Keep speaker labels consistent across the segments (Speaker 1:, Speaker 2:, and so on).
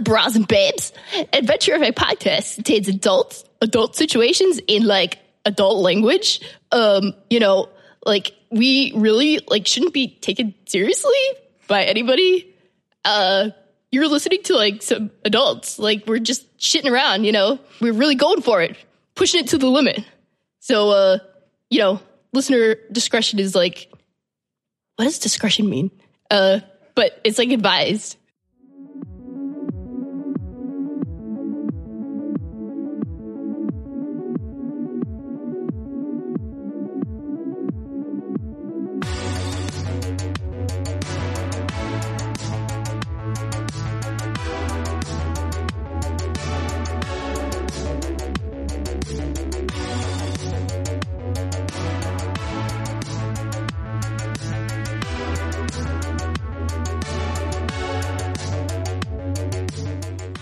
Speaker 1: Bras and Babes, Adventure of a Podcast contains adults, adult situations in like adult language. Um, you know, like we really like shouldn't be taken seriously by anybody. Uh, you're listening to like some adults. Like we're just shitting around, you know. We're really going for it, pushing it to the limit. So, uh, you know, listener discretion is like, what does discretion mean? Uh, but it's like advised.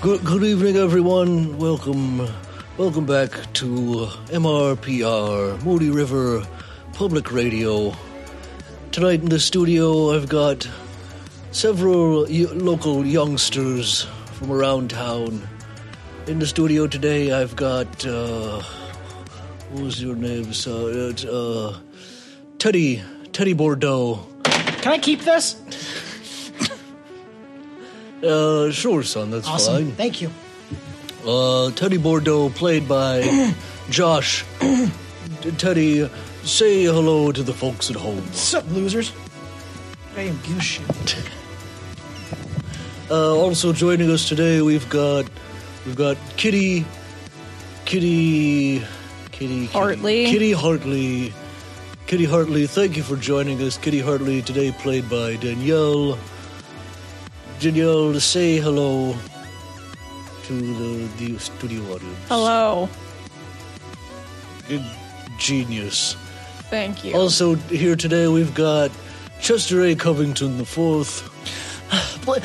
Speaker 2: Good, good evening, everyone. Welcome, welcome back to uh, MRPR Moody River Public Radio. Tonight in the studio, I've got several y- local youngsters from around town. In the studio today, I've got uh, what was your name? So it's uh, Teddy, Teddy Bordeaux.
Speaker 3: Can I keep this?
Speaker 2: Uh, sure, son, that's
Speaker 3: Awesome.
Speaker 2: fine.
Speaker 3: Thank you.
Speaker 2: Uh, Teddy Bordeaux, played by Josh. Teddy, say hello to the folks at home.
Speaker 3: Sup, losers? I am goose shit.
Speaker 2: Uh, also joining us today, we've got we've got Kitty, Kitty, Kitty, Kitty
Speaker 4: Hartley.
Speaker 2: Kitty Hartley, Kitty Hartley. Thank you for joining us, Kitty Hartley. Today, played by Danielle. Danielle, say hello to the, the studio audience.
Speaker 3: Oh.
Speaker 4: Hello.
Speaker 2: Genius.
Speaker 4: Thank you.
Speaker 2: Also here today we've got Chester A. Covington the fourth.
Speaker 3: Pl-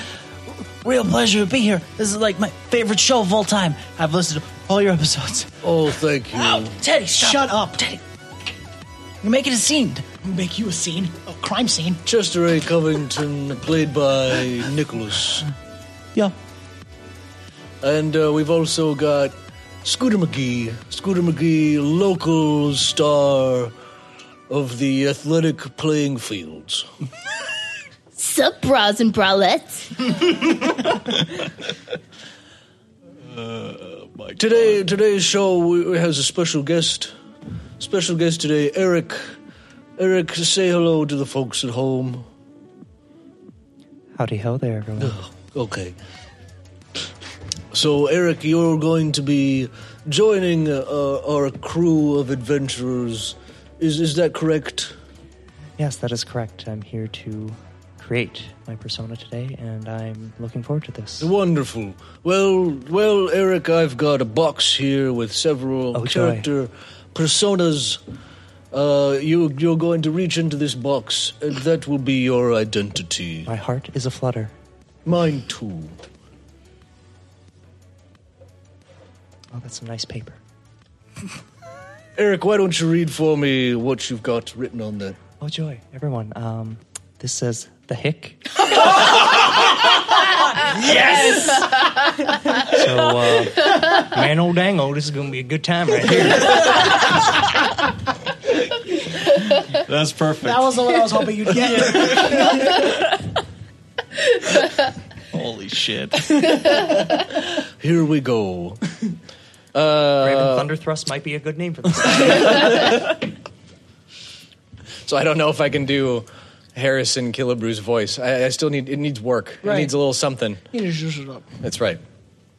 Speaker 3: Real pleasure to be here. This is like my favorite show of all time. I've listened to all your episodes.
Speaker 2: Oh, thank you.
Speaker 3: Teddy, shut up, Teddy. You're making a scene. Make you a scene? A crime scene?
Speaker 2: Chester A. Covington, played by Nicholas,
Speaker 3: Yeah.
Speaker 2: and uh, we've also got Scooter McGee. Scooter McGee, local star of the athletic playing fields.
Speaker 1: Sup, bras and bralettes.
Speaker 2: Today, today's show we- has a special guest. Special guest today, Eric. Eric, say hello to the folks at home.
Speaker 5: Howdy ho there, everyone.
Speaker 2: Okay. So, Eric, you're going to be joining uh, our crew of adventurers. Is is that correct?
Speaker 5: yes, that is correct. I'm here to create my persona today, and I'm looking forward to this.
Speaker 2: Wonderful. Well, well, Eric, I've got a box here with several
Speaker 5: Oh, joy.
Speaker 2: character personas. Uh, you you're going to reach into this box, and that will be your identity.
Speaker 5: My heart is aflutter.
Speaker 2: Mine too.
Speaker 5: Oh, that's some nice paper.
Speaker 2: Eric, why don't you read for me what you've got written on that?
Speaker 5: Oh, joy, everyone. Um, this says the hick. yes. so, uh, man, old dangle, this is gonna be a good time right here.
Speaker 6: That's perfect.
Speaker 3: That was the one I was hoping you'd get.
Speaker 6: Holy shit.
Speaker 2: Here we go.
Speaker 7: Uh,
Speaker 5: Raven Thunder Thrust might be a good name for this.
Speaker 7: So I don't know if I can do Harrison Killebrew's voice. I, I still need it needs work.
Speaker 3: Right.
Speaker 7: It needs a little something.
Speaker 3: you need to zhuzh it up.
Speaker 7: That's right.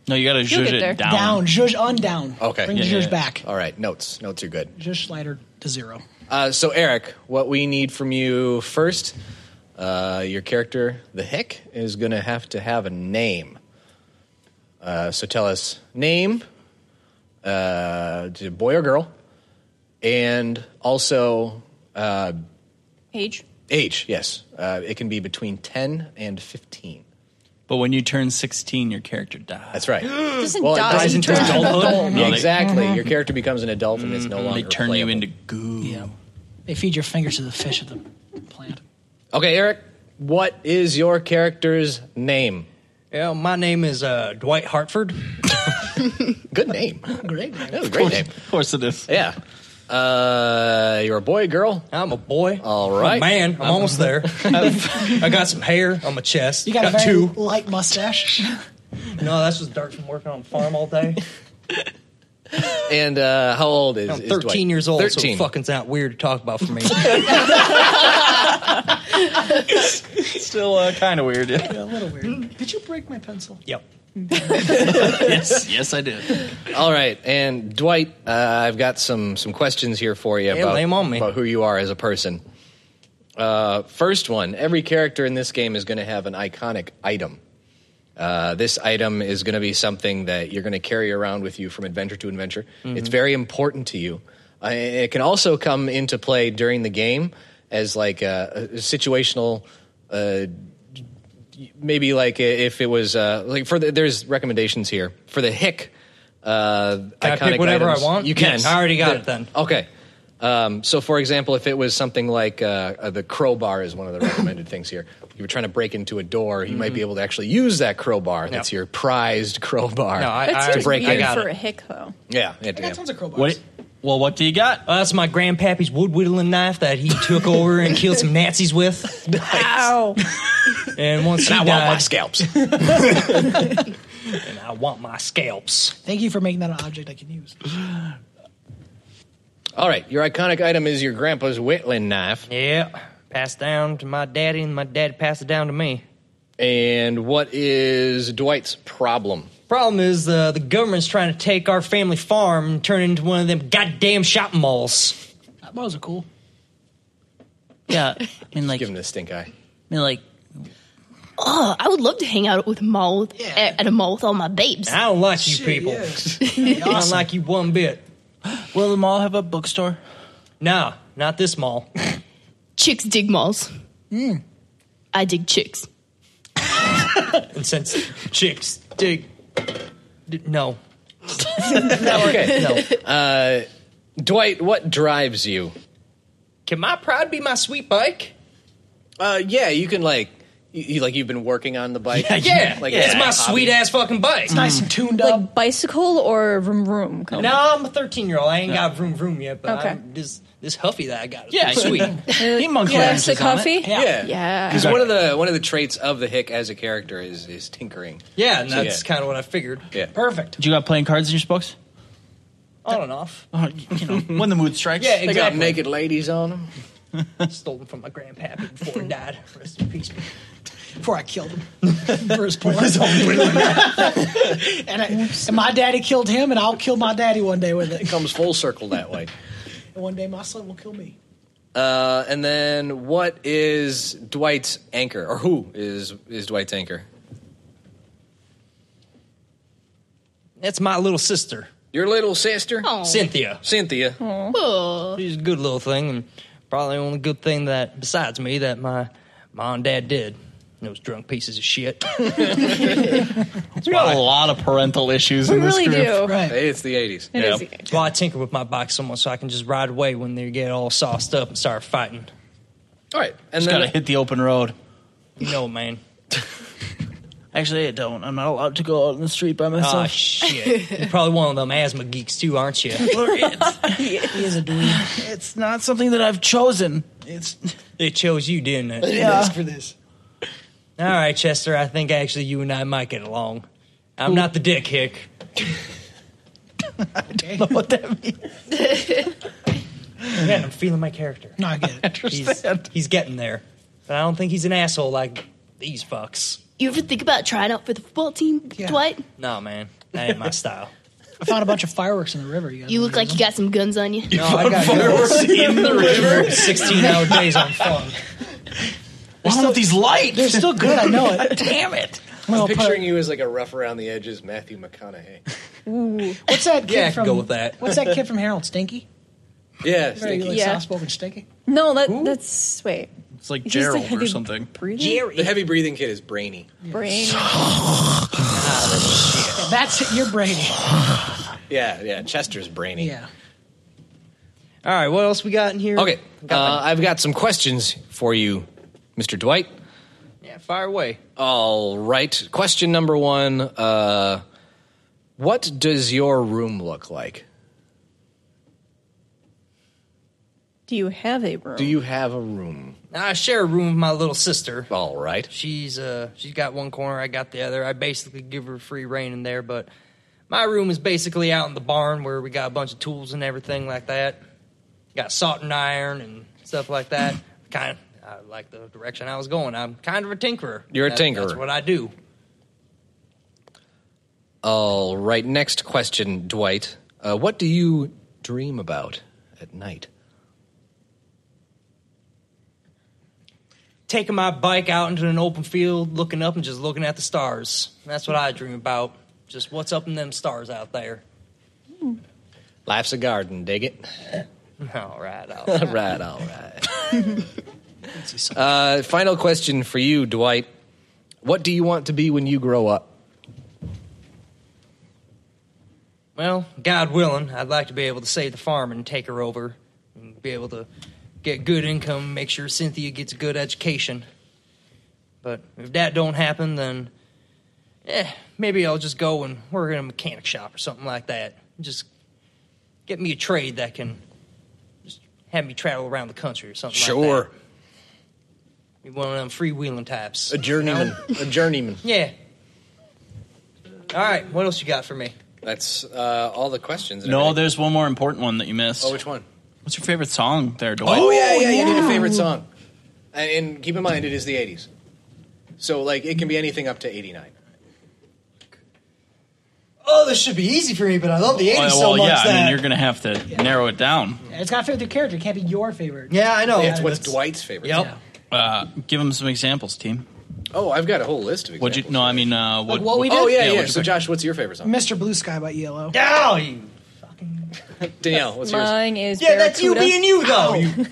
Speaker 6: No, you gotta
Speaker 4: You'll
Speaker 6: zhuzh
Speaker 4: get
Speaker 6: it
Speaker 4: there.
Speaker 6: down.
Speaker 3: Down. Zhuzh undown.
Speaker 7: Okay.
Speaker 3: Bring
Speaker 7: Yeah,
Speaker 3: the
Speaker 6: yeah,
Speaker 3: zhuzh
Speaker 6: yeah.
Speaker 3: back.
Speaker 7: All right. Notes. Notes are good.
Speaker 3: Zhuzh slider to zero.
Speaker 7: Uh, so Eric, what we need from you first, uh, your character, the Hick, is going to have to have a name. Uh, so tell us name, uh, d- boy or girl, and also uh,
Speaker 4: Paige.
Speaker 7: age. Yes, uh, it can be between ten and fifteen.
Speaker 6: But when you turn 16, your character dies.
Speaker 7: That's right.
Speaker 4: Doesn't
Speaker 7: Well, it
Speaker 4: die.
Speaker 7: doesn't
Speaker 4: Turns
Speaker 7: die.
Speaker 4: into
Speaker 6: No,
Speaker 4: adult.
Speaker 6: they-
Speaker 7: exactly. Your character becomes an adult and it's no longer.
Speaker 6: Mm-hmm. They turn you
Speaker 7: playable.
Speaker 6: into goo.
Speaker 3: Yeah. They feed your fingers to the fish at the plant.
Speaker 7: Okay, Eric. What is your character's name?
Speaker 8: Yeah, my name is uh, Dwight Hartford.
Speaker 7: Good name. great name. That was a great name.
Speaker 3: Of course it is.
Speaker 7: Yeah. Uh, you're a boy, girl?
Speaker 8: I'm a boy.
Speaker 7: All
Speaker 8: I'm a
Speaker 7: right.
Speaker 8: man. I'm, almost there. I got some hair on my chest.
Speaker 9: You got, a very
Speaker 8: two.
Speaker 9: light mustache.
Speaker 8: No, that's just dirt from working on the farm all day.
Speaker 7: And uh, how old is
Speaker 8: I'm
Speaker 7: is
Speaker 8: 13
Speaker 7: Dwight?
Speaker 8: years old, so
Speaker 7: 13.
Speaker 8: it fucking sound weird to talk about for me.
Speaker 3: Still uh, kind of weird. Yeah.
Speaker 9: a little weird. Did you break my pencil?
Speaker 8: yep.
Speaker 3: yes, yes, I did.
Speaker 7: All right, and Dwight, uh, I've got some some questions here for you
Speaker 8: Yeah,
Speaker 7: about,
Speaker 8: lay 'em on me.
Speaker 7: about who you are as a person. Uh, first one: Every character in this game is going to have an iconic item. Uh, this item is going to be something that you're going to carry around with you from adventure to adventure.
Speaker 8: Mm-hmm.
Speaker 7: It's very important to you. Uh, it can also come into play during the game as like a, a situational. Uh, maybe like if it was uh, like for the, there's recommendations here for the hick. Uh,
Speaker 8: Can I
Speaker 7: iconic
Speaker 8: pick whatever
Speaker 7: items.
Speaker 8: I want?
Speaker 7: You can.
Speaker 8: Yes, I already got it then.
Speaker 7: Okay. Um, so, for example, if it was something like uh, uh, the crowbar is one of the recommended things here. You were trying to break into a door. You might be
Speaker 8: Mm-hmm.
Speaker 7: able to actually use that crowbar. That's your prized crowbar.
Speaker 8: No, I,
Speaker 4: That
Speaker 8: I
Speaker 4: seems
Speaker 8: already
Speaker 7: break
Speaker 4: weird
Speaker 7: in.
Speaker 8: I got
Speaker 4: for
Speaker 8: it.
Speaker 4: a hick, though.
Speaker 7: yeah, it-
Speaker 9: I got
Speaker 7: yeah.
Speaker 9: tons of crowbars.
Speaker 3: What? Well, what do you got?
Speaker 8: Well, that's my grandpappy's wood whittling knife that he took over and killed some Nazis with.
Speaker 4: Ow.
Speaker 8: And once
Speaker 7: I
Speaker 8: he
Speaker 7: want my
Speaker 8: died,
Speaker 7: scalps.
Speaker 8: and I want my scalps.
Speaker 9: Thank you for making that an object I can use.
Speaker 7: All right, your iconic item is your grandpa's whittling knife.
Speaker 8: Yeah, passed down to my daddy, and my daddy passed it down to me.
Speaker 7: And what is Dwight's problem?
Speaker 8: Problem is, uh, the government's trying to take our family farm and turn it into one of them goddamn shopping malls.
Speaker 9: That balls are cool.
Speaker 3: Yeah, I mean, like,
Speaker 7: Give him the stink eye.
Speaker 3: mean, like,
Speaker 1: Oh, I would love to hang out with a mall with, at, at a mall with all my babes.
Speaker 8: I don't like you people. I don't like you one bit.
Speaker 9: Will the mall have a bookstore?
Speaker 8: Nah, not this mall.
Speaker 1: Chicks dig malls. I dig chicks.
Speaker 8: And since chicks dig, d- no,
Speaker 7: Okay. Uh,
Speaker 8: no.
Speaker 7: Dwight, what drives you?
Speaker 8: Can my pride be my sweet bike?
Speaker 7: Uh, yeah, you can like, you, you- like you've been working on the bike.
Speaker 8: Yeah,
Speaker 7: like
Speaker 8: it's my
Speaker 7: hobby.
Speaker 8: sweet ass fucking bike.
Speaker 9: Nice and tuned up.
Speaker 4: Like bicycle or vroom vroom? Come
Speaker 8: No, I'm a 13 year old. I ain't got vroom vroom yet, but
Speaker 4: Okay.
Speaker 8: I'm, this this huffy that I got is
Speaker 3: yeah,
Speaker 8: pretty
Speaker 3: sweet. he monkey
Speaker 4: Classic
Speaker 3: wrenches on it.
Speaker 4: coffee?
Speaker 8: Yeah.
Speaker 7: Yeah,
Speaker 4: Yeah.
Speaker 7: Because one of the one of the traits of the hick as a character is is tinkering.
Speaker 8: Yeah, and
Speaker 7: So,
Speaker 8: that's
Speaker 7: yeah.
Speaker 8: kind of what I figured.
Speaker 7: Yeah.
Speaker 8: Perfect.
Speaker 3: Did you got playing cards in your spokes?
Speaker 8: On and off.
Speaker 3: Oh, you know, when the mood strikes.
Speaker 8: Yeah,
Speaker 7: They got
Speaker 8: exactly.
Speaker 7: naked ladies on them.
Speaker 8: Stolen from my grandpappy before he died. Rest in peace.
Speaker 9: Before I killed him. For his porn. and, I, and my daddy killed him, and I'll kill my daddy one day with
Speaker 7: It
Speaker 9: it.
Speaker 7: comes full circle that way.
Speaker 9: And one day my son will kill me.
Speaker 7: Uh, and then what is Dwight's anchor, or who is is Dwight's anchor?
Speaker 8: That's my little sister,
Speaker 7: Your little sister,
Speaker 1: Oh.
Speaker 8: Cynthia.
Speaker 7: Cynthia.
Speaker 1: Oh.
Speaker 8: She's a good little thing, and probably the only good thing that, besides me, that my mom and dad did. Those drunk pieces of shit.
Speaker 3: We got a lot of parental issues
Speaker 4: We
Speaker 3: in this
Speaker 4: really
Speaker 3: group.
Speaker 4: do.
Speaker 9: Right.
Speaker 7: Hey, it's the eighties.
Speaker 4: It is.
Speaker 8: Well, I tinker with my bike so much so I can just ride away when they get all sauced up and start fighting.
Speaker 7: All right, and
Speaker 3: Just
Speaker 7: then
Speaker 3: gotta hit the open road.
Speaker 8: You know, man.
Speaker 3: Actually, I don't. I'm not allowed to go out in the street by myself.
Speaker 8: Oh, shit. You're probably one of them asthma geeks, too, aren't you?
Speaker 9: He is a dude.
Speaker 3: it's not something that I've chosen. It's
Speaker 8: They chose you, didn't they?
Speaker 9: Ask for this.
Speaker 8: All right, Chester, I think actually you and I might get along. I'm not the dick hick.
Speaker 3: what that means.
Speaker 8: Yeah, I'm feeling my character.
Speaker 9: No, I get it.
Speaker 8: He's, he's getting there. But I don't think he's an asshole like these fucks.
Speaker 1: You ever think about trying out for the football team,
Speaker 9: Yeah.
Speaker 1: Dwight?
Speaker 8: No, man. That ain't my style.
Speaker 9: I found a bunch of fireworks in the river. guys
Speaker 1: You look
Speaker 9: wanna
Speaker 1: like you got some guns on you.
Speaker 8: No, I got fireworks in the river. 16 hour days on fun.
Speaker 3: What's up with these
Speaker 9: use
Speaker 3: lights?
Speaker 9: them? They're still good. I know it.
Speaker 3: Damn it!
Speaker 9: I'm gonna put-
Speaker 7: picturing you as like a rough around the edges Matthew McConaughey.
Speaker 9: what's that kid
Speaker 8: Yeah, I
Speaker 9: from?
Speaker 8: can go with that.
Speaker 9: What's that kid from Harold Stinky?
Speaker 7: Yeah,
Speaker 9: Very
Speaker 7: Stinky.
Speaker 9: like,
Speaker 4: Yeah.
Speaker 9: soft-spoken Stinky.
Speaker 4: No, that, that's. Wait.
Speaker 3: It's like
Speaker 4: He's
Speaker 3: Gerald
Speaker 4: like-
Speaker 3: or something.
Speaker 4: Breathing?
Speaker 7: the heavy breathing kid is brainy.
Speaker 4: Brain.
Speaker 9: That's your Brady.
Speaker 7: Yeah, yeah. Chester's brainy.
Speaker 9: Yeah.
Speaker 8: All right, what else we got in here?
Speaker 7: Okay, uh, I've got some questions for you, Mr. Dwight.
Speaker 8: Yeah,
Speaker 7: Fire away. All right. Question number one. Uh, what does your room look like?
Speaker 4: Do you have a room?
Speaker 7: Do you have a room?
Speaker 8: I share a room with my little sister.
Speaker 7: All right.
Speaker 8: She's uh she's got one corner, I got the other. I basically give her free reign in there, but my room is basically out in the barn where we got a bunch of tools and everything like that. Got soot and iron and stuff like that. kind of I like the direction I was going. I'm kind of a tinkerer.
Speaker 7: You're a
Speaker 8: That- That's
Speaker 7: tinkerer.
Speaker 8: what I do.
Speaker 7: All right. Next question, Dwight. Uh, what do you dream about at night?
Speaker 8: Taking my bike out into an open field, looking up and just looking at the stars. That's what I dream about. Just what's up in them stars out there.
Speaker 7: Life's a garden. Dig it.
Speaker 8: All right. I'll-
Speaker 7: all right, all right. uh, final question for you, Dwight. What do you want to be when you grow up?
Speaker 8: Well, God willing, I'd like to be able to save the farm and take her over and be able to get good income, make sure Cynthia gets a good education. But if that don't happen, then eh, maybe I'll just go and work in a mechanic shop or something like that. Just get me a trade that can just have me travel around the country or something like that. Be one of them freewheeling types.
Speaker 7: A journeyman. a journeyman.
Speaker 8: Yeah. All right, what else you got for me?
Speaker 7: That's uh, all the questions. and
Speaker 6: No,
Speaker 7: everything.
Speaker 6: there's one more important one that you missed.
Speaker 7: Oh, which one?
Speaker 6: What's your favorite song there, Dwight?
Speaker 7: Oh, yeah, yeah, You need a favorite song. And, and keep in mind, it is the 80s. So, like, it can be anything up to 89.
Speaker 8: Oh, this should be easy for me, but I love the 80s
Speaker 6: Well,
Speaker 8: so much
Speaker 6: Oh, well, yeah, I
Speaker 8: that-
Speaker 6: mean, you're going to have to narrow it down.
Speaker 9: It's got to fit with your character. It can't be your favorite.
Speaker 8: Yeah, I know.
Speaker 7: it's what's Dwight's favorite
Speaker 8: Yep.
Speaker 7: song.
Speaker 6: Uh, give them some examples, team.
Speaker 7: Oh, I've got a whole list of examples.
Speaker 6: What'd you? No, I mean, uh, what,
Speaker 9: what we
Speaker 7: Oh, yeah, yeah.
Speaker 6: what'd you
Speaker 7: So,
Speaker 6: pick?
Speaker 7: Josh, what's your favorite song?
Speaker 9: Mr. Blue Sky by E ELO.
Speaker 8: Ow, you.
Speaker 7: Danielle, what's yours?
Speaker 4: Mine is
Speaker 8: Yeah, that's you
Speaker 4: Barracuda.
Speaker 8: being you, though.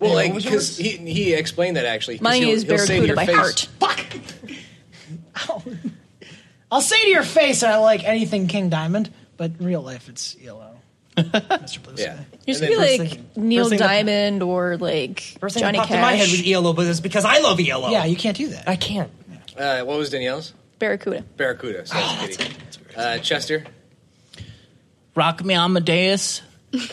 Speaker 7: Well,
Speaker 8: Hey,
Speaker 7: like,
Speaker 8: what was
Speaker 7: because he, he explained that actually. 'cause
Speaker 4: Mine
Speaker 7: he'll-
Speaker 4: is
Speaker 7: he'll say to
Speaker 4: Barracuda
Speaker 7: your
Speaker 4: by
Speaker 7: face-
Speaker 4: heart.
Speaker 9: I'll say to your face, I like anything King Diamond, but in real life, it's E ELO. Mr. Blue Sky.
Speaker 7: Yeah.
Speaker 4: You should
Speaker 7: And
Speaker 4: be
Speaker 7: then-
Speaker 4: like
Speaker 9: thing-
Speaker 4: Neil
Speaker 9: first thing that-
Speaker 4: Diamond or like
Speaker 8: First thing
Speaker 4: Johnny
Speaker 8: that popped in my head
Speaker 4: Cash.
Speaker 8: was yellow, but it's because I love yellow.
Speaker 9: Yeah, you can't do that.
Speaker 8: I can't.
Speaker 7: Uh, what was Danielle's?
Speaker 4: Barracuda.
Speaker 7: Barracuda. So that's kitty. Uh, Chester.
Speaker 6: Rock Me Amadeus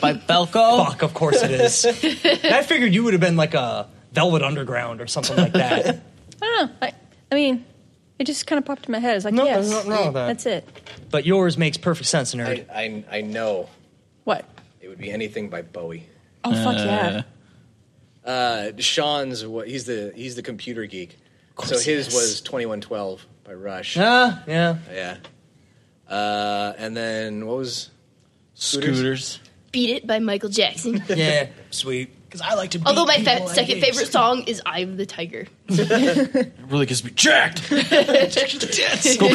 Speaker 6: by Belko.
Speaker 8: Fuck, of course it is. I figured you would have been like a Velvet Underground or something like that.
Speaker 4: I don't know. I, I mean, it just kind of popped in my head. It's like,
Speaker 8: No,
Speaker 4: yes,
Speaker 8: there's nothing wrong with that.
Speaker 4: that's it.
Speaker 8: but yours makes perfect sense, nerd.
Speaker 7: I, I, I know
Speaker 4: What?
Speaker 7: it would be anything by Bowie.
Speaker 4: Oh fuck yeah!
Speaker 7: Uh, Sean's what he's the he's the computer geek. So his was twenty one twelve by Rush.
Speaker 8: Ah, yeah.
Speaker 7: Yeah. Uh, and then what was
Speaker 6: Scooters.
Speaker 1: Beat It by Michael Jackson.
Speaker 8: Yeah. Sweet.
Speaker 9: Because I like to. beat
Speaker 1: Although my
Speaker 9: people
Speaker 1: fa-
Speaker 9: I
Speaker 1: second
Speaker 9: hate.
Speaker 1: favorite song is Eye of the Tiger.
Speaker 6: Really gets me jacked. Go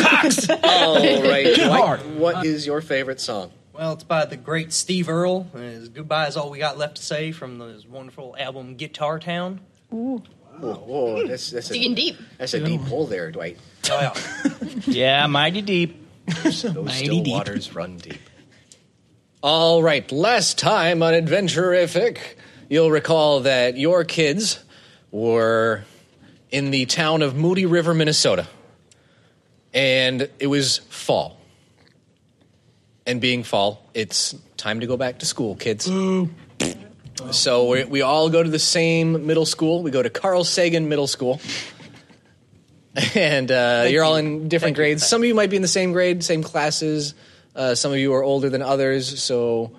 Speaker 6: Cox.
Speaker 7: all Oh, right? What-
Speaker 9: hard.
Speaker 4: Uh.
Speaker 7: what is your favorite song?
Speaker 8: Well, it's by the great Steve Earle. And it's Goodbye is All We Got Left to Say from his wonderful album Guitar Town.
Speaker 7: Whoa, whoa that's that's a,
Speaker 1: Digging deep.
Speaker 7: that's a deep hole there, Dwight.
Speaker 8: Oh, yeah.
Speaker 6: yeah, mighty deep.
Speaker 7: Those still waters run deep. All right, last time on Adventurific, you'll recall that your kids were in the town of Moody River, Minnesota. And it was fall. And being fall, it's time to go back to school, kids. So we, we all go to the same middle school. We go to Carl Sagan Middle School. And uh, you're all in different grades. Some of you might be in the same grade, same classes. Uh, some of you are older than others. So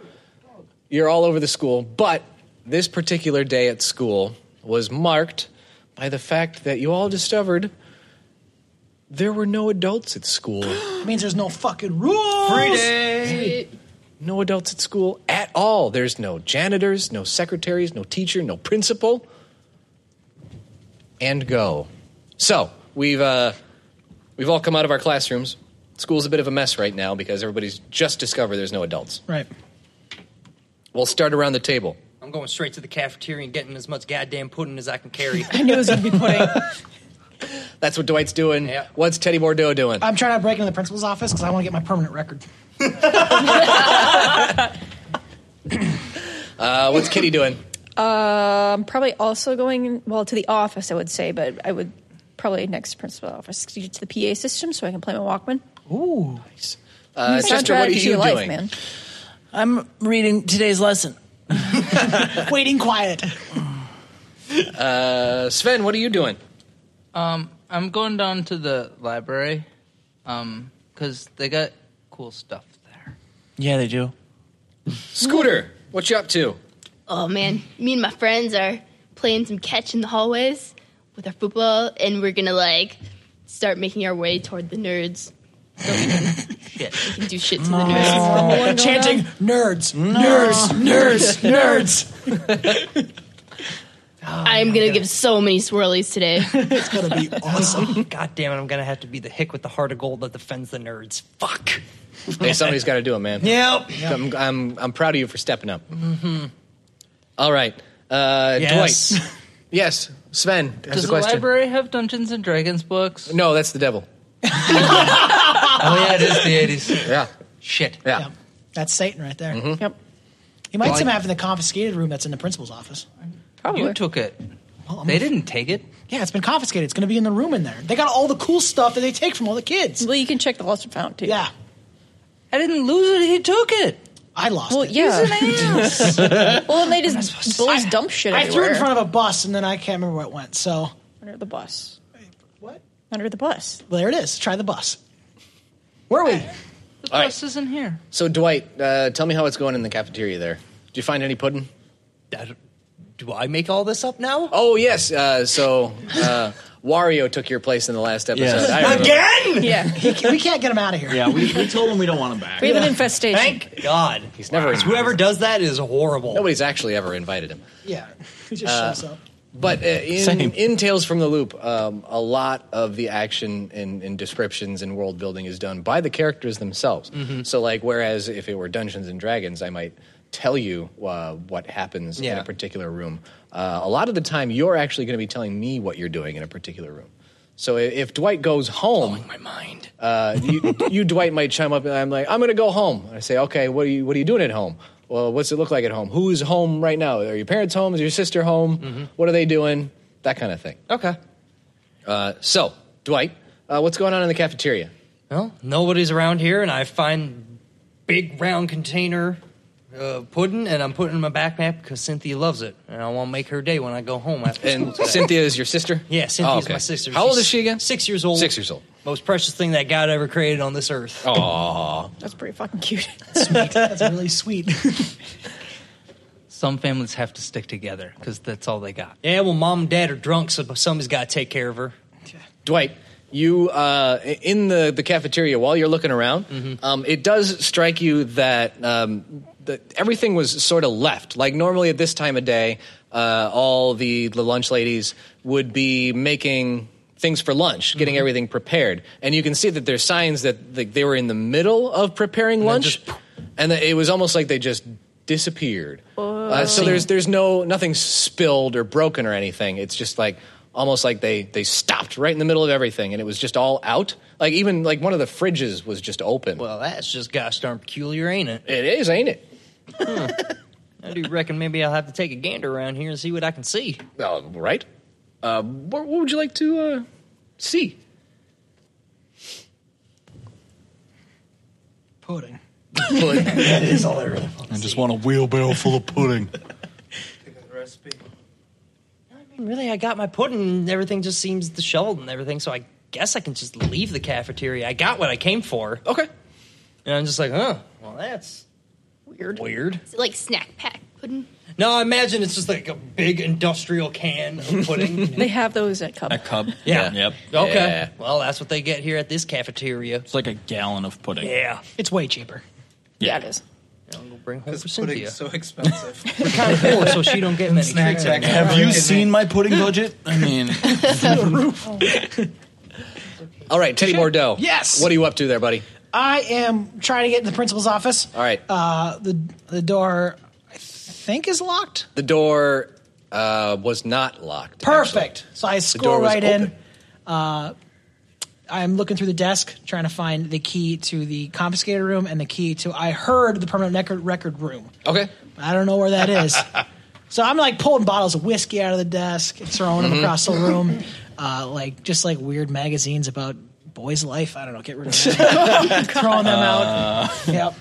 Speaker 7: you're all over the school. But this particular day at school was marked by the fact that you all discovered there were no adults at school.
Speaker 9: It means there's no fucking rules.
Speaker 7: no adults at school at all. There's no janitors, no secretaries, no teacher, no principal. And go. So we've uh, we've all come out of our classrooms. School's a bit of a mess right now because everybody's just discovered there's no adults.
Speaker 9: Right.
Speaker 7: We'll start around the table.
Speaker 8: I'm going straight to the cafeteria and getting as much goddamn pudding as I can carry.
Speaker 9: I knew it was gonna be pudding.
Speaker 7: That's what Dwight's doing.
Speaker 8: Yeah.
Speaker 7: What's Teddy Bordeaux doing?
Speaker 9: I'm trying to break into the principal's office because I want to get my permanent record.
Speaker 7: Uh, what's Kitty doing?
Speaker 4: Uh, Um, probably also going well to the office. I would say, but I would probably next to principal office to get to the PA system so I can play my Walkman.
Speaker 3: Ooh.
Speaker 7: Uh,
Speaker 4: Soundtrack
Speaker 7: Chester, what are
Speaker 4: to
Speaker 7: you
Speaker 4: your life,
Speaker 7: doing?
Speaker 4: man.
Speaker 3: I'm reading today's lesson.
Speaker 9: Waiting quiet.
Speaker 7: Uh, Sven, what are you doing?
Speaker 6: Um, I'm going down to the library, um, cause they got cool stuff there.
Speaker 3: Yeah, they do.
Speaker 7: Scooter, what you up to?
Speaker 1: Oh man, me and my friends are playing some catch in the hallways with our football, and we're gonna like start making our way toward the nerds. So we can, we can do shit to the nerds.
Speaker 9: Chanting nerds, nerds, nerds, nerds.
Speaker 1: I am
Speaker 8: Oh,
Speaker 1: gonna give so many swirlies today.
Speaker 9: It's gonna be awesome.
Speaker 8: God damn it, I'm gonna have to be the hick with the heart of gold that defends the nerds. Fuck.
Speaker 7: Hey, somebody's got to do it, man.
Speaker 8: Yep.
Speaker 7: I'm, I'm, I'm proud of you for stepping up. All right. Uh,
Speaker 8: Yes.
Speaker 7: Dwight. Yes. Sven has
Speaker 6: Does
Speaker 7: a
Speaker 6: the
Speaker 7: question.
Speaker 6: library have Dungeons and Dragons books?
Speaker 7: No, that's the devil.
Speaker 8: Oh yeah, it is the 80s.
Speaker 7: Yeah.
Speaker 8: Shit.
Speaker 7: Yeah.
Speaker 9: Yep. That's Satan right there.
Speaker 6: Mm-hmm.
Speaker 4: Yep,
Speaker 9: You might somehow have in the confiscated room that's in the principal's office.
Speaker 4: probably.
Speaker 6: You took it.
Speaker 9: Well, I'm-
Speaker 6: They didn't take it.
Speaker 9: Yeah, it's been confiscated. It's gonna be in the room in there. They got all the cool stuff that they take from all the kids.
Speaker 4: well, you can check the lost and found too.
Speaker 9: Yeah,
Speaker 6: I didn't lose it. He took it.
Speaker 9: I lost
Speaker 4: Well,
Speaker 9: it.
Speaker 4: yeah. well, then they just bulls dump shit
Speaker 9: I
Speaker 4: everywhere.
Speaker 9: threw it in front of a bus and then I can't remember where it went. So
Speaker 4: under the bus.
Speaker 9: what?
Speaker 4: Under the bus.
Speaker 9: Well, there it is. Try the bus. Where are we?
Speaker 6: The
Speaker 7: right.
Speaker 6: bus isn't here.
Speaker 7: So, Dwight, uh, tell me how it's going in the cafeteria there. Did you find any pudding?
Speaker 8: That- do I make all this up now?
Speaker 7: Oh, yes. Uh, so, uh, Wario took your place in the last episode.
Speaker 10: Yes.
Speaker 7: I remember.
Speaker 4: Yeah,
Speaker 9: He ca- we can't get him out of here.
Speaker 10: Yeah, we, we told him we don't want him back.
Speaker 4: we have an infestation.
Speaker 8: Thank God. He's
Speaker 7: never-
Speaker 8: Whoever does that is horrible.
Speaker 7: Nobody's actually ever invited him.
Speaker 9: Yeah. He just shows up.
Speaker 7: But uh, in,
Speaker 3: Same.
Speaker 7: in Tales from the Loop, um, a lot of the action and, and descriptions and world building is done by the characters themselves.
Speaker 8: Mm-hmm.
Speaker 7: So, like, whereas if it were Dungeons and Dragons, I might tell you uh, what happens in
Speaker 8: Yeah.
Speaker 7: a particular room. Uh, a lot of the time, you're actually going to be telling me what you're doing in a particular room. So i- if Dwight goes home,
Speaker 8: my mind.
Speaker 7: uh, you, you Dwight might chime up, and I'm like, I'm going to go home. And I say, okay, what are you what are you doing at home? Well, what's it look like at home? Who's home right now? Are your parents home? Is your sister home? What are they doing? That kind of thing.
Speaker 8: Mm-hmm.
Speaker 7: Uh,
Speaker 8: Okay.
Speaker 7: So, Dwight, uh, what's going on in the cafeteria?
Speaker 8: Well, nobody's around here, and I find big round container uh, pudding, and I'm putting it in my backpack because Cynthia loves it, and I want to make her day when I go home after school
Speaker 7: And
Speaker 8: today.
Speaker 7: Cynthia is your sister?
Speaker 8: yeah, Cynthia's
Speaker 7: Oh, okay.
Speaker 8: my sister.
Speaker 7: How old
Speaker 8: She's
Speaker 7: is she again?
Speaker 8: Six years old.
Speaker 7: Six years old.
Speaker 8: Most precious thing that God ever created on this earth.
Speaker 4: That's pretty fucking cute.
Speaker 9: That's really sweet.
Speaker 6: Some families have to stick together because that's all they got.
Speaker 8: Yeah, well, mom and dad are drunk, so somebody's got to take care of her.
Speaker 7: Dwight, you uh, in the, the cafeteria while you're looking around,
Speaker 8: Mm-hmm.
Speaker 7: um, it does strike you that um, that everything was sort of left. Like normally at this time of day, uh, all the, the lunch ladies would be making things for lunch,
Speaker 8: Mm-hmm.
Speaker 7: getting everything prepared, and you can see that there's signs that like, they were in the middle of preparing lunch, and that it was almost like they just disappeared. Uh, so there's there's no nothing spilled or broken or anything. It's just like almost like they they stopped right in the middle of everything and it was just all out like even like one of the fridges was just open
Speaker 8: Well, that's just gosh darn peculiar, ain't it?
Speaker 7: it is ain't it
Speaker 8: I do reckon maybe I'll have to take a gander around here and see what I can see.
Speaker 7: uh, right uh, what, what would you like to uh, see
Speaker 9: Pudding.
Speaker 10: I just want a wheelbarrow full of pudding.
Speaker 8: Really, I got my pudding and everything just seems disheveled and everything, so I guess I can just leave the cafeteria. I got what I came for.
Speaker 7: okay
Speaker 8: And I'm just like, huh, well, that's weird. Weird.
Speaker 1: It's like snack pack pudding.
Speaker 8: No, I imagine it's just like a big industrial can of pudding.
Speaker 4: they have those at Cub.
Speaker 10: A cup.
Speaker 8: Yeah.
Speaker 10: Yep.
Speaker 8: okay.
Speaker 7: Yeah.
Speaker 8: Well, that's what they get here at this cafeteria.
Speaker 10: It's like a gallon of pudding.
Speaker 8: Yeah.
Speaker 9: It's way cheaper.
Speaker 4: Yeah, it is.
Speaker 8: I'm going to bring home for
Speaker 6: Pudding's
Speaker 8: Cynthia.
Speaker 6: so expensive.
Speaker 8: kind of poor, so she don't get many
Speaker 6: Snack
Speaker 8: treats.
Speaker 6: pack.
Speaker 10: Have you seen my pudding budget? I mean,
Speaker 7: all right teddy bordeaux
Speaker 9: Yes!
Speaker 7: what are you up to there buddy
Speaker 9: I am trying to get in the principal's office.
Speaker 7: all right
Speaker 9: Uh, the the door, I think, is locked.
Speaker 7: the door uh, was not locked
Speaker 9: Perfect. So I
Speaker 7: door
Speaker 9: scroll
Speaker 7: was
Speaker 9: right in.
Speaker 7: open.
Speaker 9: Uh, I'm looking through the desk trying to find the key to the confiscated room and the key to I heard the permanent record, record room.
Speaker 7: actually. okay
Speaker 9: I don't know where
Speaker 6: Mm-hmm.
Speaker 9: that is. so I'm like pulling bottles of whiskey out of the desk, and throwing them across the room. uh, like just like weird magazines about boys' life. I don't know. Get rid of them. throwing
Speaker 6: Uh,
Speaker 9: them out. Yep.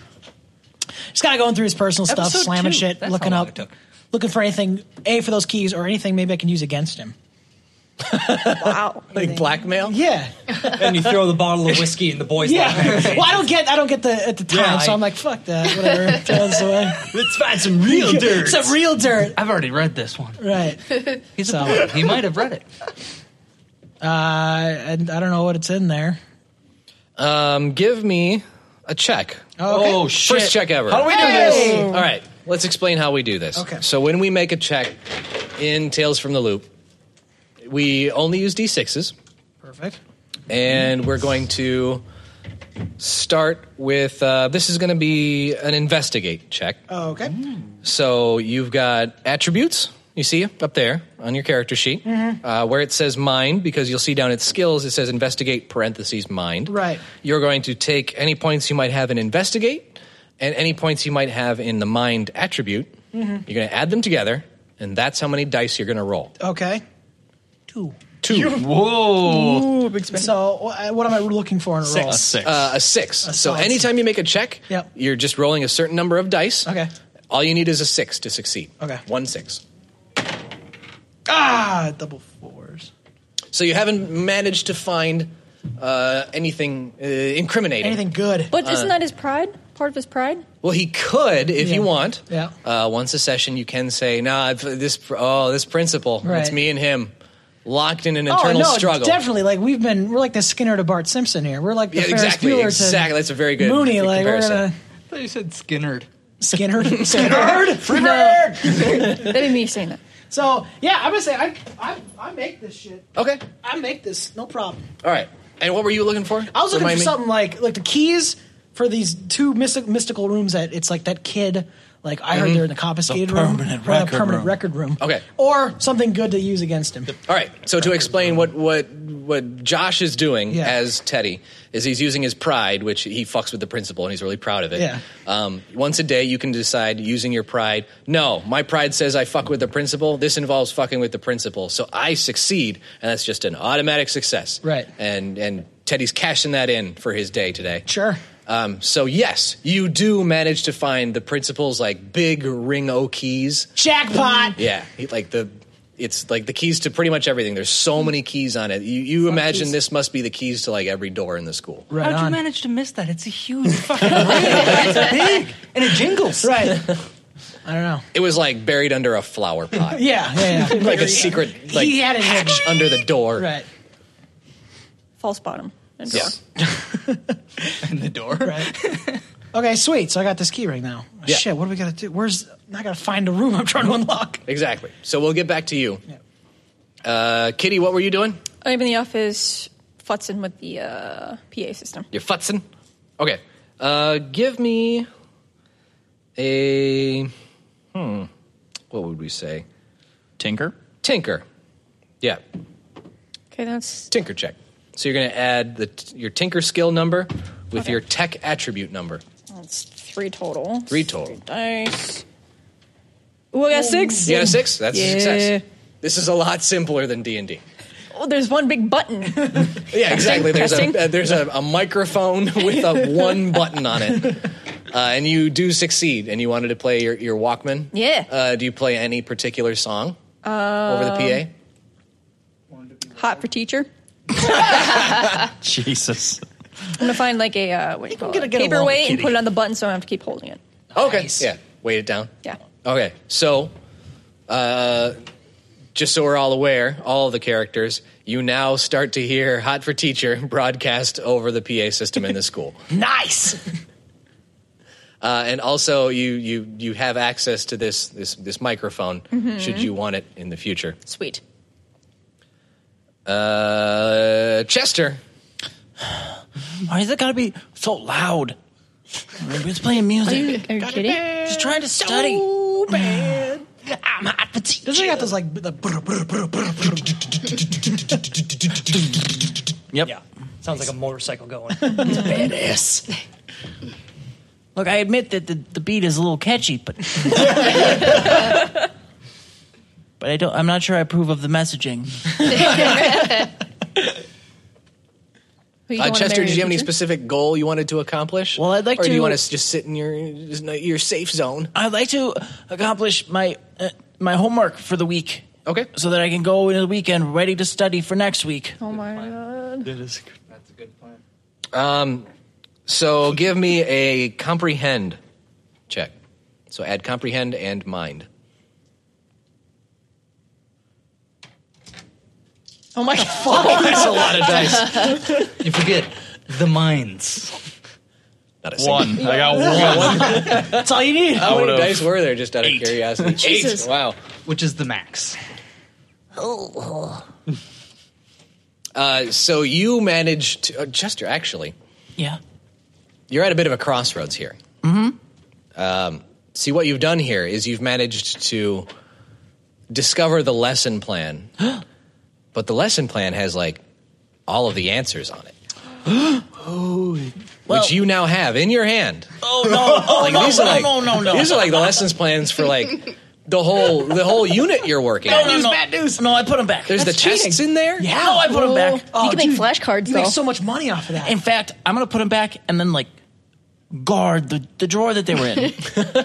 Speaker 9: Just kind of going through his personal stuff,
Speaker 3: Episode
Speaker 9: slamming
Speaker 3: two.
Speaker 9: shit,
Speaker 3: That's
Speaker 9: looking
Speaker 3: how long
Speaker 9: up, looking for anything. A for those keys or anything maybe I can use against him. wow.
Speaker 7: Like blackmail?
Speaker 9: Yeah.
Speaker 8: and you throw the bottle of whiskey in the boy's
Speaker 9: Yeah.
Speaker 8: lap.
Speaker 9: well, I don't get I don't get the at the time,
Speaker 8: Yeah,
Speaker 9: so
Speaker 8: I-
Speaker 9: I'm like, fuck that, whatever. Throw this away.
Speaker 8: Let's find some real dirt.
Speaker 9: Some real dirt.
Speaker 6: I've already read this one.
Speaker 9: Right.
Speaker 6: He's
Speaker 9: So-
Speaker 6: a poet. He might have read it.
Speaker 9: Uh, and I don't know what it's in there.
Speaker 7: Um, give me a check.
Speaker 9: okay.
Speaker 7: Oh, shit. First check ever.
Speaker 9: How do we do Hey! this?
Speaker 7: All right, let's explain how we do this.
Speaker 9: Okay.
Speaker 7: So when we make a check in Tales from the Loop, we only use d6s,
Speaker 9: Perfect.
Speaker 7: and we're going to start with uh, this is going to be an investigate check.
Speaker 9: Oh, Okay.
Speaker 4: Mm.
Speaker 7: So you've got attributes. You see up there on your character sheet
Speaker 9: Mhm.
Speaker 7: uh, where it says mind because you'll see down at skills it says investigate parentheses mind.
Speaker 9: Right.
Speaker 7: You're going to take any points you might have in investigate and any points you might have in the mind attribute.
Speaker 9: Mhm.
Speaker 7: You're going to add them together, and that's how many dice you're going to roll.
Speaker 9: Okay. Two.
Speaker 7: Two. Whoa.
Speaker 9: Ooh, big spin. So wh- what am I looking for in a roll?
Speaker 7: Uh, a six. so
Speaker 9: solid
Speaker 7: anytime you make a check,
Speaker 9: Yep.
Speaker 7: you're just rolling a certain number of dice.
Speaker 9: Okay.
Speaker 7: All you need is a six to succeed.
Speaker 9: Okay.
Speaker 7: One six.
Speaker 9: Ah, double fours.
Speaker 7: So you haven't managed to find uh, anything uh, incriminating.
Speaker 9: Anything good.
Speaker 4: But isn't
Speaker 7: Uh,
Speaker 4: that his pride? Part of his pride?
Speaker 7: Well, he could if
Speaker 4: Yeah.
Speaker 7: you want.
Speaker 4: Yeah.
Speaker 7: Uh, once a session, you can say, "Nah, I've- this oh this principal, it's
Speaker 9: Right.
Speaker 7: me and him, locked in an
Speaker 9: oh
Speaker 7: internal
Speaker 9: no,
Speaker 7: struggle."
Speaker 9: definitely. Like we've been, we're like the Skinner to Bart Simpson here. We're like the
Speaker 7: Yeah,
Speaker 9: Ferris
Speaker 7: exactly,
Speaker 9: Bueller to
Speaker 7: exactly. That's a very good
Speaker 9: Mooney. Like
Speaker 7: comparison.
Speaker 9: we're gonna
Speaker 6: I thought you said Skinnerd.
Speaker 9: Skinner, Skinner,
Speaker 6: Freebird!
Speaker 9: No.
Speaker 4: That ain't me saying that.
Speaker 9: So yeah, I'm gonna say I, I, I make this shit.
Speaker 7: Okay.
Speaker 9: I make this, no problem.
Speaker 7: All right. And what were you looking for?
Speaker 9: I was looking
Speaker 7: Remind
Speaker 9: for
Speaker 7: me.
Speaker 9: something like like the keys for these two mystic, mystical rooms that it's like that kid. Like I heard
Speaker 7: Mhm.
Speaker 9: they're in the confiscated room,
Speaker 7: permanent
Speaker 9: or the
Speaker 7: record
Speaker 9: permanent
Speaker 7: room.
Speaker 9: record room,
Speaker 7: Okay.
Speaker 9: or something good to use against him.
Speaker 7: All right. So to explain what what what Josh is doing
Speaker 9: Yeah.
Speaker 7: as Teddy is he's using his pride, which he fucks with the principal, and he's really proud of it.
Speaker 9: Yeah.
Speaker 7: Um, once a day, you can decide using your pride. No, my pride says I fuck with the principal. This involves fucking with the principal, so I succeed, and that's just an automatic success.
Speaker 9: Right.
Speaker 7: And and Teddy's cashing that in for his day today.
Speaker 9: Sure.
Speaker 7: Um, so yes, you do manage to find the principal's like big ring o keys.
Speaker 9: Jackpot.
Speaker 7: Yeah, he- like the it's like the keys to pretty much everything. There's so many keys on it. You, you imagine
Speaker 6: keys.
Speaker 7: this must be the keys to like every door in the school.
Speaker 6: How'd you manage to miss that? It's a huge fucking ring. It's big and it jingles.
Speaker 9: Right. I don't know.
Speaker 7: It was like buried under a flower pot.
Speaker 9: Yeah, yeah, yeah.
Speaker 7: like a secret like
Speaker 9: He had it hidden.
Speaker 7: hatch under the door.
Speaker 9: Right.
Speaker 4: False bottom. And
Speaker 7: Yeah.
Speaker 6: And the door.
Speaker 9: Okay, sweet. So I got this key ring now.
Speaker 7: Yeah.
Speaker 9: Shit, what do we gotta do? Where's I gotta find a room I'm trying to unlock.
Speaker 7: Exactly. So we'll get back to you. Uh, Kitty, what were you doing?
Speaker 4: I'm in the office futzing with the uh, PA system.
Speaker 7: You're futzing. Okay. Uh, give me a hmm. What would we say? Tinker. Tinker. Yeah.
Speaker 4: Okay, that's
Speaker 7: Tinker check. So you're going to add the t- your Tinker skill number with
Speaker 4: Okay.
Speaker 7: your tech attribute number.
Speaker 4: that's three total.
Speaker 7: Three total.
Speaker 4: Dice. Ooh, I got six.
Speaker 7: You got a six. That's
Speaker 4: Yeah.
Speaker 7: a success. This is a lot simpler than D and D.
Speaker 4: Oh, there's one big button.
Speaker 7: Yeah, exactly. There's
Speaker 4: Testing.
Speaker 7: a uh, there's a, a microphone with a one button on it, uh, and you do succeed. And you wanted to play your your Walkman.
Speaker 4: Yeah.
Speaker 7: Uh, do you play any particular song
Speaker 4: Um,
Speaker 7: over the
Speaker 4: PA? Um, Hot for teacher.
Speaker 7: PA? Jesus.
Speaker 4: I'm gonna find like a uh, what do you call
Speaker 7: gonna
Speaker 4: it?
Speaker 7: get along with
Speaker 4: Paperweight and
Speaker 7: Kitty.
Speaker 4: put it on the button so I don't have to keep holding it.
Speaker 7: Okay. Yeah. Weight it down.
Speaker 4: Yeah.
Speaker 7: Okay, so uh, just so we're all aware, all the characters, you now start to hear "Hot for Teacher" broadcast over the PA system in the school,
Speaker 9: Nice.
Speaker 7: uh, and also you you you have access to this this this microphone
Speaker 4: Mhm.
Speaker 7: should you want it in the future.
Speaker 4: Sweet.
Speaker 7: Uh, Chester,
Speaker 3: Why is it gotta be so loud? Everybody's playing music.
Speaker 4: Are you, are you kidding?
Speaker 3: Just trying to study.
Speaker 9: So bad. I'm hot for teacher. Doesn't he got those like b- the brr, brr, brr, brr,
Speaker 8: Yep. Yeah. Sounds like a motorcycle going.
Speaker 3: Badass. Look, I admit that the, the beat is a little catchy, but
Speaker 10: but I don't. I'm not sure I approve of the messaging.
Speaker 7: Uh, Chester, did you have any specific goal you wanted to accomplish? Well, I'd
Speaker 10: like
Speaker 7: Or do
Speaker 10: to-
Speaker 7: you want to just sit in your your safe zone?
Speaker 10: I'd like to accomplish my uh, my homework for the week.
Speaker 7: Okay,
Speaker 10: so that I can go into the weekend ready to study for next week.
Speaker 4: Oh my god.
Speaker 7: That is that's a good plan. Um, so give me a comprehend check. So add comprehend and mind.
Speaker 1: Oh my
Speaker 7: fuck. That's a lot of dice.
Speaker 6: You forget the mines.
Speaker 7: Not
Speaker 3: One. I got one.
Speaker 10: That's all you need.
Speaker 7: How many
Speaker 3: Would've-
Speaker 7: dice were there? Just out of curiosity,
Speaker 6: Jesus.
Speaker 7: eight. Wow,
Speaker 6: which is the max.
Speaker 7: Oh.
Speaker 10: Mm-hmm.
Speaker 7: Uh, so you managed, to, uh, Chester. Actually,
Speaker 10: Yeah.
Speaker 7: you're at a bit of a crossroads here.
Speaker 10: Mm-hmm.
Speaker 7: Um, see, what you've done here is you've managed to discover the lesson plan, but the lesson plan has like all of the answers on it, which you now have in your hand.
Speaker 10: Oh no! Oh
Speaker 7: Like
Speaker 10: no,
Speaker 7: these
Speaker 10: no,
Speaker 7: are like
Speaker 10: no! No! No!
Speaker 7: these are like the lessons plans for like the whole the whole unit you're working.
Speaker 10: No,
Speaker 7: on.
Speaker 10: no, no. Bad news. No, I put them back.
Speaker 7: There's the tests in there.
Speaker 10: Yeah. No, I put them back.
Speaker 9: Oh, dude, You
Speaker 10: though.
Speaker 9: make so much money off of that.
Speaker 10: In fact, I'm gonna put them back and then like guard the, the drawer that they were in.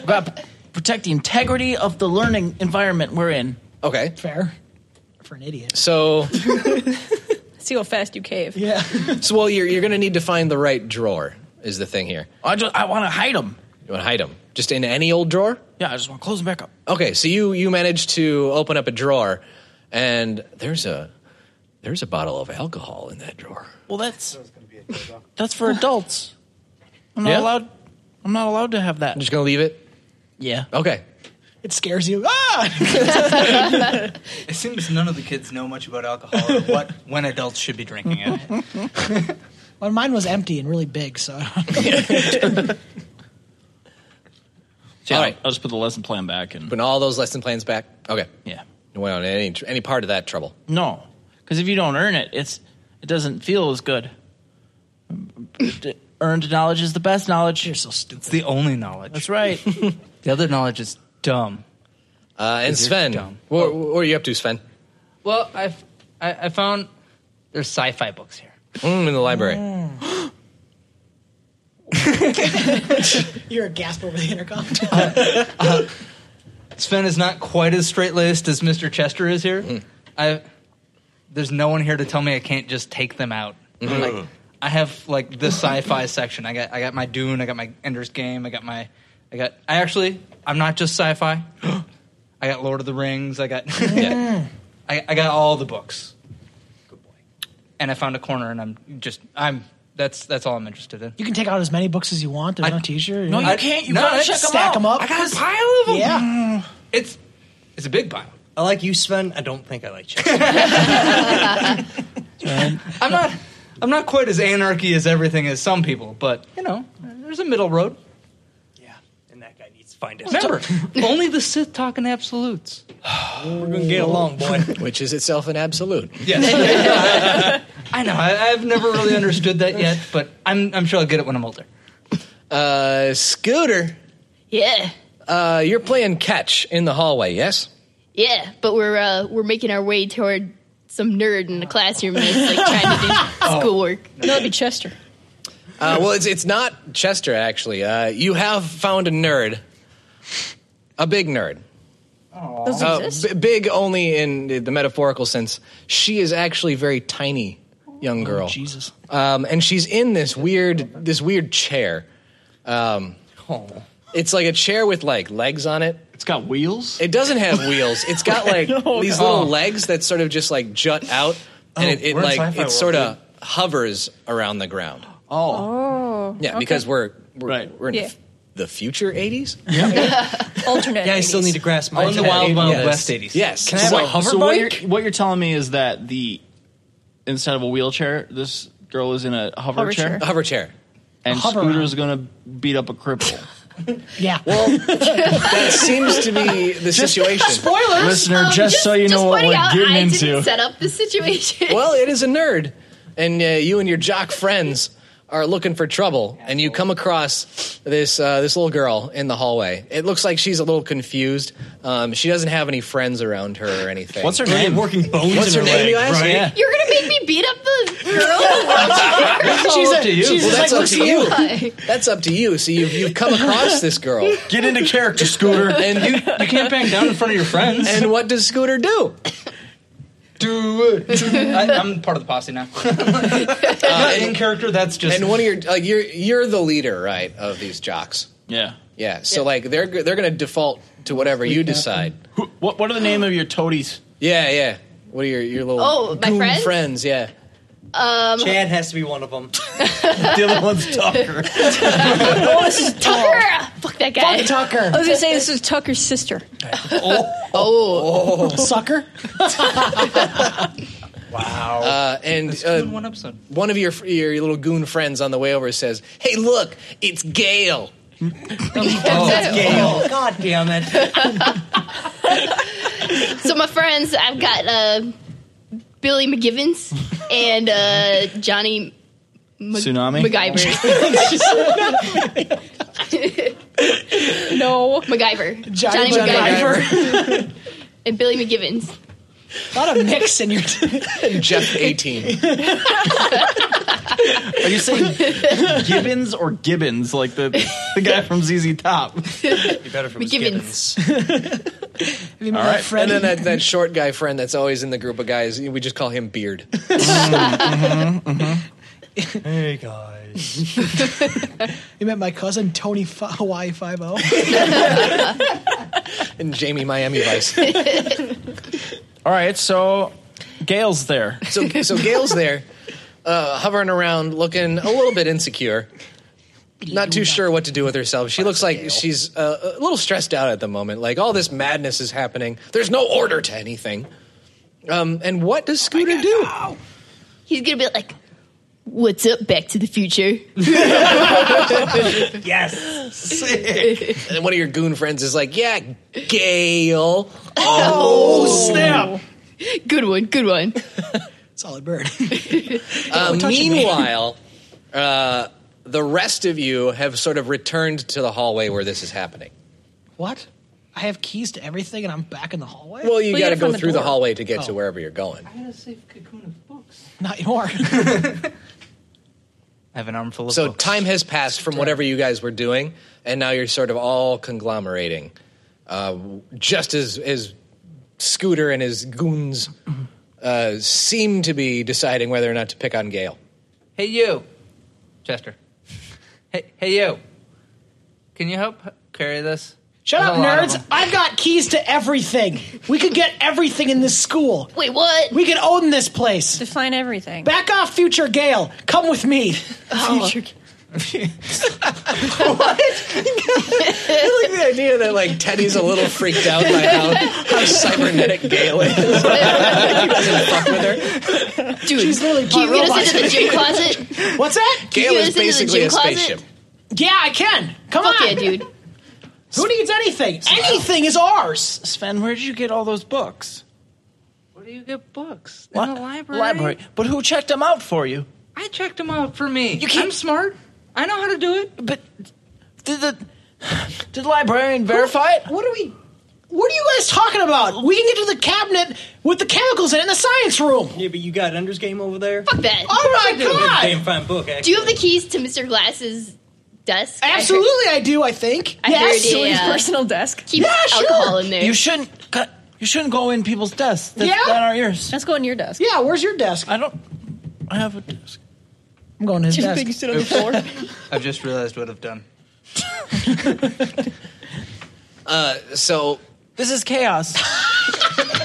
Speaker 10: About p- protect the integrity of the learning environment we're in.
Speaker 7: Okay.
Speaker 9: Fair. For an idiot.
Speaker 7: So
Speaker 4: See how fast you cave.
Speaker 9: Yeah.
Speaker 7: so well, you're you're gonna need to find the right drawer is the thing here.
Speaker 10: I just I want to hide them.
Speaker 7: You want to hide them just in any old drawer?
Speaker 10: Yeah, I just want to close them back up.
Speaker 7: Okay, so you you managed to open up a drawer, and there's a there's a bottle of alcohol in that drawer.
Speaker 10: Well, that's that's for adults. I'm not
Speaker 7: Yeah?
Speaker 10: allowed. I'm not allowed to have that.
Speaker 7: I'm just gonna leave it.
Speaker 10: Yeah.
Speaker 7: Okay.
Speaker 9: It scares you. Ah!
Speaker 6: it seems none of the kids know much about alcohol or what when adults should be drinking it.
Speaker 9: well, mine was empty and really big, so.
Speaker 3: Yeah, I'll just put the lesson plan back and
Speaker 7: Putting all those lesson plans back. Okay.
Speaker 10: Yeah.
Speaker 7: You won't want any any part of that trouble.
Speaker 10: No, because if you don't earn it, it's it doesn't feel as good. Earned knowledge is the best knowledge. You're
Speaker 9: so stupid.
Speaker 6: It's the only knowledge.
Speaker 10: That's right.
Speaker 6: the other knowledge is dumb.
Speaker 7: Uh, and
Speaker 6: You're
Speaker 7: Sven,
Speaker 6: dumb.
Speaker 7: what, what are you up to, Sven?
Speaker 6: Well, I've, I I found there's sci-fi books here.
Speaker 7: Mm, in the library.
Speaker 9: You're aghast over the intercom.
Speaker 6: Uh, Sven is not quite as straight laced as Mr. Chester is here. I there's no one here to tell me I can't just take them out.
Speaker 7: Mhm.
Speaker 6: Like, I have like the sci-fi section. I got I got my Dune. I got my Ender's Game. I got my I got I actually I'm not just sci-fi. I got Lord of the Rings. I got I, I got all the books. Good boy. And I found a corner, and I'm just I'm that's that's all I'm interested in.
Speaker 9: You can take out as many books as you want. There's no t-shirt.
Speaker 6: No, you I- can't. You no, gotta I- check 'em
Speaker 9: stack
Speaker 6: out.
Speaker 9: them up.
Speaker 6: I got a pile of 'em.
Speaker 9: Yeah.
Speaker 6: It's it's a big pile.
Speaker 8: I like you, Sven. I don't think I like Chester.
Speaker 6: I'm not I'm not quite as anarchy as everything as some people, but you know, there's a middle road.
Speaker 8: and that guy needs to find it.
Speaker 6: Remember, only the Sith talk in absolutes.
Speaker 8: We're gonna get along, boy.
Speaker 7: Which is itself an absolute.
Speaker 6: Yes. I know. I, I've never really understood that yet, but I'm I'm sure I'll get it when I'm older.
Speaker 7: Uh, Scooter,
Speaker 1: Yeah,
Speaker 7: uh, you're playing catch in the hallway, yes?
Speaker 1: yeah. But we're uh, we're making our way toward some nerd in the classroom that's like trying to do schoolwork. No, that'd be Chester.
Speaker 7: Uh, well, it's, it's not Chester, actually. Uh, you have found a nerd, a big nerd.
Speaker 1: Those
Speaker 7: Uh,
Speaker 1: exist?
Speaker 7: b- big only in the, the metaphorical sense. She is actually a very tiny
Speaker 3: Oh,
Speaker 7: young girl.
Speaker 9: Jesus.
Speaker 7: Um, and she's in this weird this weird chair. Um, It's like a chair with like legs on it. It's
Speaker 3: Oh. got wheels.
Speaker 7: It doesn't have wheels. It's got like
Speaker 3: No,
Speaker 7: these
Speaker 3: no.
Speaker 7: little legs that sort of just like jut out, and
Speaker 3: Oh,
Speaker 7: it, it
Speaker 3: we're in
Speaker 7: like
Speaker 3: sci-fi
Speaker 7: it
Speaker 3: world,
Speaker 7: sort of hovers around the ground.
Speaker 4: Oh.
Speaker 7: Yeah,
Speaker 4: okay.
Speaker 7: because we're we're, we're in
Speaker 4: Yeah.
Speaker 7: the future '80s.
Speaker 4: alternate.
Speaker 8: Yeah, I still need to grasp my
Speaker 7: Oh, in the Wild Wild West
Speaker 3: 80s.
Speaker 7: Yes.
Speaker 3: Can I
Speaker 7: So-
Speaker 3: have a hover
Speaker 7: so what
Speaker 3: what
Speaker 7: you're-
Speaker 3: you're, what you're telling me is that the instead of a wheelchair, this girl is in a hover,
Speaker 7: Hover
Speaker 3: chair.
Speaker 7: chair. A hover chair.
Speaker 3: And
Speaker 7: A hover
Speaker 3: Scooter's going to beat up a cripple.
Speaker 9: Yeah.
Speaker 7: Well, that seems to be the situation.
Speaker 1: Spoilers, Um,
Speaker 3: Listener, just
Speaker 7: Um,
Speaker 3: so you know what
Speaker 1: pointing
Speaker 3: we're
Speaker 1: out
Speaker 3: getting
Speaker 1: I
Speaker 3: into.
Speaker 1: didn't set up the situation.
Speaker 7: well, it is a nerd, and uh, you and your jock friends are looking for trouble, and you come across this uh, this little girl in the hallway. It looks like she's a little confused. Um, she doesn't have any friends around her or anything.
Speaker 10: What's her name? Working bones
Speaker 7: What's
Speaker 10: in
Speaker 7: her
Speaker 10: her
Speaker 7: name? you
Speaker 10: leg,
Speaker 7: ask?
Speaker 10: right? Yeah.
Speaker 1: You're gonna make me beat up the girl.
Speaker 7: she's a, She's
Speaker 1: Well,
Speaker 7: just
Speaker 1: that's
Speaker 7: like,
Speaker 1: up
Speaker 7: "What's
Speaker 1: to
Speaker 7: you. That's up to you. So you've you've come across this girl.
Speaker 10: Get into character, Scooter.
Speaker 7: and you you can't bang down in front of your friends. And what does Scooter do?
Speaker 6: Do it. I, I'm part of the posse now. Not in character. That's just.
Speaker 7: And one of your like you're you're the leader, right, of these jocks.
Speaker 10: Yeah.
Speaker 7: Yeah. So like they're g- they're gonna default to whatever you decide.
Speaker 10: Who, what What are the name of your toadies?
Speaker 7: Yeah, yeah. What are your your little
Speaker 1: Oh, my
Speaker 7: goon
Speaker 1: friends?
Speaker 7: Yeah.
Speaker 1: Um,
Speaker 8: Chad has to be one of them.
Speaker 10: the other one's Tucker.
Speaker 1: Tucker. Fuck that guy.
Speaker 9: Fuck Tucker.
Speaker 4: I was gonna say this is Tucker's sister.
Speaker 1: Oh.
Speaker 9: Sucker.
Speaker 7: Wow. Uh, and uh, one episode. One of your fr- your your little goon friends on the way over says, "Hey, look, it's Gail."
Speaker 8: That's Gail. God Oh, damn it.
Speaker 1: So my friends, I've got uh, Billy McGivens and uh, Johnny Mc-
Speaker 10: Tsunami?
Speaker 1: MacGyver.
Speaker 4: No.
Speaker 1: MacGyver.
Speaker 9: Johnny
Speaker 1: and Billy McGivens.
Speaker 9: A lot of mix in your.
Speaker 7: And Jeff eighteen.
Speaker 10: Are you saying Gibbons or Gibbons, like the the guy from ZZ Top?
Speaker 8: Be better if it was
Speaker 1: McGivens.
Speaker 8: Gibbons.
Speaker 9: Have you met
Speaker 10: All
Speaker 9: that
Speaker 10: right.
Speaker 9: friend?
Speaker 7: And then that, that short guy friend that's always in the group of guys, we just call him Beard.
Speaker 8: Mm-hmm, Hey guys.
Speaker 9: you met my cousin Tony F- Hawaii Five O.
Speaker 7: And Jamie Miami Vice.
Speaker 10: All right, so Gail's there.
Speaker 7: So, so Gail's there, uh, hovering around, looking a little bit insecure, not too sure what to do with herself. She looks like she's uh, a little stressed out at the moment. Like all this madness is happening. There's no order to anything. Um, and what does Scooter do?
Speaker 1: He's gonna be like, "What's up, Back to the Future?"
Speaker 8: Yes.
Speaker 7: And one of your goon friends is like, "Yeah, Gail."
Speaker 6: Oh,
Speaker 7: Oh.
Speaker 1: Good one. Good one.
Speaker 9: Solid bird.
Speaker 7: Uh,
Speaker 9: touching me.
Speaker 7: meanwhile, uh, the rest of you have sort of returned to the hallway where this is happening.
Speaker 9: what? I have keys to everything, and I'm back in the hallway.
Speaker 7: Well, you got
Speaker 4: Well, you
Speaker 7: to
Speaker 4: gotta
Speaker 7: go
Speaker 4: find the
Speaker 7: through the
Speaker 4: door.
Speaker 7: hallway to get
Speaker 9: Oh.
Speaker 7: to wherever you're going.
Speaker 6: I gotta save cocoon of books.
Speaker 9: not your.
Speaker 6: I have an armful of
Speaker 7: So
Speaker 6: books.
Speaker 7: time has passed from whatever you guys were doing, and now you're sort of all conglomerating, uh, just as as Scooter and his goons uh, seem to be deciding whether or not to pick on Gale.
Speaker 6: Hey you, Chester. Hey, hey you. Can you help carry this?
Speaker 9: Shut
Speaker 6: There's
Speaker 9: up,
Speaker 6: a lot of
Speaker 9: nerds!
Speaker 6: them.
Speaker 9: I've got keys to everything. We could get everything in this school.
Speaker 1: Wait, what?
Speaker 9: We could own this place.
Speaker 4: Define everything.
Speaker 9: Back off, future Gale. Come with me.
Speaker 7: I like the idea that like Teddy's a little freaked out by how, how cybernetic Gale is. he doesn't fuck with her.
Speaker 1: Dude,
Speaker 9: She's literally
Speaker 1: can you
Speaker 9: part
Speaker 1: get us
Speaker 9: robot.
Speaker 1: into the gym closet?
Speaker 9: What's that?
Speaker 7: Gale
Speaker 1: get
Speaker 7: is
Speaker 1: us into the
Speaker 7: basically
Speaker 1: gym
Speaker 7: a
Speaker 1: closet?
Speaker 7: spaceship.
Speaker 9: Yeah, I can. Come
Speaker 1: Fuck
Speaker 9: on,
Speaker 1: yeah, dude.
Speaker 9: Who needs anything? Anything is ours.
Speaker 10: Sven, where did you get all those books?
Speaker 6: Where do you get books? In
Speaker 10: What?
Speaker 6: the library.
Speaker 10: Library. But who checked them out for you?
Speaker 6: I checked them out for me. You
Speaker 10: can't-
Speaker 6: I'm smart. I know how to do it.
Speaker 10: But did the did the librarian verify it?
Speaker 9: What are we? What are you guys talking about? We can get to the cabinet with the chemicals in it in the science room.
Speaker 8: Yeah, but you got Ender's Game over there.
Speaker 1: Fuck that.
Speaker 9: Oh my
Speaker 8: Dude, it's a damn
Speaker 9: god!
Speaker 8: fine book, actually.
Speaker 1: Do you have the keys to Mr. Glass's desk? I heard-
Speaker 9: Absolutely, I do. I think.
Speaker 1: I heard,
Speaker 9: yes.
Speaker 1: yeah.
Speaker 4: His personal desk.
Speaker 1: Keep
Speaker 9: Yeah, sure.
Speaker 1: alcohol in there.
Speaker 10: You shouldn't cut. You shouldn't go in people's desks. That's
Speaker 9: Yeah?
Speaker 10: not our ears.
Speaker 4: Let's go on your desk.
Speaker 9: Yeah. Where's your desk?
Speaker 10: I don't. I have a desk.
Speaker 9: I'm going to his desk.
Speaker 4: sit on the floor.
Speaker 6: I've just realized what I've done. Uh,
Speaker 7: So
Speaker 10: This is chaos.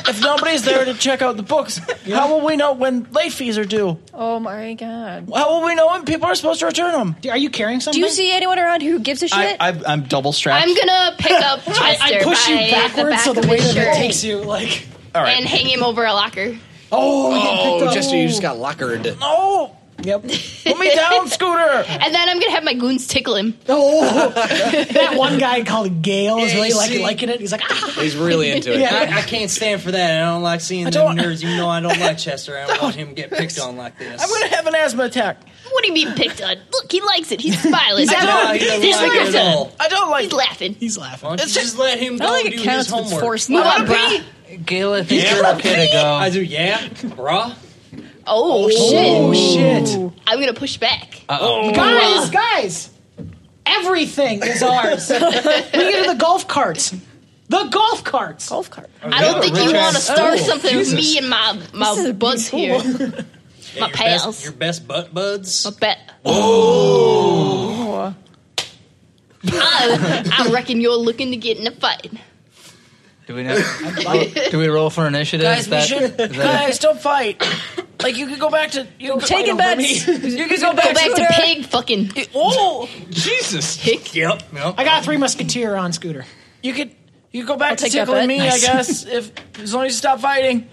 Speaker 10: if nobody's there to check out the books, how will we know when late fees are due?
Speaker 4: oh my god.
Speaker 10: How will we know when people are supposed to return them?
Speaker 9: Are you carrying
Speaker 4: Do
Speaker 9: something?
Speaker 4: you see anyone around who gives a shit?
Speaker 10: I'm double strapped.
Speaker 1: I'm gonna pick up Chester
Speaker 9: I, I push you
Speaker 1: by the
Speaker 9: backwards
Speaker 1: back
Speaker 9: so the
Speaker 1: of
Speaker 9: weight
Speaker 1: his
Speaker 9: of it
Speaker 1: shirt
Speaker 9: takes you like.
Speaker 10: All right.
Speaker 1: and hang him over a locker.
Speaker 9: Oh, we get picked
Speaker 7: oh,
Speaker 9: up.
Speaker 7: Jester, you just got lockered.
Speaker 10: oh,
Speaker 9: Yep.
Speaker 10: put me down, Scooter.
Speaker 1: And then I'm gonna have my goons tickle him.
Speaker 9: Oh, that one guy called Gail is
Speaker 8: Yeah,
Speaker 9: really
Speaker 8: you
Speaker 9: like,
Speaker 8: see.
Speaker 9: liking it. He's like, ah.
Speaker 7: He's really into it.
Speaker 8: I, I can't stand for that. I don't like seeing the
Speaker 10: don't-
Speaker 8: nerds. You know, I don't like Chester. I don't want him to get picked on like this.
Speaker 10: I'm gonna have an asthma attack.
Speaker 1: What do you mean picked on? Look, he likes it. He's smiling.
Speaker 11: He's
Speaker 1: I
Speaker 11: not-
Speaker 1: don't-
Speaker 11: he doesn't
Speaker 1: he's
Speaker 11: like it at
Speaker 1: laughing.
Speaker 11: all.
Speaker 1: I don't like. He's laughing.
Speaker 9: He's laughing.
Speaker 11: Why don't you just let him go do his homework?
Speaker 1: Move on,
Speaker 11: Wanna
Speaker 1: bruh.
Speaker 6: Gail, I think
Speaker 11: Yeah.
Speaker 6: you're okay to go.
Speaker 11: I
Speaker 6: do, yeah, bruh.
Speaker 1: Oh, shit! Oh shit! I'm gonna push back.
Speaker 8: Oh.
Speaker 6: Uh-oh.
Speaker 9: Guys, guys, everything is ours. we get to the golf carts. The golf carts. Golf cart.
Speaker 11: Oh,
Speaker 1: I don't think you want to start something with me and my my buds here. my
Speaker 8: your best-
Speaker 1: pals.
Speaker 8: your best butt buds.
Speaker 1: My bet. I, I reckon you're looking to get in a fight.
Speaker 6: we know? do we roll for initiative?
Speaker 10: Guys,
Speaker 6: Is
Speaker 10: we
Speaker 6: that-
Speaker 10: should.
Speaker 6: is that-
Speaker 10: Guys, don't fight. Like you could go back to you could
Speaker 1: Taking
Speaker 10: fight over
Speaker 1: bets.
Speaker 10: me. You could go back,
Speaker 1: to,
Speaker 10: there.
Speaker 1: pig fucking.
Speaker 10: Oh,
Speaker 6: Jesus!
Speaker 1: Hick.
Speaker 6: Yep. Yep.
Speaker 9: I got three musketeer on scooter.
Speaker 10: you could you could go back to
Speaker 9: take that
Speaker 10: tickling
Speaker 9: bet.
Speaker 10: me.
Speaker 9: Nice.
Speaker 10: I guess if as long as you stop fighting.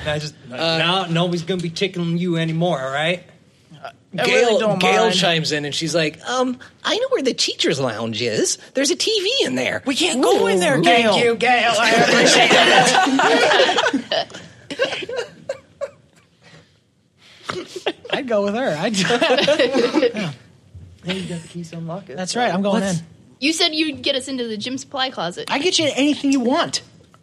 Speaker 8: And I just
Speaker 7: Uh,
Speaker 8: like, no, nobody's gonna be tickling you anymore. All right.
Speaker 10: I
Speaker 7: Gail,
Speaker 10: really don't
Speaker 7: Gail
Speaker 10: mind.
Speaker 7: chimes in and she's like, um, I know where the teacher's lounge is. There's a TV in there.
Speaker 10: We can't go in there,
Speaker 7: Thank
Speaker 10: Gail.
Speaker 7: you,
Speaker 10: Gail. I
Speaker 7: appreciate
Speaker 9: I'd go with her. I'd,
Speaker 11: You got the keys to unlock it.
Speaker 9: that's right. I'm going in.
Speaker 1: You said you'd get us into the gym supply closet.
Speaker 9: I get you anything you want.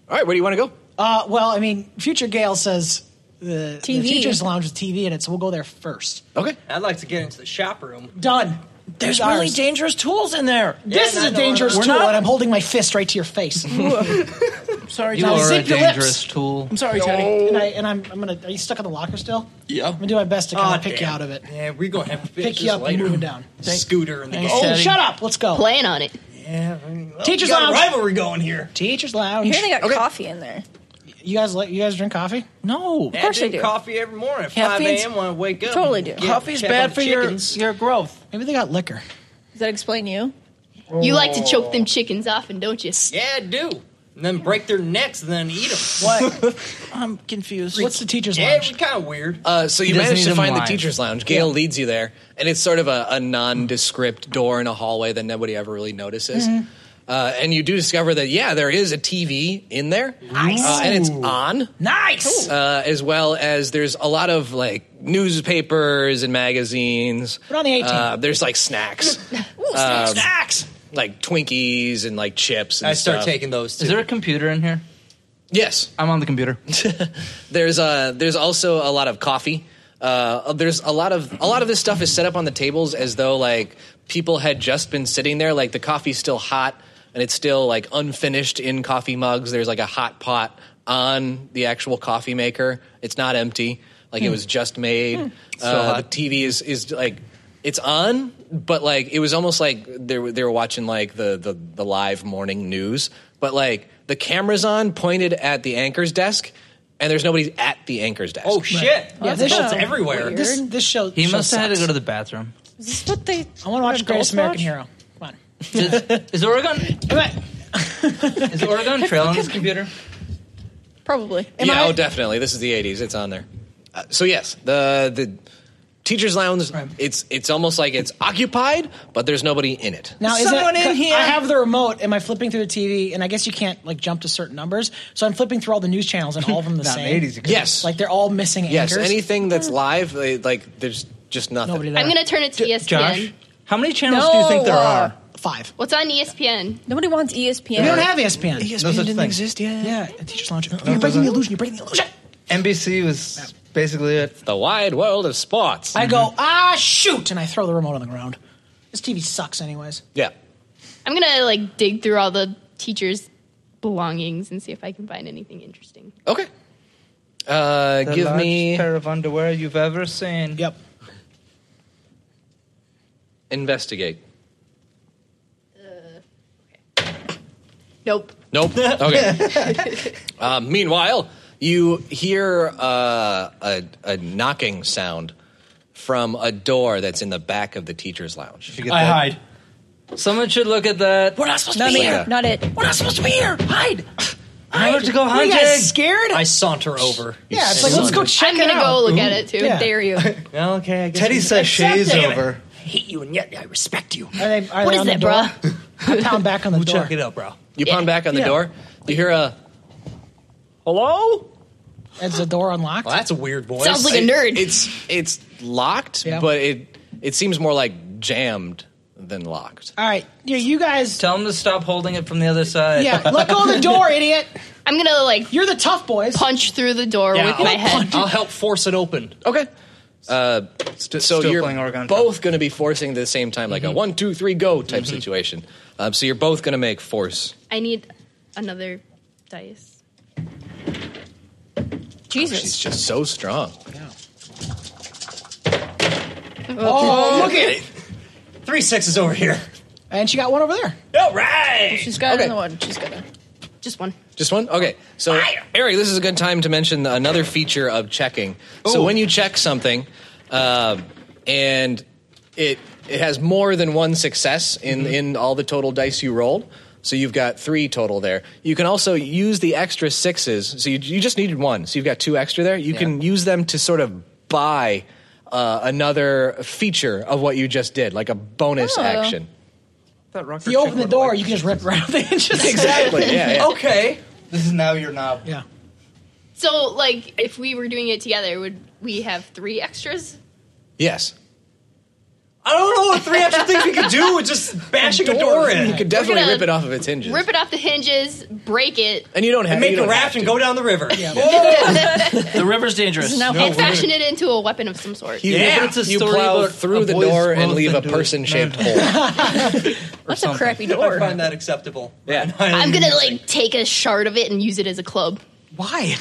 Speaker 7: All right, where do you want to go?
Speaker 9: Uh, well, I mean, Future Gale says the, the
Speaker 4: TV.
Speaker 9: Futures Lounge with TV in it, so we'll go there first.
Speaker 7: Okay.
Speaker 8: I'd like to get into the shop room.
Speaker 9: Done.
Speaker 10: There's
Speaker 9: It's ours.
Speaker 10: really dangerous tools in there.
Speaker 9: This
Speaker 8: Yeah,
Speaker 9: is a
Speaker 8: no, no,
Speaker 9: dangerous
Speaker 8: no,
Speaker 10: no.
Speaker 9: tool,
Speaker 10: We're not-
Speaker 9: and I'm holding my fist right to your face. and,
Speaker 10: Sorry,
Speaker 6: You are
Speaker 10: Tony.
Speaker 6: a
Speaker 9: zip your lips.
Speaker 6: dangerous tool.
Speaker 10: I'm sorry, Tony.
Speaker 9: I, and I'm, I'm gonna. Are you stuck in the locker still?
Speaker 10: Yeah.
Speaker 9: I'm gonna do my best to kind
Speaker 8: Aw,
Speaker 9: of pick
Speaker 8: Ah, damn.
Speaker 9: you out of it.
Speaker 8: Yeah, we're gonna have to finish
Speaker 9: Pick
Speaker 8: this
Speaker 9: you up
Speaker 8: later.
Speaker 9: and move it down.
Speaker 8: Scooter and the
Speaker 10: Thanks,
Speaker 9: Oh,
Speaker 10: Teddy.
Speaker 9: shut up! Let's go.
Speaker 1: Plan on it.
Speaker 9: Teachers
Speaker 8: got a
Speaker 9: lounge.
Speaker 8: rivalry going here.
Speaker 9: Teachers lounge.
Speaker 4: Here they got coffee in there.
Speaker 9: You guys, like- you guys drink coffee?
Speaker 10: No.
Speaker 8: Of
Speaker 4: course they do.
Speaker 8: Coffee every morning at five
Speaker 10: Caffeine's-
Speaker 8: a.m. when I wake up.
Speaker 4: Totally
Speaker 8: and
Speaker 4: do.
Speaker 8: get-
Speaker 10: Coffee's
Speaker 8: check
Speaker 10: bad
Speaker 8: on
Speaker 10: for your
Speaker 8: chickens.
Speaker 10: your growth.
Speaker 9: Maybe they got liquor.
Speaker 4: Does that explain you?
Speaker 1: You like to choke them chickens often, don't you?
Speaker 8: Yeah, I do. And then break their necks and then eat them.
Speaker 9: What?
Speaker 10: I'm confused.
Speaker 9: What's the teachers
Speaker 8: Yeah, it
Speaker 9: lounge?
Speaker 8: was kind of weird.
Speaker 7: Uh, so you
Speaker 6: doesn't
Speaker 7: manage
Speaker 6: need
Speaker 7: to
Speaker 6: them
Speaker 7: find
Speaker 6: live.
Speaker 7: the teacher's lounge. Gail leads you there, and it's sort of a, a nondescript door in a hallway that nobody ever really notices. Uh, and you do discover that yeah, there is a TV in there, nice, uh, and it's on,
Speaker 9: Nice.
Speaker 7: uh, as well as there's a lot of like newspapers and magazines.
Speaker 9: Put on the 18.
Speaker 7: Uh, there's like snacks, Um,
Speaker 9: Snacks.
Speaker 7: like Twinkies and like chips. And
Speaker 8: I start
Speaker 7: stuff.
Speaker 8: taking those too.
Speaker 6: Is there a computer in here?
Speaker 7: yes.
Speaker 6: I'm on the computer.
Speaker 7: There's uh there's also a lot of coffee. Uh, there's a lot of a lot of this stuff is set up on the tables as though like people had just been sitting there. Like the coffee's still hot and it's still like unfinished in coffee mugs. There's like a hot pot on the actual coffee maker. It's not empty. Like it was just made. Uh, the TV is is like it's on, but like it was almost like they were, they were watching like the, the the live morning news. But like the camera's on, pointed at the anchor's desk, and there's nobody at the anchor's desk.
Speaker 8: oh shit!
Speaker 9: Yeah, this
Speaker 8: shit's
Speaker 9: show-
Speaker 8: everywhere.
Speaker 9: This this show.
Speaker 6: He
Speaker 9: show
Speaker 6: must have had to
Speaker 9: sucks.
Speaker 6: go to the bathroom.
Speaker 4: Is this what they?
Speaker 9: I want to watch Greatest American Hero. Come on.
Speaker 6: Is Oregon? Is Oregon Trail on his computer?
Speaker 4: Probably.
Speaker 7: yeah, oh definitely. This is the '80s. It's on there. Uh, so yes, the the teachers' lounge. It's it's almost like it's occupied, but there's nobody in it.
Speaker 9: Now is
Speaker 10: Someone
Speaker 9: it,
Speaker 10: in here.
Speaker 9: I have the remote. Am I flipping through the TV? And I guess you can't like jump to certain numbers. So I'm flipping through all the news channels and all of them the same.
Speaker 7: Yes,
Speaker 9: Like they're all missing
Speaker 7: yes.
Speaker 9: anchors.
Speaker 7: Anything that's live, they- like there's just nothing.
Speaker 9: Nobody there.
Speaker 1: I'm gonna turn it to E ESPN.
Speaker 6: Josh, how many channels do you think there
Speaker 4: No, uh,
Speaker 6: are?
Speaker 9: five.
Speaker 1: What's on E ESPN?
Speaker 4: Nobody wants E ESPN.
Speaker 9: We don't have E ESPN.
Speaker 6: No such thing.
Speaker 9: Yeah, teachers lounge. You're breaking the illusion. You're breaking the illusion.
Speaker 6: NBC was basically it.
Speaker 7: The wide world of sports.
Speaker 6: Mm-hmm.
Speaker 9: I go ah shoot, and I throw the remote on the ground. This TV sucks, anyways.
Speaker 7: Mm-hmm. yeah.
Speaker 1: I'm gonna like dig through all the teachers' belongings and see if I can find anything interesting.
Speaker 7: Okay. Uh,
Speaker 6: The
Speaker 7: give
Speaker 6: largest
Speaker 7: me
Speaker 6: pair of underwear you've ever seen.
Speaker 9: Yep.
Speaker 7: investigate.
Speaker 1: Nope.
Speaker 7: Nope. Okay. uh, meanwhile, you hear uh, a, a knocking sound from a door that's in the back of the teacher's lounge.
Speaker 6: Should get that. Someone should look at that.
Speaker 11: We're not supposed
Speaker 4: Not
Speaker 11: to be
Speaker 4: me.
Speaker 11: here.
Speaker 7: Yeah.
Speaker 4: Not it.
Speaker 11: We're not supposed to be here. Hide.
Speaker 6: I have to go
Speaker 9: Are you guys
Speaker 6: hunting.
Speaker 9: scared?
Speaker 8: I saunter over.
Speaker 9: yeah, it's like let's go check
Speaker 1: I'm
Speaker 9: it
Speaker 1: gonna
Speaker 9: out.
Speaker 1: go look at it too.
Speaker 9: Yeah.
Speaker 4: Dare you?
Speaker 8: Okay, I guess
Speaker 6: Teddy
Speaker 8: we-
Speaker 6: says shay's
Speaker 9: Damn it.
Speaker 6: over.
Speaker 11: I hate you, and yet I respect you.
Speaker 9: Are they, are
Speaker 1: What
Speaker 9: they
Speaker 1: is
Speaker 9: on the
Speaker 1: that,
Speaker 9: door?
Speaker 1: bruh?
Speaker 9: I pound back on the
Speaker 8: We'll
Speaker 9: door.
Speaker 8: check it out, bro.
Speaker 7: You pound back on the
Speaker 9: Yeah.
Speaker 7: door. You hear a hello.
Speaker 9: Is the door unlocked?
Speaker 8: Well, that's a weird voice.
Speaker 1: Sounds like a nerd.
Speaker 7: It's it's locked,
Speaker 9: Yeah.
Speaker 7: but it It seems more like jammed than locked.
Speaker 9: All right. Yeah, you guys.
Speaker 6: Tell him to stop holding it from the other side.
Speaker 9: Yeah, let go of the door, idiot.
Speaker 1: I'm gonna like.
Speaker 9: You're the tough boys.
Speaker 1: Punch through the door with my head.
Speaker 6: I'll help force it open.
Speaker 7: Okay. Uh, so
Speaker 6: still
Speaker 7: you're
Speaker 6: playing Oregon Trail.
Speaker 7: both going to be forcing at the same time, like a one, two, three, go type situation. Um, so you're both going to make force.
Speaker 1: I need another dice.
Speaker 7: She's just so strong.
Speaker 9: Oh, look at it.
Speaker 6: Three sixes over here.
Speaker 9: And she got one over there.
Speaker 6: All right.
Speaker 1: She's got
Speaker 7: Okay.
Speaker 1: another one. She's got a, just one.
Speaker 7: Just one? Okay. So, Eric, this is a good time to mention another feature of checking. So,
Speaker 6: Ooh.
Speaker 7: when you check something um and it it has more than one success in, in all the total dice you rolled, so you've got three total there. You can also use the extra sixes. So, you, you just needed one. So, you've got two extra there. You can use them to sort of buy uh, another feature of what you just did, like a bonus
Speaker 9: Oh.
Speaker 7: action.
Speaker 9: If you open the door, you can just rip right out the hinges.
Speaker 7: Exactly, yeah, yeah.
Speaker 6: Okay. This is now your knob.
Speaker 9: Yeah.
Speaker 1: So like, if we were doing it together, would we have three extras?
Speaker 7: Yes.
Speaker 6: I don't know what three extra things we could do with just bashing a door in.
Speaker 7: You could definitely
Speaker 1: gonna
Speaker 7: rip it off of its hinges.
Speaker 1: Rip it off the hinges, break it,
Speaker 7: and you don't have
Speaker 6: And
Speaker 7: you
Speaker 6: make a
Speaker 7: don't have
Speaker 6: raft and go down the river. Yeah.
Speaker 3: The river's dangerous.
Speaker 1: and fashion it into a weapon of some sort.
Speaker 7: You,
Speaker 6: Yeah.
Speaker 7: you
Speaker 6: It's a story
Speaker 7: plow
Speaker 6: about
Speaker 7: through
Speaker 6: a
Speaker 7: the
Speaker 6: boy's
Speaker 7: door and
Speaker 6: growth
Speaker 7: leave a
Speaker 6: into it.
Speaker 7: person-shaped hole.
Speaker 1: That's a crappy
Speaker 6: I
Speaker 1: door.
Speaker 6: find that acceptable.
Speaker 7: Yeah.
Speaker 1: I'm gonna like take a shard of it and use it as a club.
Speaker 9: Why?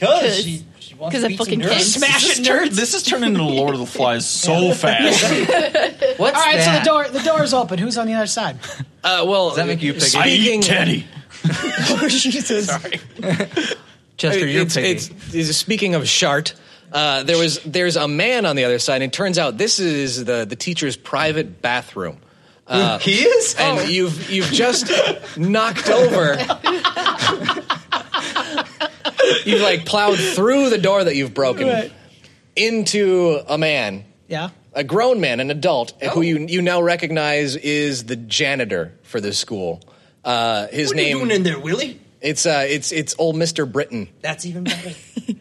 Speaker 6: Because she, she wants
Speaker 1: 'cause
Speaker 6: to
Speaker 1: I
Speaker 6: beat some
Speaker 1: fucking
Speaker 6: nerds.
Speaker 1: can.
Speaker 9: Smash
Speaker 3: This
Speaker 9: it,
Speaker 3: is turn-
Speaker 9: nerds.
Speaker 3: This is turning into Lord of the Flies so fast.
Speaker 6: What's
Speaker 9: All right, so the
Speaker 6: that?
Speaker 9: door the door is open. Who's on the other side?
Speaker 7: Uh, well,
Speaker 6: Does that make you piggy?
Speaker 3: I
Speaker 7: speaking,
Speaker 3: eat Teddy.
Speaker 9: Jesus.
Speaker 6: Chester, you're
Speaker 7: it's,
Speaker 6: piggy.
Speaker 7: it's- it's- speaking of shart. Uh, there was there's a man on the other side, and it turns out this is the the teacher's private bathroom. Uh,
Speaker 6: he is? Oh.
Speaker 7: and you've you've just knocked over. you've like plowed through the door that you've broken
Speaker 9: Right.
Speaker 7: into a man
Speaker 9: Yeah.
Speaker 7: a grown man, an adult,
Speaker 6: Oh.
Speaker 7: who you, you now recognize is the janitor for this school. Uh, his
Speaker 6: what are you
Speaker 7: name
Speaker 6: doing in there, Willie?
Speaker 7: it's uh, it's it's old Mister Britton.
Speaker 6: That's even better.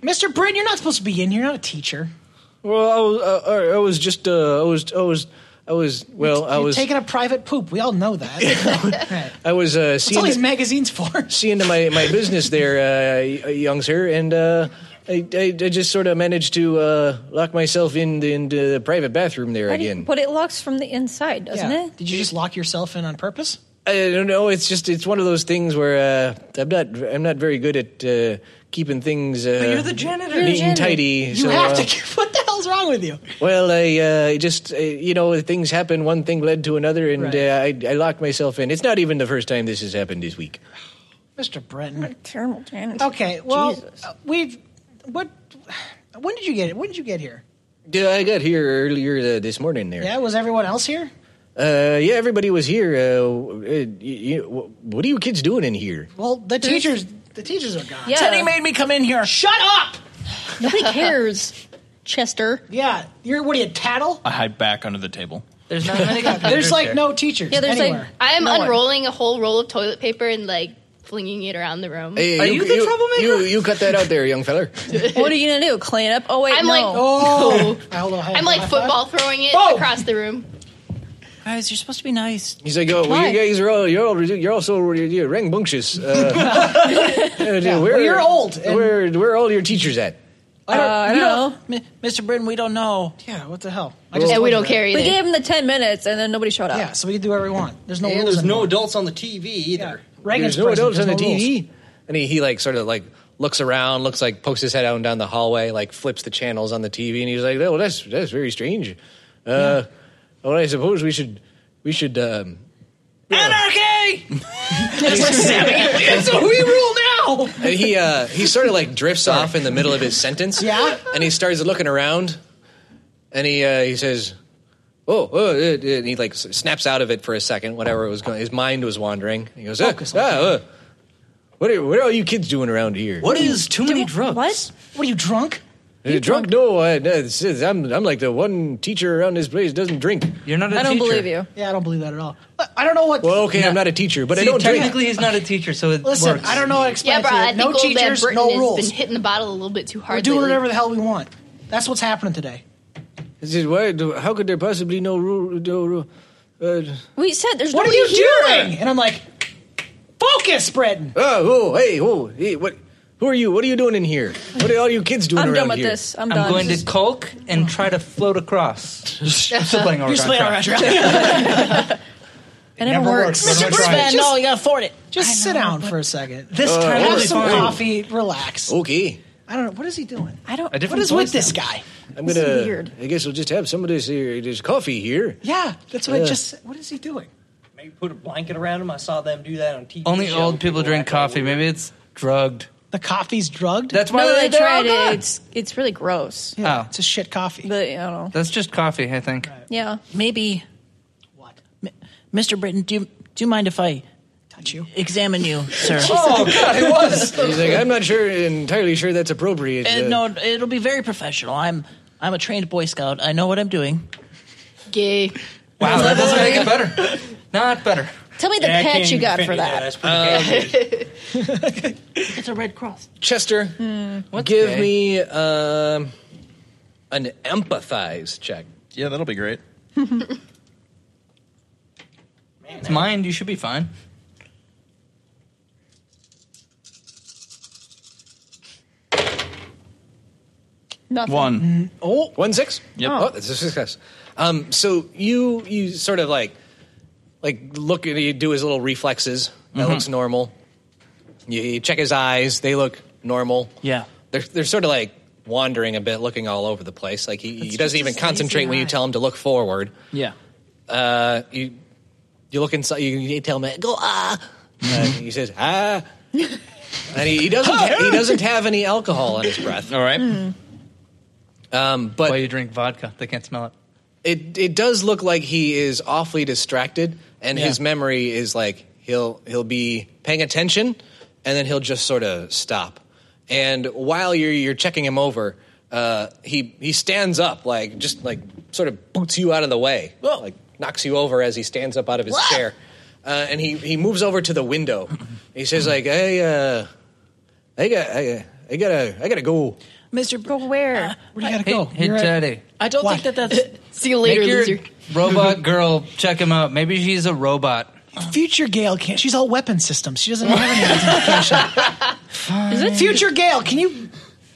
Speaker 9: Mr. Brin, you're not supposed to be in here. You're not a teacher.
Speaker 10: Well, I was, uh, I- I was just, uh, I was, I was, I was. Well, I
Speaker 9: You're
Speaker 10: was,
Speaker 9: taking a private poop. We all know that. Right.
Speaker 10: I was uh,
Speaker 9: What's all
Speaker 10: seeing,
Speaker 9: these magazines for?
Speaker 10: seeing to my, my business there, uh, y- young sir, and uh, I, I, I just sort of managed to uh, lock myself in the, into the private bathroom there
Speaker 4: How do you-
Speaker 10: again.
Speaker 4: But it locks from the inside, doesn't
Speaker 9: Yeah.
Speaker 4: it?
Speaker 9: Did you just lock yourself in on purpose?
Speaker 10: I don't know. It's just it's one of those things where uh, I'm not I'm not very good at uh, keeping things. Uh,
Speaker 6: you're the janitor.
Speaker 4: You're the
Speaker 10: Neat and
Speaker 4: janitor.
Speaker 10: tidy. uh,
Speaker 9: You
Speaker 7: uh,
Speaker 9: have to. What the hell's wrong with you?
Speaker 10: Well, I uh, just uh, you know things happen. One thing led to another, and
Speaker 9: Right.
Speaker 10: uh, I, I locked myself in. It's not even the first time this has happened this week.
Speaker 9: Mr. Brenton.
Speaker 4: Terrible janitor.
Speaker 9: Okay, well,
Speaker 4: Jesus.
Speaker 9: uh, we've. What? When did you get it? When did you get here?
Speaker 10: Yeah, I got here earlier uh, this morning. There,
Speaker 9: Yeah, was everyone else here?
Speaker 10: uh, yeah, everybody was here. Uh, uh, y y- what are you kids doing in here?
Speaker 9: Well, the teachers. The teachers are gone.
Speaker 4: Yeah.
Speaker 3: Teddy made me come in here.
Speaker 9: Shut up!
Speaker 4: Nobody cares, Chester.
Speaker 9: Yeah, you're. What are you, tattle?
Speaker 3: I hide back under the table.
Speaker 8: There's not many computers
Speaker 9: There's like
Speaker 8: there.
Speaker 9: no teachers
Speaker 4: Yeah, there's like-
Speaker 9: anywhere.
Speaker 1: I am unrolling a whole roll of toilet paper and like flinging it around the room.
Speaker 10: Hey,
Speaker 6: Are you the troublemaker?
Speaker 10: You, you cut that out there, young feller.
Speaker 4: what are you gonna do? Clean up? Oh wait,
Speaker 1: I'm
Speaker 4: no.
Speaker 1: like-
Speaker 9: oh, I hold on, I hold
Speaker 1: I'm
Speaker 9: on,
Speaker 1: like
Speaker 9: high five.
Speaker 1: football throwing it
Speaker 9: Boom.
Speaker 1: across the room.
Speaker 3: Guys, you're supposed to be nice.
Speaker 10: He's like, oh, well,
Speaker 4: Why?
Speaker 10: you guys are all you're all you're also you're rambunctious. Uh, uh, where,
Speaker 9: well, you're old and-
Speaker 10: where where are all your teachers at?
Speaker 9: I don't,
Speaker 4: Uh, I
Speaker 9: you
Speaker 4: don't know.
Speaker 3: M- Mr. Britton, we don't know.
Speaker 9: Yeah, what the hell? I
Speaker 1: And we
Speaker 9: told you
Speaker 1: don't
Speaker 9: that.
Speaker 1: care either.
Speaker 4: We gave him the ten minutes, and then nobody showed up.
Speaker 9: Yeah, so we can do whatever we want. There's no
Speaker 8: And
Speaker 9: rules.
Speaker 8: there's no
Speaker 9: anymore.
Speaker 8: adults on the TV either.
Speaker 9: Reagan's
Speaker 10: There's no
Speaker 9: president,
Speaker 10: adults on the
Speaker 9: there's no rules.
Speaker 10: TV.
Speaker 7: And he, he like sort of like looks around, looks like pokes his head out and down the hallway, like flips the channels on the TV, and he's like, "Oh, that's that's very strange." Uh, Well, I suppose we should we should. Um,
Speaker 8: Anarchy!
Speaker 9: That's what we rule now.
Speaker 7: and he uh, he sort of like drifts off in the middle of his sentence.
Speaker 9: Yeah.
Speaker 7: and he starts looking around, and he uh, he says, "Oh, oh," uh, uh," and he like s- snaps out of it for a second. Whatever it was going, his mind was wandering. He goes, "Ah,
Speaker 9: Focus on
Speaker 7: ah, uh, what are what are all you kids doing around here?
Speaker 6: What is too many drugs?
Speaker 4: What?
Speaker 9: What are you drunk?
Speaker 7: Uh, drunk? No, I, no, it's- it's- I'm I'm like the one teacher around this place doesn't drink.
Speaker 6: You're not a
Speaker 4: I don't
Speaker 6: teacher.
Speaker 4: believe you.
Speaker 9: Yeah, I don't believe that at all. Look, I don't know what.
Speaker 7: Well, okay,
Speaker 6: Yeah.
Speaker 7: I'm not a teacher, but I
Speaker 6: See,
Speaker 7: don't drink.
Speaker 6: technically, he's not a teacher, so it
Speaker 9: listen,
Speaker 6: works.
Speaker 9: I don't know how to
Speaker 1: Yeah,
Speaker 9: explain
Speaker 1: bro. I think
Speaker 9: it to you. No
Speaker 1: old man
Speaker 9: teachers,
Speaker 1: Britain
Speaker 9: no
Speaker 1: has
Speaker 9: rules.
Speaker 1: been hitting the bottle a little bit too hard.
Speaker 9: We're doing
Speaker 1: lately.
Speaker 9: whatever the hell we want. That's what's happening today.
Speaker 12: He says, "Why? do- How could there possibly no rule? No rule? Uh,
Speaker 4: We said there's
Speaker 9: What are
Speaker 4: nobody
Speaker 9: you
Speaker 4: here.
Speaker 9: doing? And I'm like, focus, Breton.
Speaker 12: oh, oh, hey, oh, hey, what? Who are you? What are you doing in here? What are all you kids doing
Speaker 4: I'm
Speaker 12: around
Speaker 4: done with
Speaker 12: here?"
Speaker 4: this. I'm, done.
Speaker 6: going to
Speaker 4: This is-
Speaker 6: Colk and try to float across. Just playing
Speaker 9: You're just playing
Speaker 6: Orange
Speaker 9: Orange
Speaker 6: Rock.
Speaker 4: It never works.
Speaker 6: Never
Speaker 9: Mr.
Speaker 6: tried.
Speaker 9: Breton,
Speaker 6: Just-
Speaker 9: no, you gotta afford it. Just sit down for a second.
Speaker 6: This
Speaker 12: Uh,
Speaker 6: time
Speaker 9: have
Speaker 6: it'll be
Speaker 9: some
Speaker 6: fine.
Speaker 9: coffee, relax.
Speaker 12: Okay.
Speaker 9: I don't know what is he doing.
Speaker 4: I don't.
Speaker 12: A different
Speaker 9: What is with
Speaker 12: voice
Speaker 9: this
Speaker 12: now.
Speaker 9: guy?
Speaker 12: I'm
Speaker 9: This
Speaker 12: gonna.
Speaker 9: is weird.
Speaker 12: I guess we'll just have some of this here, this coffee here.
Speaker 9: Yeah, that's what I
Speaker 12: Yeah.
Speaker 9: just. What is he doing?
Speaker 8: Maybe put a blanket around him. I saw them do that on TV.
Speaker 6: Only
Speaker 8: shows.
Speaker 6: old people drink coffee. Maybe it's drugged.
Speaker 9: The coffee's drugged.
Speaker 6: That's why
Speaker 4: no,
Speaker 6: they,
Speaker 4: they
Speaker 6: they're all
Speaker 4: tried it.
Speaker 6: gone.
Speaker 4: It's it's really gross.
Speaker 6: Oh,
Speaker 9: It's a shit coffee.
Speaker 4: But I don't know.
Speaker 6: that's just coffee. I think.
Speaker 4: Yeah.
Speaker 10: Maybe. What? Mr. Britton, do you, do you mind if I
Speaker 9: Touch you.
Speaker 10: examine you, sir?
Speaker 6: Oh god, it was.
Speaker 12: He's like, I'm not sure, entirely sure that's appropriate.
Speaker 10: Uh,
Speaker 12: uh,
Speaker 10: no, it'll be very professional. I'm I'm a trained Boy Scout. I know what I'm doing.
Speaker 2: Gay.
Speaker 6: Wow, that doesn't make it better. Not better.
Speaker 2: Tell me the
Speaker 8: Yeah, I can't
Speaker 2: patch you
Speaker 8: even
Speaker 2: got
Speaker 8: fit
Speaker 2: for
Speaker 8: you there.
Speaker 2: that.
Speaker 8: That's
Speaker 12: Um,
Speaker 8: pretty bad.
Speaker 10: It's a red cross.
Speaker 7: Chester,
Speaker 2: Hmm.
Speaker 7: give me um, an empathize check.
Speaker 13: Yeah, that'll be great.
Speaker 6: It's mine. You should be fine.
Speaker 4: Nothing. Mm-hmm.
Speaker 13: One.
Speaker 7: Oh, one six.
Speaker 13: Yep.
Speaker 7: Oh, that's a success. Um, so you you sort of like like look at you do his little reflexes.
Speaker 13: Mm-hmm.
Speaker 7: That looks normal. You, you check his eyes. They look normal.
Speaker 10: Yeah.
Speaker 7: They're they're sort of like wandering a bit, looking all over the place. Like he, he doesn't even
Speaker 4: just a lazy
Speaker 7: concentrate when you
Speaker 4: eye.
Speaker 7: tell him to look forward.
Speaker 10: Yeah.
Speaker 7: Uh, you you look inside. You, you tell him go ah. And he says ah. And he, he doesn't he doesn't have any alcohol on his breath.
Speaker 13: All right.
Speaker 7: Um, but
Speaker 6: While you drink vodka, they can't smell it.
Speaker 7: it it does look like he is awfully distracted and his memory is like he'll he'll be paying attention and then he'll just sort of stop and while you're you're checking him over uh, he he stands up like just like sort of boots you out of the way like knocks you over as he stands up out of his chair uh, and he he moves over to the window he says like hey uh, I got I, I gotta I gotta go
Speaker 10: Mr.
Speaker 4: Go where?
Speaker 9: Where do you gotta
Speaker 6: Hey,
Speaker 9: go?
Speaker 6: hey,
Speaker 9: You're at-
Speaker 6: Teddy.
Speaker 10: I don't
Speaker 9: Why?
Speaker 10: think that that's
Speaker 2: See you later,
Speaker 6: Make your
Speaker 2: loser.
Speaker 6: robot girl check him out. Maybe she's a robot.
Speaker 9: Future Gail can't. She's all weapon systems. She doesn't have any identification. Is it Future Gail? Can you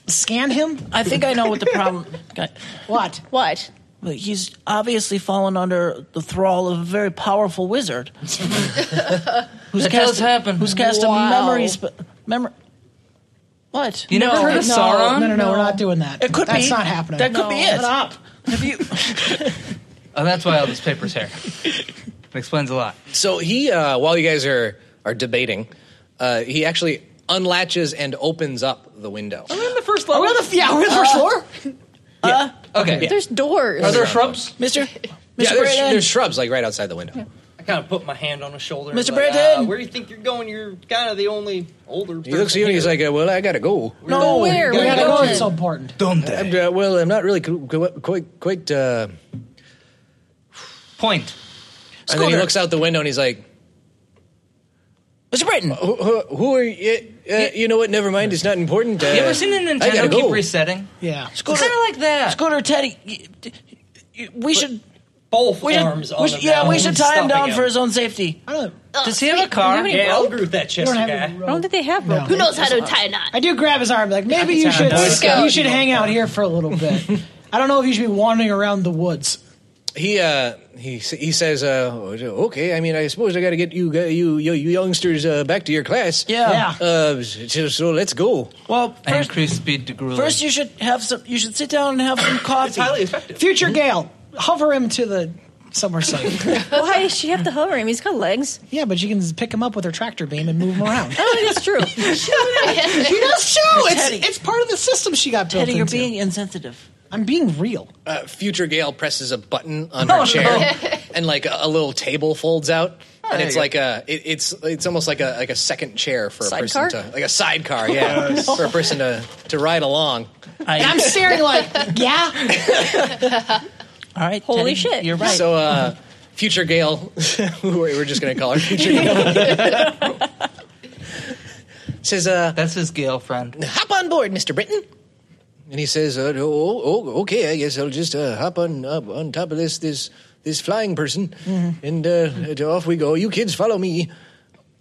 Speaker 9: scan him?
Speaker 10: I think I know what the problem. God.
Speaker 9: What?
Speaker 2: What?
Speaker 10: But he's obviously fallen under the thrall of a very powerful wizard. who's
Speaker 6: That
Speaker 10: cast
Speaker 6: does happen.
Speaker 10: Who's cast
Speaker 2: Wow.
Speaker 10: a memory spe- memory. What?
Speaker 6: You know,
Speaker 9: No,
Speaker 6: heard
Speaker 9: no,
Speaker 6: of Sauron?
Speaker 9: no, no, no, We're not doing that.
Speaker 10: It could
Speaker 9: That's
Speaker 10: be.
Speaker 9: not happening.
Speaker 10: That could
Speaker 9: No.
Speaker 10: be it.
Speaker 9: Shut up.
Speaker 10: Have you?
Speaker 6: Oh, that's why all this paper's here. It explains a lot.
Speaker 7: So he, uh, while you guys are are debating, uh, he actually unlatches and opens up the window.
Speaker 4: Uh,
Speaker 6: the first
Speaker 9: Are we on the, yeah, are we on the first floor?
Speaker 6: Okay.
Speaker 2: There's doors.
Speaker 6: Are there shrubs?
Speaker 10: Mister, Mr.
Speaker 7: Yeah, there's,
Speaker 10: Brayden?
Speaker 7: there's shrubs like right outside the window.
Speaker 8: I kind of put my hand on his shoulder. and was
Speaker 10: Mr.
Speaker 8: like, uh,
Speaker 10: Breton!
Speaker 8: where do you think you're going? You're kind of the only older.
Speaker 7: He looks at you and he's like, uh, "Well, I gotta go.
Speaker 2: no, where?
Speaker 9: We
Speaker 2: Where
Speaker 9: gotta
Speaker 2: you
Speaker 9: go.
Speaker 2: going?
Speaker 9: It's so important.
Speaker 7: I'm, uh, well, I'm not really qu- qu- quite quite." Uh...
Speaker 6: Point.
Speaker 7: And then he
Speaker 10: Scooter.
Speaker 7: looks out the window and he's like,
Speaker 10: Mr. Britton,
Speaker 7: "Who, who, who are you? Uh, you know what? Never mind. It's not important." Uh,
Speaker 6: You ever seen the
Speaker 7: I gotta
Speaker 6: Nintendo
Speaker 7: go.
Speaker 6: keep resetting?
Speaker 9: Yeah.
Speaker 6: It's kind of like that.
Speaker 10: Scooter, Teddy, y- d- y- we should.
Speaker 8: both
Speaker 10: We
Speaker 8: arms
Speaker 10: should,
Speaker 8: on
Speaker 10: we
Speaker 8: the
Speaker 10: should yeah, we
Speaker 8: mountain
Speaker 10: should tie him
Speaker 8: stopping
Speaker 10: down for his own safety.
Speaker 9: I don't.
Speaker 6: Does he have a car?
Speaker 2: Do you have any
Speaker 8: Yeah,
Speaker 2: rope?
Speaker 8: I'll group that
Speaker 9: I
Speaker 8: Chester
Speaker 9: don't have
Speaker 8: guy.
Speaker 9: a
Speaker 4: I don't think they have rope.
Speaker 2: Who knows how to tie a
Speaker 9: I
Speaker 2: knot?
Speaker 9: do grab his arm, like maybe you should
Speaker 2: Boy Scout.
Speaker 9: you should hang out here for a little bit. I don't know if you should be wandering around the woods.
Speaker 7: He uh, he s- he says, uh, "Okay. I mean, I suppose I gotta get you gu- you you, you youngsters uh, back to your class."
Speaker 10: Yeah.
Speaker 9: Yeah.
Speaker 7: Uh, so, so let's go.
Speaker 10: Well,
Speaker 6: I
Speaker 10: first,
Speaker 6: increase speed to grueling.
Speaker 10: first you should have some. You should sit down and have some coffee.
Speaker 6: effective.
Speaker 9: Future Gale, hover him to the somewhere safe.
Speaker 4: Why does she have to hover him? He's got legs.
Speaker 9: yeah, but you can just pick him up with her tractor beam and move him around.
Speaker 4: I don't think that's true.
Speaker 9: he does too. It's,
Speaker 10: Teddy.
Speaker 9: it's part of the system she got built
Speaker 10: Teddy, you're
Speaker 9: into.
Speaker 10: being insensitive.
Speaker 9: I'm being real.
Speaker 7: Uh, Future Gale presses a button on
Speaker 10: Oh,
Speaker 7: her chair, and like a, a little table folds out,
Speaker 10: Ah,
Speaker 7: and it's like a it, it's it's almost like a like a second chair for a person
Speaker 4: Sidecar?
Speaker 7: to like a sidecar, yeah, for a person to to ride along.
Speaker 10: I,
Speaker 9: I'm staring like, yeah.
Speaker 10: all right.
Speaker 4: Holy
Speaker 10: Teddy,
Speaker 4: shit.
Speaker 10: You're right.
Speaker 7: So uh, Future Gale, we're just gonna call her Future Gale. Says, uh,
Speaker 6: That's his Gale friend.
Speaker 7: "Hop on board, Mister Britton."
Speaker 2: And he says, uh, oh, oh, okay, I guess I'll just uh, hop on up on top of this this this flying person,
Speaker 9: Mm-hmm.
Speaker 2: and uh, off we go. You kids, follow me.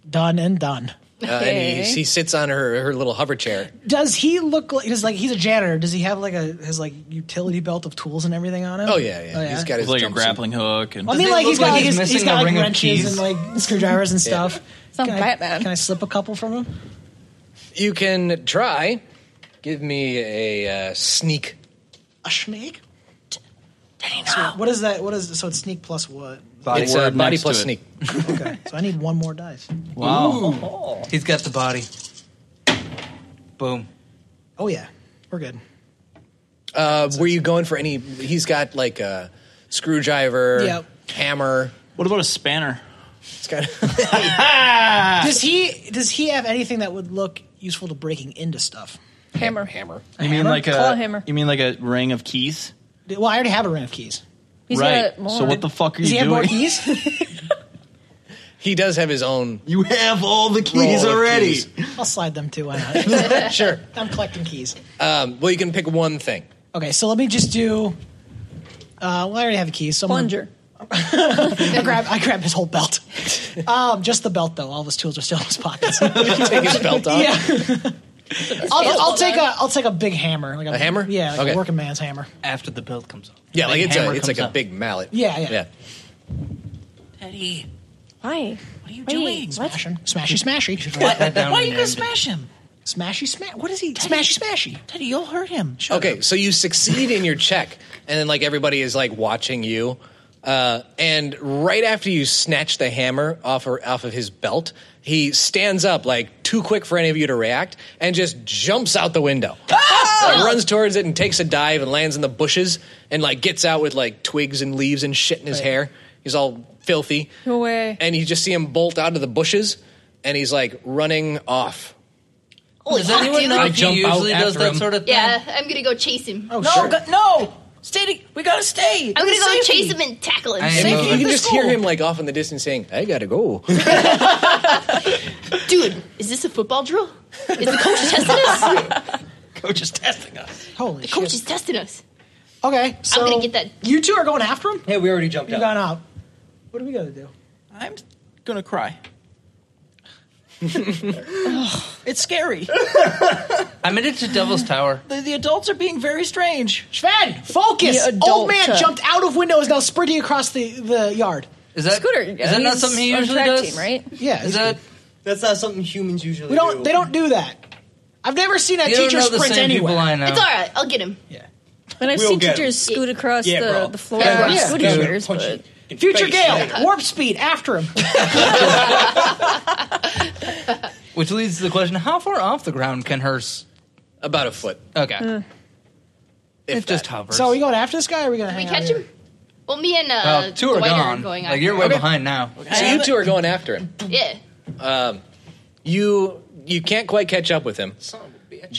Speaker 9: Done and done.
Speaker 7: Uh, and he, he sits on her her little hover chair.
Speaker 9: Does he look like? Because like he's a janitor. Does he have like a his like utility belt of tools and everything on him?
Speaker 7: Oh yeah, yeah. He's got his
Speaker 3: like a
Speaker 7: jumpsuit.
Speaker 3: grappling hook and
Speaker 9: I mean, like he's got like, his, he's got like
Speaker 3: of
Speaker 9: wrenches and
Speaker 3: keys?
Speaker 9: like screwdrivers and stuff.
Speaker 4: It's not
Speaker 9: can I,
Speaker 4: Batman.
Speaker 9: can I slip a couple from him?
Speaker 7: You can try. Give me a uh, sneak.
Speaker 9: A snake? So what is that? What is so it's sneak plus what?
Speaker 6: Body
Speaker 7: it's
Speaker 6: word
Speaker 7: uh, body
Speaker 6: next
Speaker 7: plus
Speaker 6: to it.
Speaker 7: sneak.
Speaker 9: Okay, so I need one more dice.
Speaker 6: Wow. He's got the body. Boom.
Speaker 9: Oh yeah, we're good.
Speaker 7: Uh, were you going for any? He's got like a screwdriver,
Speaker 9: Yep.
Speaker 7: hammer.
Speaker 3: What about a spanner?
Speaker 7: It's got
Speaker 9: Does he does he have anything that would look useful to breaking into stuff?
Speaker 4: Hammer.
Speaker 7: hammer.
Speaker 3: You mean
Speaker 9: hammer?
Speaker 3: like a
Speaker 4: Claw hammer.
Speaker 3: You mean like a ring of keys?
Speaker 9: Well, I already have a ring of keys.
Speaker 4: He's
Speaker 3: right.
Speaker 4: got more.
Speaker 3: So what the fuck are
Speaker 9: Does he
Speaker 3: you
Speaker 9: have more
Speaker 3: doing?
Speaker 9: keys?
Speaker 7: He does have his own.
Speaker 3: You have all the
Speaker 7: roll
Speaker 3: keys
Speaker 7: of
Speaker 3: already.
Speaker 7: keys.
Speaker 9: I'll slide them too. Why not?
Speaker 7: sure.
Speaker 9: I'm collecting keys.
Speaker 7: Um, well, you can pick one thing.
Speaker 9: Okay, so let me just do. Uh, well, I already have a key. So I'm gonna-
Speaker 4: plunger?
Speaker 9: I grab I grab his whole belt. Um, just the belt though. All of his tools are still in his pockets.
Speaker 7: Take his belt off.
Speaker 9: yeah. I'll, I'll take a I'll take a big hammer. Like
Speaker 7: A hammer?
Speaker 9: Yeah, like
Speaker 7: Okay.
Speaker 9: a working man's hammer.
Speaker 6: After the belt comes off.
Speaker 7: Yeah, like
Speaker 3: Big
Speaker 7: it's a
Speaker 3: hammer
Speaker 7: it's
Speaker 3: comes
Speaker 7: like a
Speaker 3: out.
Speaker 7: big mallet.
Speaker 9: Yeah, yeah.
Speaker 7: yeah.
Speaker 10: Teddy,
Speaker 4: Why?
Speaker 10: what are you
Speaker 4: Wait,
Speaker 10: doing?
Speaker 4: what?
Speaker 9: Smashing, smashy, smashy.
Speaker 10: Why
Speaker 6: that down
Speaker 10: why are
Speaker 6: and
Speaker 10: you gonna
Speaker 6: end
Speaker 10: smash him?
Speaker 9: Smashy, smash. What is he? Smashy, smashy.
Speaker 10: Teddy, you'll hurt him. Shut
Speaker 7: Okay, so you succeed in your check, and then like everybody is like watching you. Uh, and right after you snatch the hammer off her, off of his belt, he stands up like too quick for any of you to react, and just jumps out the window.
Speaker 9: Ah!
Speaker 7: Like, runs towards it and takes a dive and lands in the bushes and like gets out with like twigs and leaves and shit in his hair. He's all filthy.
Speaker 4: No way.
Speaker 7: And you just see him bolt out of the bushes, and he's like running off.
Speaker 6: Does anyone know
Speaker 7: I
Speaker 6: if he
Speaker 7: jump out
Speaker 6: usually does
Speaker 7: after
Speaker 6: that
Speaker 7: him.
Speaker 6: sort of thing?
Speaker 1: Yeah, I'm gonna go chase him.
Speaker 9: Oh
Speaker 10: No,
Speaker 9: sure.
Speaker 10: go- no, stay. to- we gotta stay.
Speaker 1: I'm gonna
Speaker 10: It's
Speaker 1: go
Speaker 10: safety.
Speaker 1: chase him and tackle him.
Speaker 6: I am
Speaker 1: Say,
Speaker 7: You can
Speaker 10: the
Speaker 7: just hear
Speaker 10: school.
Speaker 7: him like off in the distance saying, "I gotta go."
Speaker 1: Dude, is this a football drill? Is the coach testing us?
Speaker 10: Coach is testing us.
Speaker 9: Holy
Speaker 1: The coach
Speaker 9: shit.
Speaker 1: is testing us.
Speaker 9: Okay, so
Speaker 1: gonna get that-
Speaker 9: You two are going after him.
Speaker 8: Hey, we already jumped
Speaker 9: You've
Speaker 8: out.
Speaker 9: gone out. What are we gonna do?
Speaker 10: I'm gonna cry. it's scary.
Speaker 6: I'm headed to Devil's Tower.
Speaker 10: The, the adults are being very strange.
Speaker 9: Sven, focus. Old
Speaker 10: The adult,
Speaker 9: man
Speaker 10: uh,
Speaker 9: jumped out of window. Is now sprinting across the the yard.
Speaker 6: Is that
Speaker 4: Scooter.
Speaker 6: Is
Speaker 4: yeah,
Speaker 6: that not
Speaker 4: he's
Speaker 6: something he
Speaker 4: on
Speaker 6: usually
Speaker 4: track
Speaker 6: does?
Speaker 4: Team, right?
Speaker 9: Yeah,
Speaker 6: Is that
Speaker 8: That's not something humans usually
Speaker 9: we don't. They don't do that. I've never seen a
Speaker 6: you don't
Speaker 9: teacher
Speaker 6: know the
Speaker 9: sprint
Speaker 6: same people
Speaker 9: anywhere.
Speaker 6: I know.
Speaker 1: It's all right. I'll get him.
Speaker 4: And I've
Speaker 8: We'll
Speaker 4: seen
Speaker 8: get
Speaker 4: teachers
Speaker 1: him.
Speaker 4: scoot across
Speaker 8: Yeah,
Speaker 4: the,
Speaker 8: bro.
Speaker 4: the floor.
Speaker 9: Yeah,
Speaker 4: Yeah,
Speaker 9: yeah.
Speaker 4: Scoot
Speaker 9: Dude,
Speaker 4: years,
Speaker 8: punch
Speaker 4: but
Speaker 9: Future Gale, warp speed, after him.
Speaker 6: Which leads to the question: How far off the ground can hers?
Speaker 7: About a foot.
Speaker 6: Okay,
Speaker 10: Uh,
Speaker 6: if just hovers.
Speaker 9: so are we going after this guy? Or are we gonna
Speaker 1: Can we
Speaker 9: hang
Speaker 1: catch
Speaker 9: out here?
Speaker 1: him? Well, me and uh,
Speaker 6: Uh, two are
Speaker 1: Dwight
Speaker 6: gone.
Speaker 1: going out.
Speaker 6: like you're way
Speaker 1: there.
Speaker 6: behind now.
Speaker 7: So you two are going after him. Um,
Speaker 1: Yeah.
Speaker 7: You you can't quite catch up with him,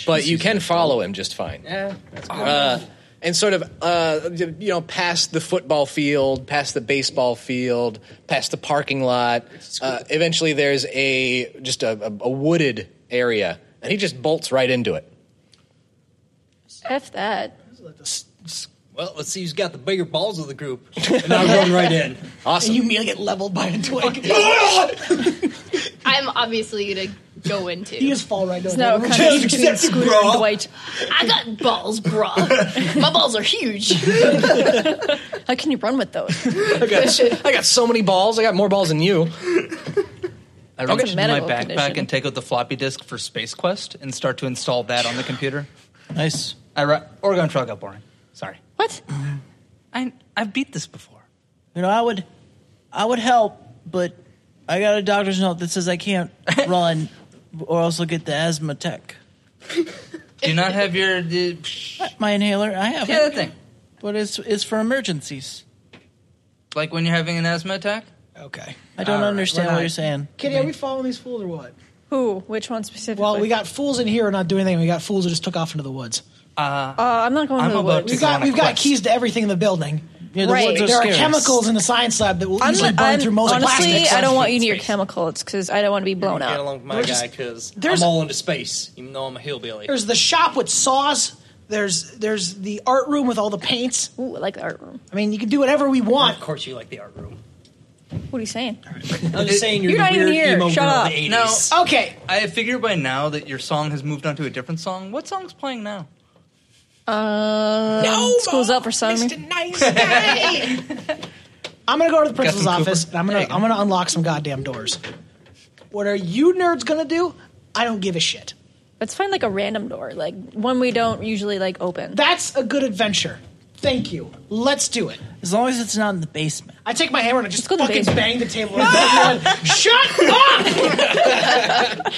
Speaker 7: but you can follow him just fine. Yeah, uh, and sort of uh, you know past the football field, past the baseball field, past the parking lot. Uh, eventually, there's a just a, a, a wooded area, and he just bolts right into it.
Speaker 4: F that.
Speaker 8: Well, let's see who's got the bigger balls of the group. And I run right in.
Speaker 7: Awesome.
Speaker 9: You immediately get leveled by a twig.
Speaker 1: I'm obviously gonna go into.
Speaker 9: you just fall right over.
Speaker 4: No, kind of between
Speaker 8: accept it,
Speaker 4: Scooter
Speaker 8: bro.
Speaker 4: and Dwight.
Speaker 1: I got balls, bro. My balls are huge.
Speaker 4: How can you run with those?
Speaker 7: I got, I got so many balls. I got more balls than you.
Speaker 6: I reach in my
Speaker 4: medical
Speaker 6: backpack
Speaker 4: condition.
Speaker 6: and take out the floppy disk for Space Quest and start to install that on the computer.
Speaker 3: Nice.
Speaker 6: I ri- Oregon Trail got boring. Sorry,
Speaker 4: What?
Speaker 6: I I've beat this before.
Speaker 10: You know, I would, I would help, but I got a doctor's note that says I can't run, or else I'll get the asthma tech.
Speaker 6: Do you not have your the,
Speaker 10: My inhaler, I have.
Speaker 6: the other
Speaker 10: it,
Speaker 6: thing?
Speaker 10: but it's it's for emergencies.
Speaker 6: Like when you're having an asthma attack?
Speaker 9: Okay.
Speaker 10: I don't
Speaker 6: All right,
Speaker 10: understand
Speaker 9: we're
Speaker 10: what
Speaker 9: not-
Speaker 10: you're saying.
Speaker 9: Kitty, are we following these fools or what?
Speaker 4: Who? Which one specifically?
Speaker 9: Well, we got fools in here who are not doing anything. We got fools who just took off into the woods.
Speaker 6: Uh,
Speaker 4: Uh, I'm not going
Speaker 6: I'm
Speaker 4: to the
Speaker 6: about to
Speaker 4: woods.
Speaker 9: We've
Speaker 6: go on
Speaker 9: got
Speaker 6: a
Speaker 9: we've got
Speaker 6: quest.
Speaker 9: keys to everything in the building.
Speaker 10: Yeah, the
Speaker 4: Right.
Speaker 10: woods are
Speaker 9: There are
Speaker 10: scary.
Speaker 9: chemicals in the science lab that will
Speaker 4: I'm
Speaker 9: easily
Speaker 4: not-
Speaker 9: burn
Speaker 4: I'm-
Speaker 9: through most
Speaker 4: honestly,
Speaker 9: plastics.
Speaker 4: I don't want you near
Speaker 8: Space.
Speaker 4: chemicals because I don't want to be blown
Speaker 8: Get
Speaker 4: up.
Speaker 8: along with my
Speaker 9: We're
Speaker 8: guy
Speaker 9: just-
Speaker 8: because
Speaker 9: there's-
Speaker 8: I'm all into space, even though I'm a hillbilly.
Speaker 9: There's the shop with saws. There's there's the art room with all the paints.
Speaker 4: Ooh, I like the art room.
Speaker 9: I mean, you can do whatever we want.
Speaker 8: Of course, you like the art room.
Speaker 4: What are you saying?
Speaker 8: I'm just saying you're,
Speaker 4: You're
Speaker 8: the
Speaker 4: not even
Speaker 8: weird
Speaker 4: here.
Speaker 8: emo
Speaker 4: Shut
Speaker 8: girl
Speaker 4: up.
Speaker 8: Of the 80s.
Speaker 4: No.
Speaker 9: Okay.
Speaker 6: I figure by now that your song has moved on to a different song. What song's playing now?
Speaker 4: Uh, no, school's up for Summer.
Speaker 9: I'm gonna go to the principal's
Speaker 6: Cooper?
Speaker 9: office and I'm gonna I'm gonna unlock some goddamn doors. What are you nerds gonna do? I don't give a shit.
Speaker 4: Let's find like a random door, like one we don't usually like open.
Speaker 9: That's a good adventure. Thank you. Let's do it.
Speaker 10: As long as it's not in the basement.
Speaker 9: I take my hammer and I just
Speaker 10: to the
Speaker 9: fucking
Speaker 10: basement.
Speaker 9: bang the table. with it. Shut up!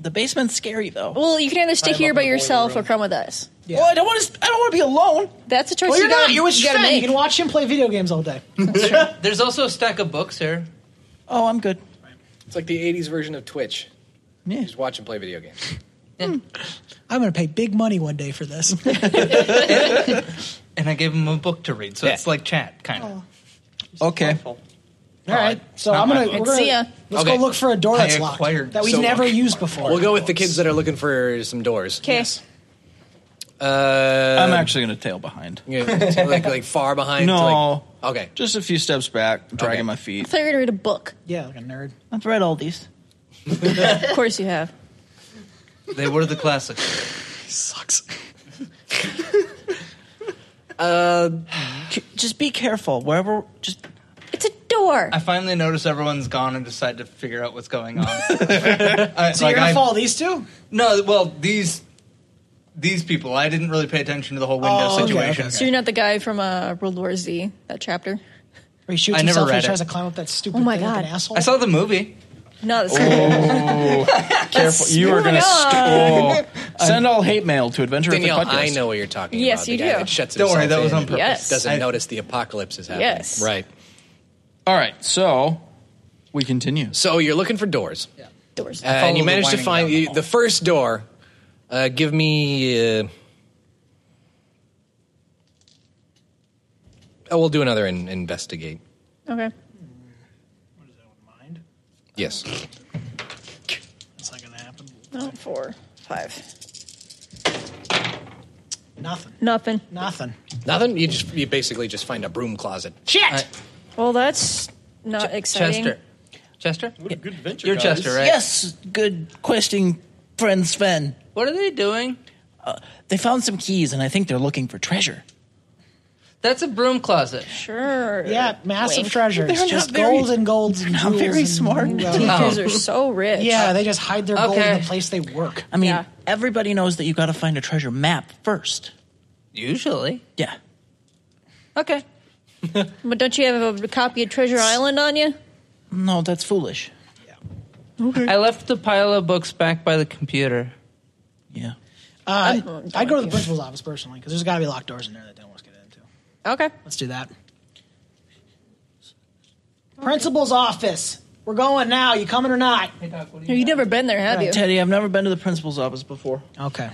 Speaker 10: The basement's scary though.
Speaker 4: Well, you can either stay
Speaker 10: Climb
Speaker 4: here
Speaker 10: up
Speaker 4: by
Speaker 10: in the boiler
Speaker 4: yourself or
Speaker 10: room.
Speaker 4: come with us.
Speaker 10: Well, I don't want to. I don't want to be alone.
Speaker 4: That's a choice.
Speaker 9: well, you're
Speaker 4: you gotta,
Speaker 9: not. You're with
Speaker 4: you
Speaker 9: your
Speaker 4: gotta
Speaker 9: friend. You
Speaker 4: make.
Speaker 9: can watch him play video games all day.
Speaker 6: There's also a stack of books here.
Speaker 10: Oh, I'm good.
Speaker 7: It's like the 80s version of Twitch. Just watch and play video games.
Speaker 9: I'm gonna pay big money one day for this.
Speaker 6: And I gave him a book to read, so it's like chat, kind of.
Speaker 9: okay. All right. So
Speaker 6: Not
Speaker 9: I'm gonna.
Speaker 6: my
Speaker 9: We're
Speaker 6: fault.
Speaker 9: gonna
Speaker 6: See ya.
Speaker 9: Let's
Speaker 7: Okay.
Speaker 9: go look for a door
Speaker 7: I
Speaker 9: that's locked
Speaker 7: acquired
Speaker 9: that we
Speaker 7: so
Speaker 9: never
Speaker 7: much.
Speaker 9: used before.
Speaker 7: We'll go with the kids that are looking for some doors.
Speaker 4: Okay.
Speaker 7: Uh,
Speaker 3: I'm actually going to tail behind.
Speaker 7: Yeah, so like like far behind.
Speaker 3: No.
Speaker 7: so like- okay.
Speaker 3: Just a few steps back, dragging my feet.
Speaker 4: I thought you were gonna read a book.
Speaker 9: Yeah, like a nerd.
Speaker 10: I've read all these.
Speaker 4: of course you have.
Speaker 6: They were the classics.
Speaker 9: Sucks.
Speaker 10: Uh, just be careful wherever. Just
Speaker 4: it's a door.
Speaker 6: I finally notice everyone's gone and decide to figure out what's going on. so
Speaker 9: So you're gonna follow these two?
Speaker 6: No, well these these people. I didn't really pay attention to the whole window
Speaker 9: Oh, okay,
Speaker 6: situation.
Speaker 4: So you're not the guy from uh, World War Z that chapter.
Speaker 9: Where he shoots
Speaker 6: I never
Speaker 9: himself when
Speaker 6: read
Speaker 9: he tries
Speaker 6: it.
Speaker 9: to climb up that stupid
Speaker 4: Oh my
Speaker 9: thing like an
Speaker 4: God.
Speaker 9: asshole.
Speaker 6: I saw the movie.
Speaker 4: No, that's
Speaker 3: Oh, Careful. You are going to.
Speaker 4: on.
Speaker 3: Send all hate mail to Adventure with the
Speaker 7: Danielle,
Speaker 3: Podcast.
Speaker 7: I know what you're talking
Speaker 4: Yes,
Speaker 7: about. The
Speaker 4: you
Speaker 7: guy
Speaker 4: do.
Speaker 7: That shuts
Speaker 3: Don't worry,
Speaker 7: himself
Speaker 3: that was
Speaker 7: in
Speaker 3: on
Speaker 7: and
Speaker 3: purpose.
Speaker 4: Yes.
Speaker 7: Doesn't
Speaker 4: I-
Speaker 7: notice the apocalypse is happening.
Speaker 4: Yes.
Speaker 7: Right.
Speaker 3: All right, so we continue.
Speaker 7: So you're looking for doors,
Speaker 4: doors.
Speaker 7: Uh, and you manage to find you, the first door. Uh, give me. Uh, oh, we'll do another in, investigate.
Speaker 10: Oh.
Speaker 4: Okay.
Speaker 7: Yes.
Speaker 9: It's not gonna happen.
Speaker 4: Oh, four, five.
Speaker 9: Nothing.
Speaker 4: Nothing.
Speaker 9: Nothing.
Speaker 7: Nothing. You just you basically just find a broom closet. Uh,
Speaker 9: Shit.
Speaker 4: Well, that's not exciting.
Speaker 6: Chester. Chester,
Speaker 3: What a good adventure.
Speaker 6: you're Chester, right?
Speaker 10: Yes, good questing friend Sven.
Speaker 6: What are they doing?
Speaker 10: Uh, they found some keys, and I think they're looking for treasure.
Speaker 6: That's a broom closet.
Speaker 4: Sure.
Speaker 9: Yeah, massive
Speaker 4: Wink.
Speaker 9: treasures.
Speaker 10: They're not
Speaker 9: just
Speaker 10: very-
Speaker 9: golds and golds and
Speaker 10: not
Speaker 9: jewels
Speaker 10: very
Speaker 9: and
Speaker 10: smart.
Speaker 9: jewels.
Speaker 4: Teachers are so rich.
Speaker 9: Yeah, they just hide their gold in
Speaker 6: Okay.
Speaker 9: the place they work.
Speaker 10: I mean,
Speaker 4: Yeah.
Speaker 10: everybody knows that you got to find a treasure map first.
Speaker 6: Usually.
Speaker 10: Yeah.
Speaker 6: Okay.
Speaker 4: But don't you have a copy of Treasure Island on you?
Speaker 10: No, that's foolish.
Speaker 6: I left the pile of books back by the computer.
Speaker 10: Yeah.
Speaker 9: Uh, I'd go to the principal's office personally because there's got to be locked doors in there that don't want us to get into.
Speaker 4: Okay.
Speaker 9: Let's do that. Principal's office. We're going now. You coming or not?
Speaker 4: You've never been there, have you?
Speaker 10: Teddy, I've never been to the principal's office before.
Speaker 9: Okay.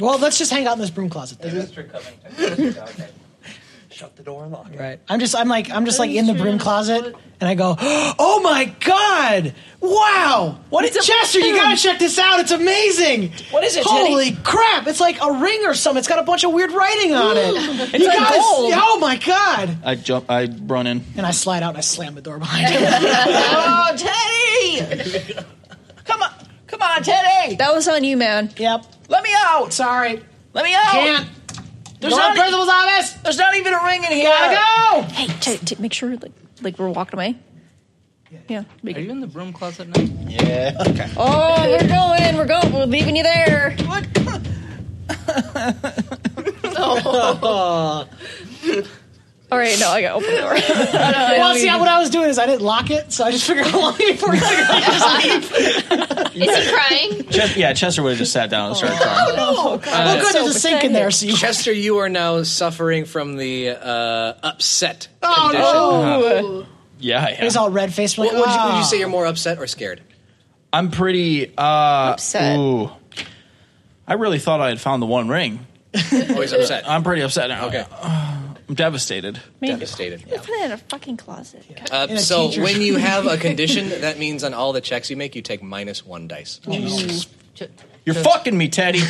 Speaker 9: Well, let's just hang out in this broom closet. Then.
Speaker 6: Mr. Covington. Shut the door and lock it.
Speaker 9: Right. I'm just. I'm like. I'm just like in the broom closet, and I go, "Oh my god! Wow! What is Chester? You gotta check this out. It's amazing. What
Speaker 10: is it, Teddy?
Speaker 9: Holy crap! It's like a ring or something. It's got a bunch of weird writing on it. you
Speaker 10: like
Speaker 9: guys.
Speaker 10: gold.
Speaker 9: Oh my god!
Speaker 3: I jump. I run in.
Speaker 9: And I slide out and I slam the door behind him.
Speaker 10: Oh, Teddy! come on, come on, Teddy!
Speaker 4: That was on you, man.
Speaker 9: yep.
Speaker 10: Let me out!
Speaker 9: Sorry.
Speaker 10: Let me out!
Speaker 9: Can't.
Speaker 10: There's
Speaker 9: Go to
Speaker 10: not, e-
Speaker 9: the principal's office.
Speaker 10: there's not even a ring in here.
Speaker 9: Gotta go.
Speaker 4: Hey, t- t- make sure like like we're walking away. Yeah.
Speaker 6: Are you in the broom closet now?
Speaker 4: Oh, we're going. We're going. We're leaving you there.
Speaker 10: What?
Speaker 4: Oh. All right. No, I got to open the door.
Speaker 9: Well, see, what I was doing is I didn't lock it, so I just figured along before.
Speaker 1: Is he crying?
Speaker 3: Ches- yeah, Chester would have just sat down and started crying.
Speaker 9: Oh,
Speaker 6: uh,
Speaker 7: Uh,
Speaker 9: well, good. There's a sink in there, so you.
Speaker 7: Chester, you are now suffering from the uh, upset
Speaker 9: Oh,
Speaker 7: condition.
Speaker 6: Uh-huh.
Speaker 3: Yeah, yeah.
Speaker 9: He's all red faced. Like,
Speaker 7: Would, you, would you
Speaker 9: "Ah."
Speaker 7: say you're more upset or scared?
Speaker 3: I'm pretty uh,
Speaker 4: Upset.
Speaker 3: Ooh, I really thought I had found the one ring.
Speaker 7: Always upset.
Speaker 3: I'm pretty upset now.
Speaker 7: Okay.
Speaker 3: I'm devastated.
Speaker 7: Devastated.
Speaker 4: Put it in a fucking closet.
Speaker 7: Uh,
Speaker 9: In a
Speaker 7: so
Speaker 9: teacher's-
Speaker 7: when
Speaker 9: Oh,
Speaker 7: you have a condition, that means on all the checks you make, you take minus one dice.
Speaker 3: You're fucking me, Teddy.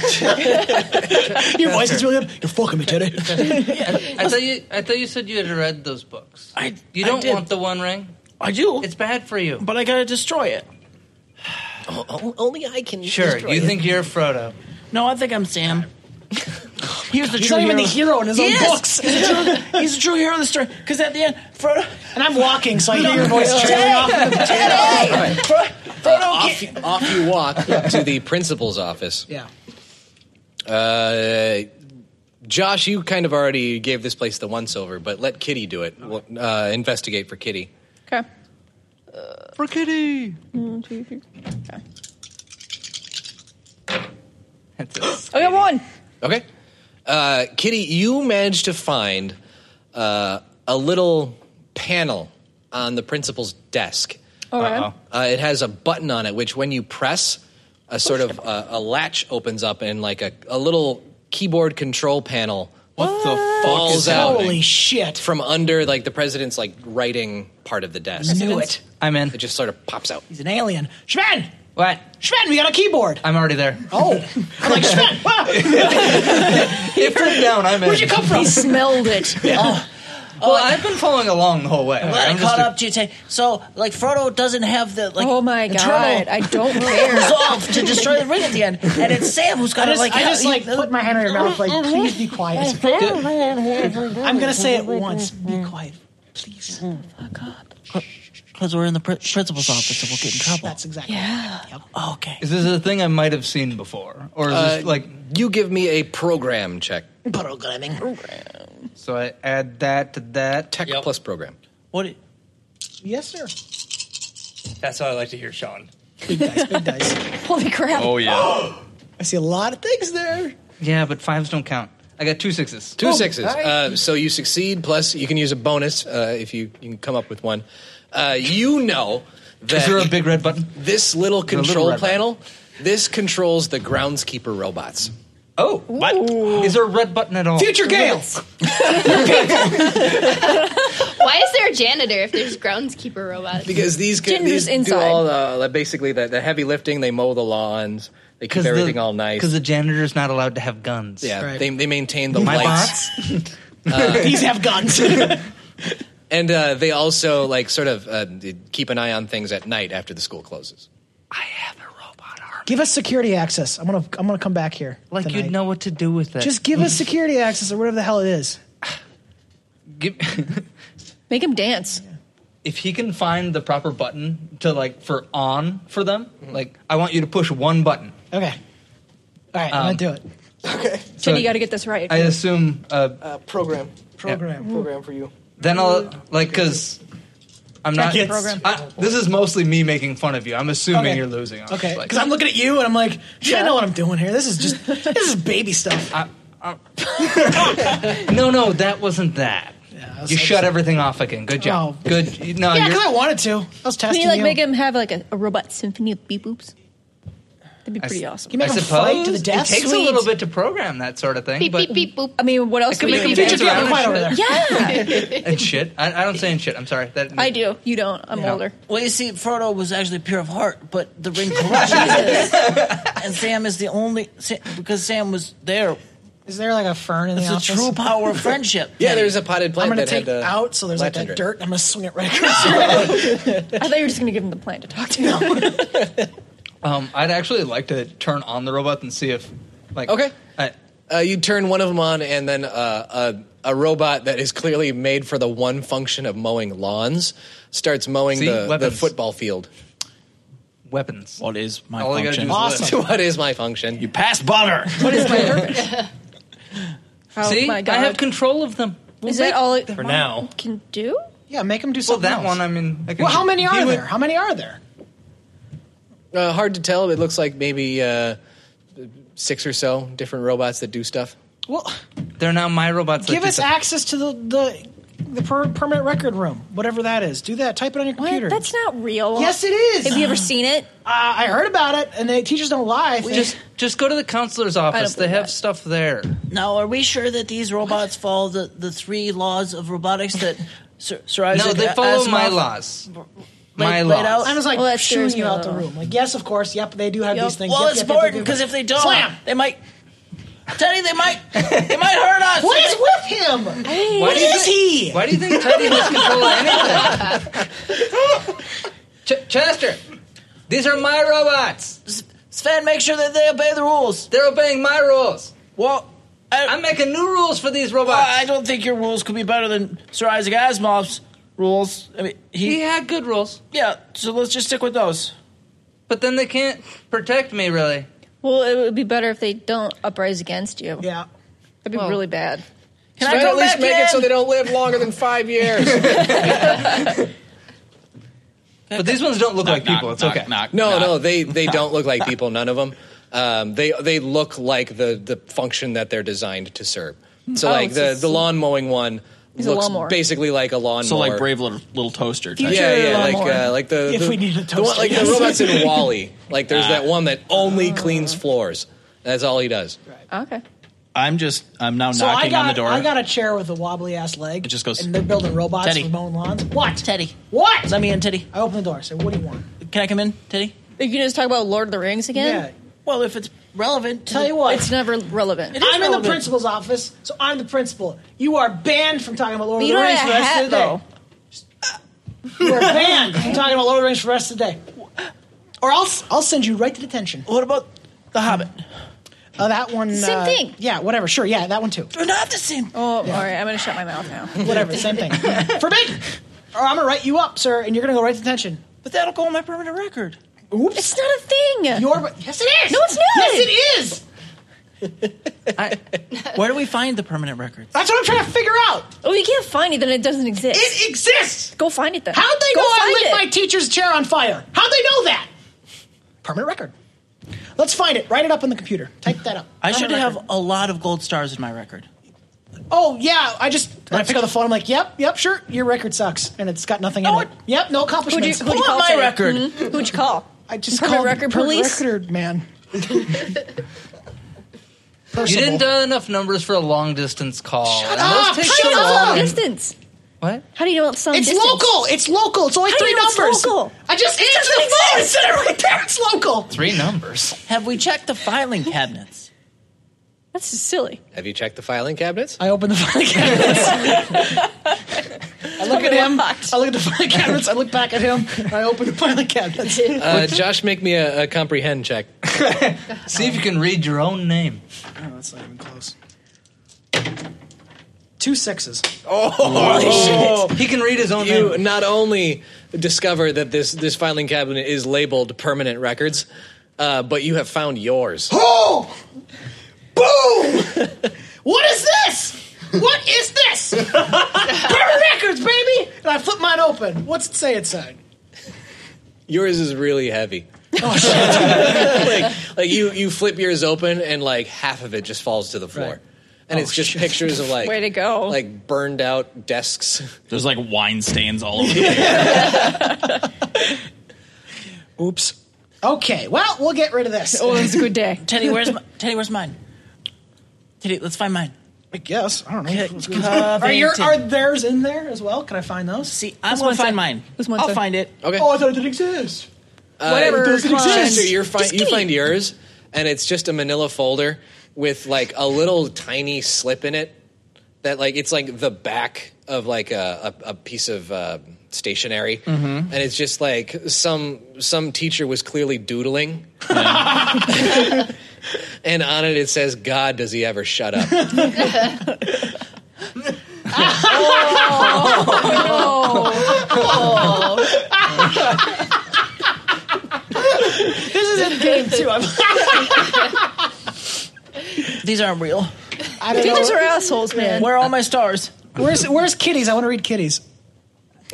Speaker 9: Your voice is really up. You're fucking me, Teddy.
Speaker 6: I thought you. I thought you said you had read those books.
Speaker 3: I.
Speaker 6: You
Speaker 3: I
Speaker 6: don't
Speaker 3: did.
Speaker 6: want the One Ring.
Speaker 3: I do.
Speaker 6: It's bad for you.
Speaker 3: But I gotta destroy it.
Speaker 2: Only I can.
Speaker 6: Sure. You think you're Frodo?
Speaker 3: No, I think I'm Sam. He was the
Speaker 9: He's
Speaker 3: true
Speaker 9: not
Speaker 3: hero.
Speaker 9: even the hero in his
Speaker 3: He
Speaker 9: own
Speaker 3: is.
Speaker 9: books.
Speaker 3: He's a true, he's a true hero of the story. Because at the end, Frodo
Speaker 9: and I'm walking, so I hear your voice trailing off. in the-
Speaker 7: off, off you walk to the principal's office.
Speaker 9: Yeah.
Speaker 7: Uh, Josh, you kind of already gave this place the once over, but let Kitty do it. Well, Uh, investigate for Kitty.
Speaker 4: Okay.
Speaker 6: For kitty.
Speaker 4: One, two, three. Okay.
Speaker 6: That's
Speaker 4: I got one.
Speaker 7: Okay. Uh, Kitty, you managed to find uh, a little panel on the principal's desk.
Speaker 4: Okay.
Speaker 7: Uh, it has a button on it, which when you press, a sort of uh, a latch opens up and like a, a little keyboard control panel
Speaker 6: What the
Speaker 7: falls out
Speaker 9: Holy shit.
Speaker 7: from under like the president's like writing part of the desk.
Speaker 9: Knew it.
Speaker 6: I'm in.
Speaker 7: It just sort of pops out.
Speaker 9: He's an alien. Shven!
Speaker 6: What?
Speaker 9: Shven, we got a keyboard.
Speaker 6: I'm already there.
Speaker 9: Oh. I'm like, Shven, wow,
Speaker 6: If turned down, I'm in. Oh.
Speaker 9: where'd you come from?
Speaker 1: He smelled it.
Speaker 6: Well, I've been following along the whole way.
Speaker 10: Glad
Speaker 6: I'm
Speaker 10: I
Speaker 6: just
Speaker 10: caught
Speaker 6: a-
Speaker 10: up to you, Teddy. So, like, Frodo doesn't have the like.
Speaker 4: oh my god.
Speaker 10: Internal
Speaker 4: I don't care.
Speaker 10: resolve to destroy the ring at the end, and it's Sam who's got
Speaker 9: I
Speaker 10: to
Speaker 9: just,
Speaker 10: like.
Speaker 9: I just
Speaker 10: he-
Speaker 9: like put my hand on your mouth, like, please be quiet. I'm gonna say it once. Be quiet, please.
Speaker 10: Because we're in the pr- principal's office and we'll get in trouble.
Speaker 9: That's exactly.
Speaker 10: okay.
Speaker 6: Is this a thing I might have seen before, or is this like
Speaker 7: Uh, You give me a program check.
Speaker 9: Programming.
Speaker 6: so? I add that to that.
Speaker 7: Tech plus program.
Speaker 10: What? i-
Speaker 9: Yes, sir.
Speaker 6: That's how I like to hear Sean.
Speaker 9: Big dice, big dice.
Speaker 4: Holy crap.
Speaker 6: Oh, yeah.
Speaker 9: I see a lot of things there.
Speaker 6: yeah, but fives don't count. I got two sixes.
Speaker 7: Two sixes. Uh, so you succeed. Plus, you can use a bonus uh, if you, you can come up with one. Uh, you know that
Speaker 6: Is there a big red button?
Speaker 7: this little
Speaker 6: a little
Speaker 7: control
Speaker 6: red
Speaker 7: panel. This controls the groundskeeper robots.
Speaker 6: Oh, what? Is there a red button at all?
Speaker 9: Future Gales.
Speaker 1: Why is there a janitor if there's groundskeeper robots?
Speaker 7: Because these can, these
Speaker 4: Ginger's
Speaker 7: do
Speaker 4: inside.
Speaker 7: all the, the- basically the, the heavy lifting. They mow the lawns. They keep everything all nice.
Speaker 6: Because the janitor's not allowed to have guns.
Speaker 7: yeah,
Speaker 9: Right.
Speaker 7: they, they maintain the
Speaker 6: My
Speaker 7: lights. Uh,
Speaker 6: bots?
Speaker 9: These have guns.
Speaker 7: And uh, they also like sort of uh, keep an eye on things at night after the school closes.
Speaker 6: I have a robot arm.
Speaker 9: give us security access. I'm gonna, I'm gonna come back here.
Speaker 6: Like
Speaker 9: tonight.
Speaker 6: you'd know what to do with it. Mhm.
Speaker 9: Just give us security access or whatever the hell it is.
Speaker 6: give.
Speaker 4: Make him dance.
Speaker 6: if he can find the proper button to like for on for them, like I want you to push one button.
Speaker 9: Okay. All right, I'm gonna do it.
Speaker 6: So
Speaker 4: Jenny, you got to get this right.
Speaker 6: I assume uh,
Speaker 14: program.
Speaker 9: Program.
Speaker 14: Program for you.
Speaker 6: Then I'll like because I'm not.
Speaker 9: Yes. Program.
Speaker 6: I, this is mostly me making fun of you. I'm assuming
Speaker 9: Okay.
Speaker 6: you're losing. honestly.
Speaker 9: Okay,
Speaker 6: Like,
Speaker 9: because I'm looking at you and I'm like, shit, I know what I'm doing here. This is just, this is baby stuff.
Speaker 6: no, no, that wasn't that.
Speaker 9: I was
Speaker 6: you
Speaker 9: like-
Speaker 6: shut everything off again. Good job.
Speaker 9: Oh.
Speaker 6: Good. you- No,
Speaker 9: yeah,
Speaker 6: you're,
Speaker 9: because I wanted to. I was
Speaker 4: Can
Speaker 9: testing
Speaker 4: you like
Speaker 9: you.
Speaker 4: make him have like a, a robot symphony of beep boops? That'd be pretty awesome.
Speaker 9: you make
Speaker 6: I
Speaker 9: him
Speaker 6: suppose
Speaker 9: fight to the death.
Speaker 6: it takes a
Speaker 9: Sweet.
Speaker 6: little bit to program that sort of thing,
Speaker 1: beep,
Speaker 6: but
Speaker 1: beep, beep, boop.
Speaker 4: I mean, what else
Speaker 6: could
Speaker 4: do we
Speaker 6: make him
Speaker 4: need?
Speaker 9: Future
Speaker 6: Dance around
Speaker 9: Gale,
Speaker 6: and
Speaker 9: quiet over
Speaker 6: shit.
Speaker 9: there.
Speaker 4: Yeah,
Speaker 6: and shit. I, I don't say in shit. I'm sorry. That,
Speaker 4: I do. You don't. I'm older.
Speaker 10: Well, you see, Frodo was actually pure of heart, but the ring corrupted his. And Sam is the only Sa- because Sam was there.
Speaker 9: Is there like a fern in
Speaker 10: It's
Speaker 9: the
Speaker 10: the
Speaker 9: office?
Speaker 10: true power of friendship.
Speaker 7: Yeah, there's a potted
Speaker 9: I'm
Speaker 7: plant
Speaker 9: gonna
Speaker 7: that
Speaker 9: take
Speaker 7: had uh,
Speaker 9: out so there's like
Speaker 7: lights under
Speaker 9: that
Speaker 7: it.
Speaker 9: dirt. and I'm gonna swing it right across. the room.
Speaker 4: I thought you were just gonna give him the plant to talk to. No.
Speaker 6: Um, I'd actually like to turn on the robot and see if, like,
Speaker 7: Okay.
Speaker 6: I,
Speaker 7: Uh, you turn one of them on, and then uh, a, a robot that is clearly made for the one function of mowing lawns starts mowing
Speaker 6: See?
Speaker 7: the, the
Speaker 6: Weapons.
Speaker 7: football field.
Speaker 6: weapons.
Speaker 3: What is my
Speaker 6: All I gotta
Speaker 3: function?
Speaker 6: do is lift.
Speaker 9: Awesome.
Speaker 7: what is my function?
Speaker 3: You pass butter.
Speaker 4: Oh
Speaker 6: See,
Speaker 4: my god.
Speaker 6: I have control of them.
Speaker 4: Is that all it
Speaker 3: For now.
Speaker 4: can do?
Speaker 9: yeah, make him do
Speaker 6: Well,
Speaker 9: something.
Speaker 6: that
Speaker 9: else.
Speaker 6: one. I mean, I can,
Speaker 9: Well, how many
Speaker 6: he
Speaker 9: are
Speaker 6: would-
Speaker 9: there? How many are there?
Speaker 7: Uh, hard to tell. It looks like maybe uh, six or so different robots that do stuff.
Speaker 9: Well,
Speaker 6: They're now my robots. that
Speaker 9: give
Speaker 6: do
Speaker 9: us
Speaker 6: stuff.
Speaker 9: access to the the the per- permanent record room, whatever that is. Do that. Type it on your
Speaker 4: What?
Speaker 9: computer.
Speaker 4: That's not real.
Speaker 9: Yes, it is.
Speaker 4: Have you ever seen it?
Speaker 9: Uh, I heard about it, and the teachers don't lie. They-
Speaker 6: Just, just go to the counselor's office. They
Speaker 4: believe
Speaker 6: have
Speaker 4: that.
Speaker 6: stuff there.
Speaker 10: Now, are we sure that these robots follow the, the three laws of robotics that Sir, Sir Isaac
Speaker 6: No, they follow
Speaker 10: Asimov-
Speaker 6: my Oh, laws. My laws.
Speaker 9: I'm just like
Speaker 10: Well, that's
Speaker 9: shooing
Speaker 10: serious
Speaker 9: you out the
Speaker 10: going on.
Speaker 9: room. Like, yes, of course. Yep, they do have
Speaker 10: Yep.
Speaker 9: these things.
Speaker 10: Well,
Speaker 9: Yep,
Speaker 10: it's
Speaker 9: yep, yep,
Speaker 10: important
Speaker 9: yep, yep.
Speaker 10: because if they don't,
Speaker 9: Slam!
Speaker 10: they might. Teddy, they might. They might hurt us.
Speaker 9: What is with him?
Speaker 10: What is
Speaker 9: he?
Speaker 6: Why do you think Teddy has control of anything? Ch- Chester, these are my robots.
Speaker 10: Sven, make sure that they obey the rules.
Speaker 6: They're obeying my rules.
Speaker 10: Well, I,
Speaker 6: am making new rules for these robots.
Speaker 10: I don't think your rules could be better than Sir Isaac Asimov's rules. I mean, he,
Speaker 6: He had good rules,
Speaker 10: yeah. So let's just stick with those.
Speaker 6: but then they can't protect me really.
Speaker 4: Well, it would be better if they don't uprise against you.
Speaker 9: Yeah.
Speaker 4: That'd be
Speaker 6: Well-
Speaker 4: really bad.
Speaker 10: Can
Speaker 7: Try to at least make it so they don't live longer than five years.
Speaker 6: But these ones don't look
Speaker 7: Knock,
Speaker 6: like
Speaker 7: knock,
Speaker 6: people. it's
Speaker 7: knock,
Speaker 6: okay.
Speaker 7: knock, No, knock. no, they they don't look like people. None of them. Um, they they look like the the function that they're designed to serve. So
Speaker 4: Oh,
Speaker 7: like
Speaker 4: it's
Speaker 7: the
Speaker 4: just-
Speaker 7: the lawn mowing one
Speaker 4: He's a lawnmower.
Speaker 7: looks basically like a lawnmower.
Speaker 3: So like brave little, little toaster.
Speaker 7: Yeah,
Speaker 3: Type.
Speaker 7: yeah, like uh, like the,
Speaker 3: If
Speaker 7: the-
Speaker 3: we need a
Speaker 7: the one-
Speaker 3: toaster,
Speaker 7: like
Speaker 3: yes.
Speaker 7: the robots in Wally. Like there's
Speaker 3: Ah.
Speaker 7: that one that only cleans floors. That's all he does.
Speaker 4: Okay.
Speaker 3: I'm just I'm now
Speaker 9: So I
Speaker 3: knocking
Speaker 9: got,
Speaker 3: on the door.
Speaker 9: I got a chair with a wobbly ass leg.
Speaker 3: It just goes-
Speaker 9: And they're building robots
Speaker 3: Teddy.
Speaker 9: for mowing lawns. What?
Speaker 10: Teddy.
Speaker 9: What?
Speaker 10: Let me in, Teddy.
Speaker 9: I open the door. I say, "What do you want?"
Speaker 10: Can I come in, Teddy?
Speaker 4: You can just talk about Lord of the Rings again.
Speaker 9: Yeah.
Speaker 10: Well, if it's relevant,
Speaker 9: tell you what,
Speaker 4: It's never relevant.
Speaker 9: I'm in the principal's office, so I'm the principal. You are banned from talking about Lord
Speaker 4: But
Speaker 9: of
Speaker 4: you
Speaker 9: the
Speaker 4: don't
Speaker 9: Rings
Speaker 4: have
Speaker 9: for
Speaker 4: a
Speaker 9: the rest
Speaker 4: hat,
Speaker 9: of the day.
Speaker 4: though.
Speaker 9: You are banned from talking about Lord of the Rings for the rest of the day, or else I'll send you right to detention.
Speaker 10: What about the Hobbit?
Speaker 9: Uh, that one.
Speaker 4: Same
Speaker 9: uh,
Speaker 4: thing.
Speaker 9: Yeah, whatever. Sure. Yeah, that one too.
Speaker 10: They're not the same.
Speaker 4: Oh, all right. I'm going to shut my mouth now.
Speaker 9: Whatever. Same thing. Forbidden. Or I'm gonna write you up, sir, and you're gonna go right to detention.
Speaker 10: But that'll go on my permanent record.
Speaker 9: Oops.
Speaker 4: It's not a thing.
Speaker 9: Your yes, it is.
Speaker 4: No, it's not.
Speaker 9: Yes, it is.
Speaker 10: Where do we find the permanent record?
Speaker 9: That's what I'm trying to figure out.
Speaker 4: oh, you can't find it, then it doesn't exist.
Speaker 9: It exists.
Speaker 4: go find it then.
Speaker 9: How'd they
Speaker 4: go
Speaker 9: know I
Speaker 4: find
Speaker 9: lit
Speaker 4: it?
Speaker 9: my teacher's chair on fire? How'd they know that? Permanent record. Let's find it. Write it up on the computer. Type that up.
Speaker 10: I should
Speaker 9: Permanent
Speaker 10: have
Speaker 9: record.
Speaker 10: a lot of gold stars in my record.
Speaker 9: Oh yeah, I just when I pick up the phone. I'm like, yep, yep, sure. Your record sucks, and it's got nothing in it. Yep, no
Speaker 4: Who'd you,
Speaker 9: accomplishments.
Speaker 4: who'd you
Speaker 10: Pull
Speaker 4: call
Speaker 10: up my
Speaker 4: Teddy?
Speaker 10: record.
Speaker 4: Mhm. Who'd you call?
Speaker 9: I just
Speaker 4: Permanent
Speaker 9: called
Speaker 4: record police?
Speaker 9: Record man.
Speaker 6: You
Speaker 9: Percival.
Speaker 6: didn't dial enough numbers for a long distance call. Shut
Speaker 9: up!
Speaker 6: Take
Speaker 4: How do
Speaker 6: so
Speaker 4: you know it's
Speaker 6: long.
Speaker 4: long distance?
Speaker 6: What?
Speaker 4: How do you know it's long
Speaker 9: It's
Speaker 4: distance?
Speaker 9: local. It's local. It's only
Speaker 4: How do
Speaker 9: three
Speaker 4: you know it's
Speaker 9: numbers.
Speaker 4: local?
Speaker 9: I just answered the phone. It said it right there. It's local.
Speaker 6: Three numbers.
Speaker 10: Have we checked the filing cabinets?
Speaker 4: That's just silly.
Speaker 7: Have you checked the filing cabinets?
Speaker 9: I open the filing cabinets. I look at him. I look at the filing cabinets. I look back at him. and I open the filing cabinets.
Speaker 7: Uh, Josh, make me a, a comprehend check.
Speaker 6: See if you can read your own name.
Speaker 9: Oh, that's not even close. Two sixes.
Speaker 6: Oh. He can read his own
Speaker 7: Oh. You
Speaker 6: name.
Speaker 7: not only discover that this this filing cabinet is labeled permanent records, uh, but you have found yours.
Speaker 9: Boom! Boom! what is this? What is this? Burn records, baby! And I flip mine open. What's it say inside?
Speaker 7: Yours is really heavy.
Speaker 9: Oh,
Speaker 7: like like you you flip yours open and like half of it just falls to the floor. And
Speaker 9: Oh,
Speaker 7: it's just pictures of like
Speaker 4: Way to go.
Speaker 7: like burned out desks.
Speaker 3: There's like wine stains all over. it.
Speaker 9: Oops. Okay, well, we'll get rid of this.
Speaker 4: Oh, it was a good day.
Speaker 10: Teddy, where's my, Teddy? Where's mine? Teddy, let's find mine.
Speaker 9: I guess. I don't
Speaker 10: Co-
Speaker 9: Are, your, are
Speaker 10: Covington.
Speaker 9: theirs in there as well? Can I find those?
Speaker 10: See, I'm
Speaker 4: Who's
Speaker 10: gonna
Speaker 4: one
Speaker 10: find
Speaker 4: sec?
Speaker 10: mine.
Speaker 4: Who's one
Speaker 10: I'll
Speaker 4: sec?
Speaker 10: find it.
Speaker 7: Okay.
Speaker 9: Oh, I thought it didn't exist.
Speaker 4: Whatever.
Speaker 9: Uh, doesn't
Speaker 4: come on.
Speaker 9: exist.
Speaker 7: So you're fi-
Speaker 4: Just
Speaker 7: you
Speaker 4: give me-
Speaker 7: find yours, and it's just a manila folder with like a little tiny slip in it that like it's like the back of like a, a, a piece of uh, stationery,
Speaker 6: Mm-hmm.
Speaker 7: and it's just like some some teacher was clearly doodling. and on it it says, "God, does he ever shut up?"
Speaker 1: Oh,
Speaker 9: This is in game too. I'm,
Speaker 10: These aren't real.
Speaker 9: I don't
Speaker 4: Teachers
Speaker 9: know.
Speaker 4: are assholes, man.
Speaker 10: Where are all my stars?
Speaker 9: Where's Where's Kitties? I want to read Kitties.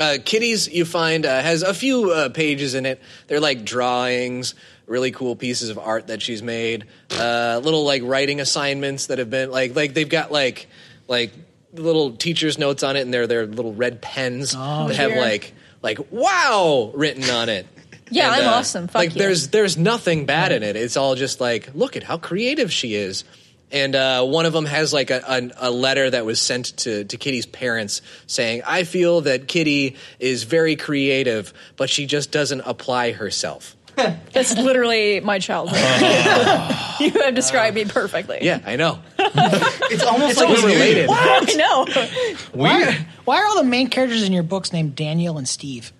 Speaker 7: Uh, Kitty's you find uh, has a few uh, pages in it. They're like drawings, really cool pieces of art that she's made, uh, little like writing assignments that have been like like they've got like like little teachers' notes on it, and they're their little red pens that have
Speaker 4: dear.
Speaker 7: like like wow written on it.
Speaker 4: Yeah,
Speaker 7: And,
Speaker 4: I'm
Speaker 7: uh,
Speaker 4: awesome. Fuck
Speaker 7: like
Speaker 4: you.
Speaker 7: there's there's nothing bad in it. It's all just like look at how creative she is. and uh, one of them has like a, a, a letter that was sent to, to Kitty's parents saying, "I feel that Kitty is very creative, but she just doesn't apply herself."
Speaker 4: That's literally my childhood. you have described me perfectly.
Speaker 7: Yeah, I know.
Speaker 9: It's almost
Speaker 7: It's almost related.
Speaker 4: I know.
Speaker 9: Why, why are all the main characters in your books named Daniel and Steve?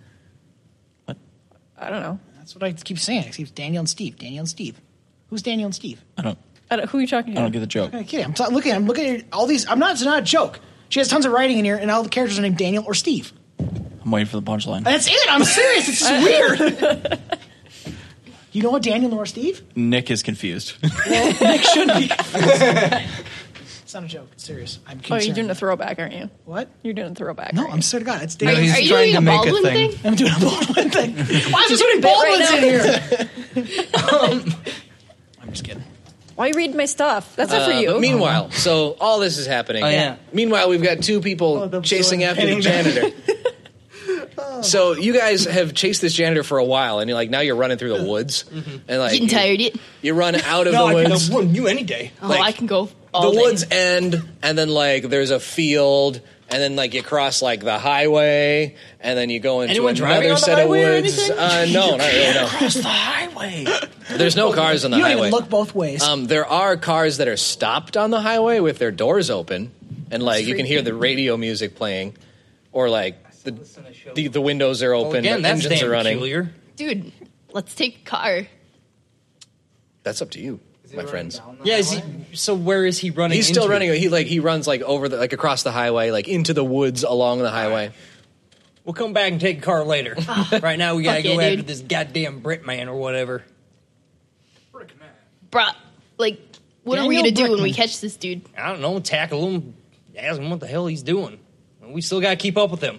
Speaker 9: What?
Speaker 4: I don't know.
Speaker 9: That's what I keep saying. I keep Daniel and Steve. Daniel and Steve. Who's Daniel and Steve?
Speaker 3: I don't.
Speaker 4: I don't who are you talking to?
Speaker 3: I don't get the joke.
Speaker 9: Okay, kidding. I'm t- looking. I'm looking at all these. I'm not. It's not a joke. She has tons of writing in here, and all the characters are named Daniel or Steve.
Speaker 3: I'm waiting for the punchline.
Speaker 9: That's it. I'm serious. It's just weird. you know what, Daniel or Steve?
Speaker 3: Nick is confused.
Speaker 9: Nick should be. it's not a joke. It's serious. I'm
Speaker 4: Oh,
Speaker 9: concerned.
Speaker 4: you're doing a throwback, aren't you?
Speaker 9: What?
Speaker 4: You're doing a throwback.
Speaker 9: No, I'm swear to God, it's
Speaker 4: Are you-
Speaker 9: Daniel.
Speaker 4: are you doing a Baldwin thing?
Speaker 9: I'm doing a Baldwin thing. Why is
Speaker 4: Just
Speaker 9: there
Speaker 4: doing a bit right
Speaker 9: Baldwins
Speaker 4: now.
Speaker 9: in Um, here?
Speaker 4: Why read my stuff? That's not for
Speaker 7: Uh,
Speaker 4: you.
Speaker 7: but meanwhile, so all this is happening.
Speaker 4: Oh, yeah.
Speaker 7: Meanwhile, we've got two
Speaker 1: Oh,
Speaker 7: people chasing after the janitor. So you guys have chased this janitor for a while, and you're like now you're running through the woods, and like
Speaker 1: Getting tired
Speaker 7: You, you run out
Speaker 1: Mm-hmm.
Speaker 7: of
Speaker 1: No, I
Speaker 7: the
Speaker 1: can
Speaker 7: woods.
Speaker 1: outrun
Speaker 15: you any day.
Speaker 1: Oh,
Speaker 7: Like,
Speaker 1: I can go
Speaker 7: the
Speaker 1: all day.
Speaker 7: woods end, and then like there's a field, and then like you cross like the highway, and then you go into
Speaker 3: Anyone driving
Speaker 7: another
Speaker 3: on the
Speaker 7: set of
Speaker 3: highway or
Speaker 7: woods.
Speaker 3: anything?
Speaker 7: Uh, no, not really. No.
Speaker 3: Cross the highway.
Speaker 7: There's no cars on the
Speaker 9: you don't
Speaker 7: highway.
Speaker 9: even look both ways.
Speaker 7: Um, there are cars that are stopped on the highway with their doors open, and like you can hear the radio music playing, or like the the, the windows are open,
Speaker 15: again,
Speaker 7: the
Speaker 15: that's
Speaker 7: engines
Speaker 15: damn
Speaker 7: are running.
Speaker 15: peculiar.
Speaker 1: Dude, let's take car.
Speaker 7: That's up to you, my friends.
Speaker 15: Yeah, is he, so where is he running?
Speaker 7: He's still
Speaker 15: into?
Speaker 7: running. He like he runs like over the like across the highway, like into the woods along the highway.
Speaker 8: We'll come back and take a car later. right now, we gotta
Speaker 1: Fuck
Speaker 8: go
Speaker 1: yeah,
Speaker 8: after
Speaker 1: dude.
Speaker 8: this goddamn Brit man or whatever.
Speaker 1: Bruh, like, what are we
Speaker 8: Daniel
Speaker 1: gonna do when we
Speaker 8: Brickman.
Speaker 1: catch this dude?
Speaker 8: I don't know. Tackle him, ask him what the hell he's doing. We still gotta keep up with him.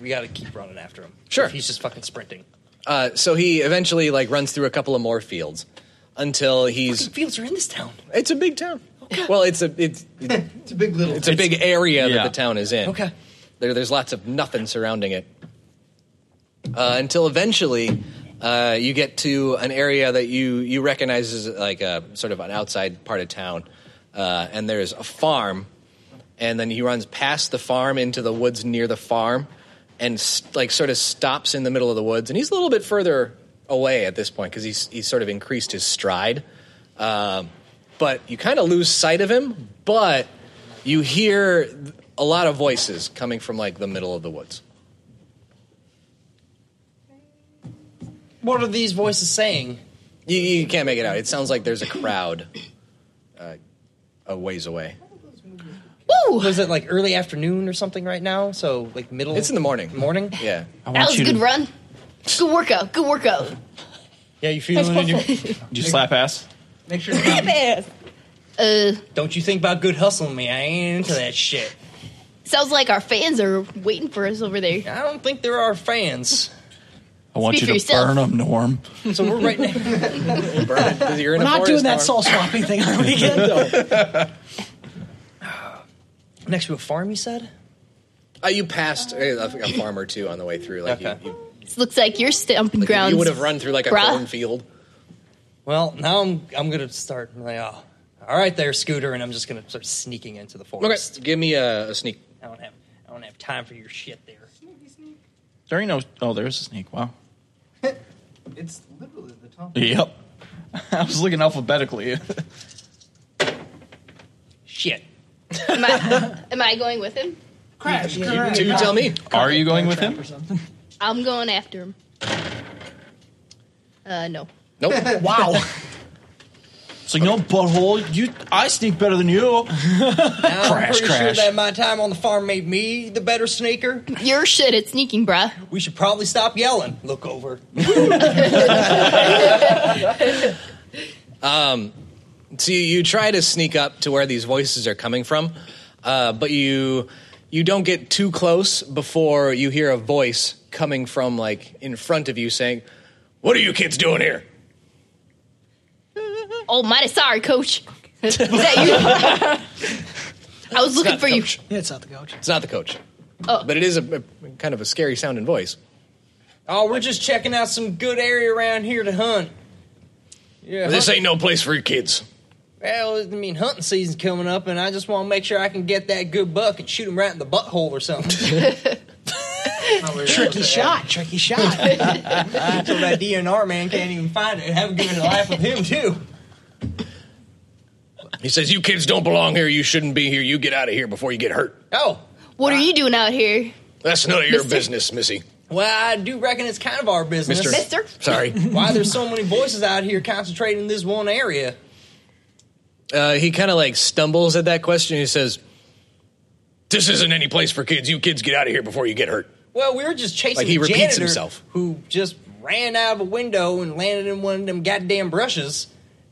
Speaker 8: We gotta keep running after him. Sure, he's just fucking sprinting.
Speaker 7: Uh, so he eventually like runs through a couple of more fields until he's
Speaker 8: Fields are in this town.
Speaker 7: It's a big town. well, it's a it's
Speaker 15: it's a big little.
Speaker 7: it's a big area
Speaker 15: Yeah.
Speaker 7: that the town is in.
Speaker 15: Okay.
Speaker 7: There, there's lots of nothing surrounding it. Uh, until eventually, uh, you get to an area that you you recognize as like a sort of an outside part of town, uh, and there's a farm, and then he runs past the farm into the woods near the farm, and s like sort of stops in the middle of the woods, and he's a little bit further away at this point because he's he's sort of increased his stride. Um, but you kind of lose sight of him, but you hear th- a lot of voices coming from like the middle of the woods.
Speaker 8: What are these voices saying?
Speaker 7: You, you can't make it out. It sounds like there's a crowd uh, a ways away.
Speaker 8: Woo! Was it like early afternoon or something right now? So like middle. It's in
Speaker 7: the morning.
Speaker 8: Morning.
Speaker 7: Yeah.
Speaker 1: That was a good run. Good workout. Good workout.
Speaker 8: Yeah, you
Speaker 1: Nice
Speaker 8: feeling it?
Speaker 1: hustle.
Speaker 8: You,
Speaker 3: you slap ass?
Speaker 8: Make sure. it's not-
Speaker 1: Uh,
Speaker 8: Don't you think about good hustling me? I ain't into that shit.
Speaker 1: sounds like our fans are waiting for us over there.
Speaker 8: I don't think there are fans.
Speaker 3: I want
Speaker 1: Speak
Speaker 3: you
Speaker 1: for
Speaker 3: to
Speaker 1: yourself.
Speaker 3: burn them, Norm.
Speaker 8: So we're right now.
Speaker 7: We're
Speaker 9: not doing that soul swapping thing on the weekend, though.
Speaker 8: Next to a farm, you said?
Speaker 7: Uh, you passed uh, I think, a farm or two on the way through. Like you, you,
Speaker 1: This looks like your stomping
Speaker 7: like,
Speaker 1: grounds.
Speaker 7: you would have run through like a
Speaker 1: bruh.
Speaker 7: cornfield.
Speaker 8: Well, now I'm I'm gonna start. I'm Like, oh, all right, there, Scooter, and I'm just gonna start sneaking into the
Speaker 7: Okay,
Speaker 8: forest.
Speaker 7: give me a, a sneak.
Speaker 8: I don't have I don't have time for your shit there.
Speaker 3: There ain't no. Oh, there's a snake. Wow.
Speaker 15: It's literally the top.
Speaker 3: Yep. I was looking alphabetically.
Speaker 8: Shit.
Speaker 1: Am I, am I going with him?
Speaker 9: Crash.
Speaker 3: You- you tell me. Are you going with him?
Speaker 1: I'm going after him. Uh, no.
Speaker 7: Nope.
Speaker 9: wow.
Speaker 3: It's like no butthole. You, I sneak better than you.
Speaker 8: I'm
Speaker 3: crash,
Speaker 8: pretty sure
Speaker 3: crash.
Speaker 8: that my time on the farm made me the better sneaker.
Speaker 1: Your shit at sneaking, bruh.
Speaker 8: We should probably stop yelling. Look over.
Speaker 7: Um, so you, you try to sneak up to where these voices are coming from, uh, but you you don't get too close before you hear a voice coming from like in front of you saying, "What are you kids doing here?"
Speaker 1: Oh, mighty sorry, coach. Is that you? I was looking
Speaker 7: not
Speaker 1: for you.
Speaker 7: coach.
Speaker 9: Yeah, it's not the coach.
Speaker 7: It's not the coach,
Speaker 1: Oh,
Speaker 7: but it is a, a kind of a scary sounding voice.
Speaker 8: Oh, we're just checking out some good area around here to hunt. Yeah.
Speaker 7: this
Speaker 8: hunt-
Speaker 7: ain't no place for your kids.
Speaker 8: Well, I mean, hunting season's coming up, and I just want to make sure I can get that good buck and shoot him right in the butthole or something.
Speaker 9: Tricky shot,
Speaker 8: tricky shot. so that DNR man can't even find it. Have a good life with him too.
Speaker 16: He says, "You kids don't belong here. You shouldn't be here. You get out of here before you get hurt."
Speaker 8: Oh,
Speaker 1: What are you doing out here?
Speaker 16: That's none of your
Speaker 1: Mr.
Speaker 16: business, Missy.
Speaker 8: well, I do reckon it's kind of our business,
Speaker 16: Mister. Mister. Sorry.
Speaker 8: Why there's so many voices out here concentrating in this one area?
Speaker 16: Uh, he kind of like stumbles at that question. He says, "This isn't any place for kids. You kids get out of here before you get hurt."
Speaker 8: Well, we were just chasing.
Speaker 16: Like, he
Speaker 8: a
Speaker 16: repeats
Speaker 8: janitor
Speaker 16: himself.
Speaker 8: Who just ran out of a window and landed in one of them goddamn brushes,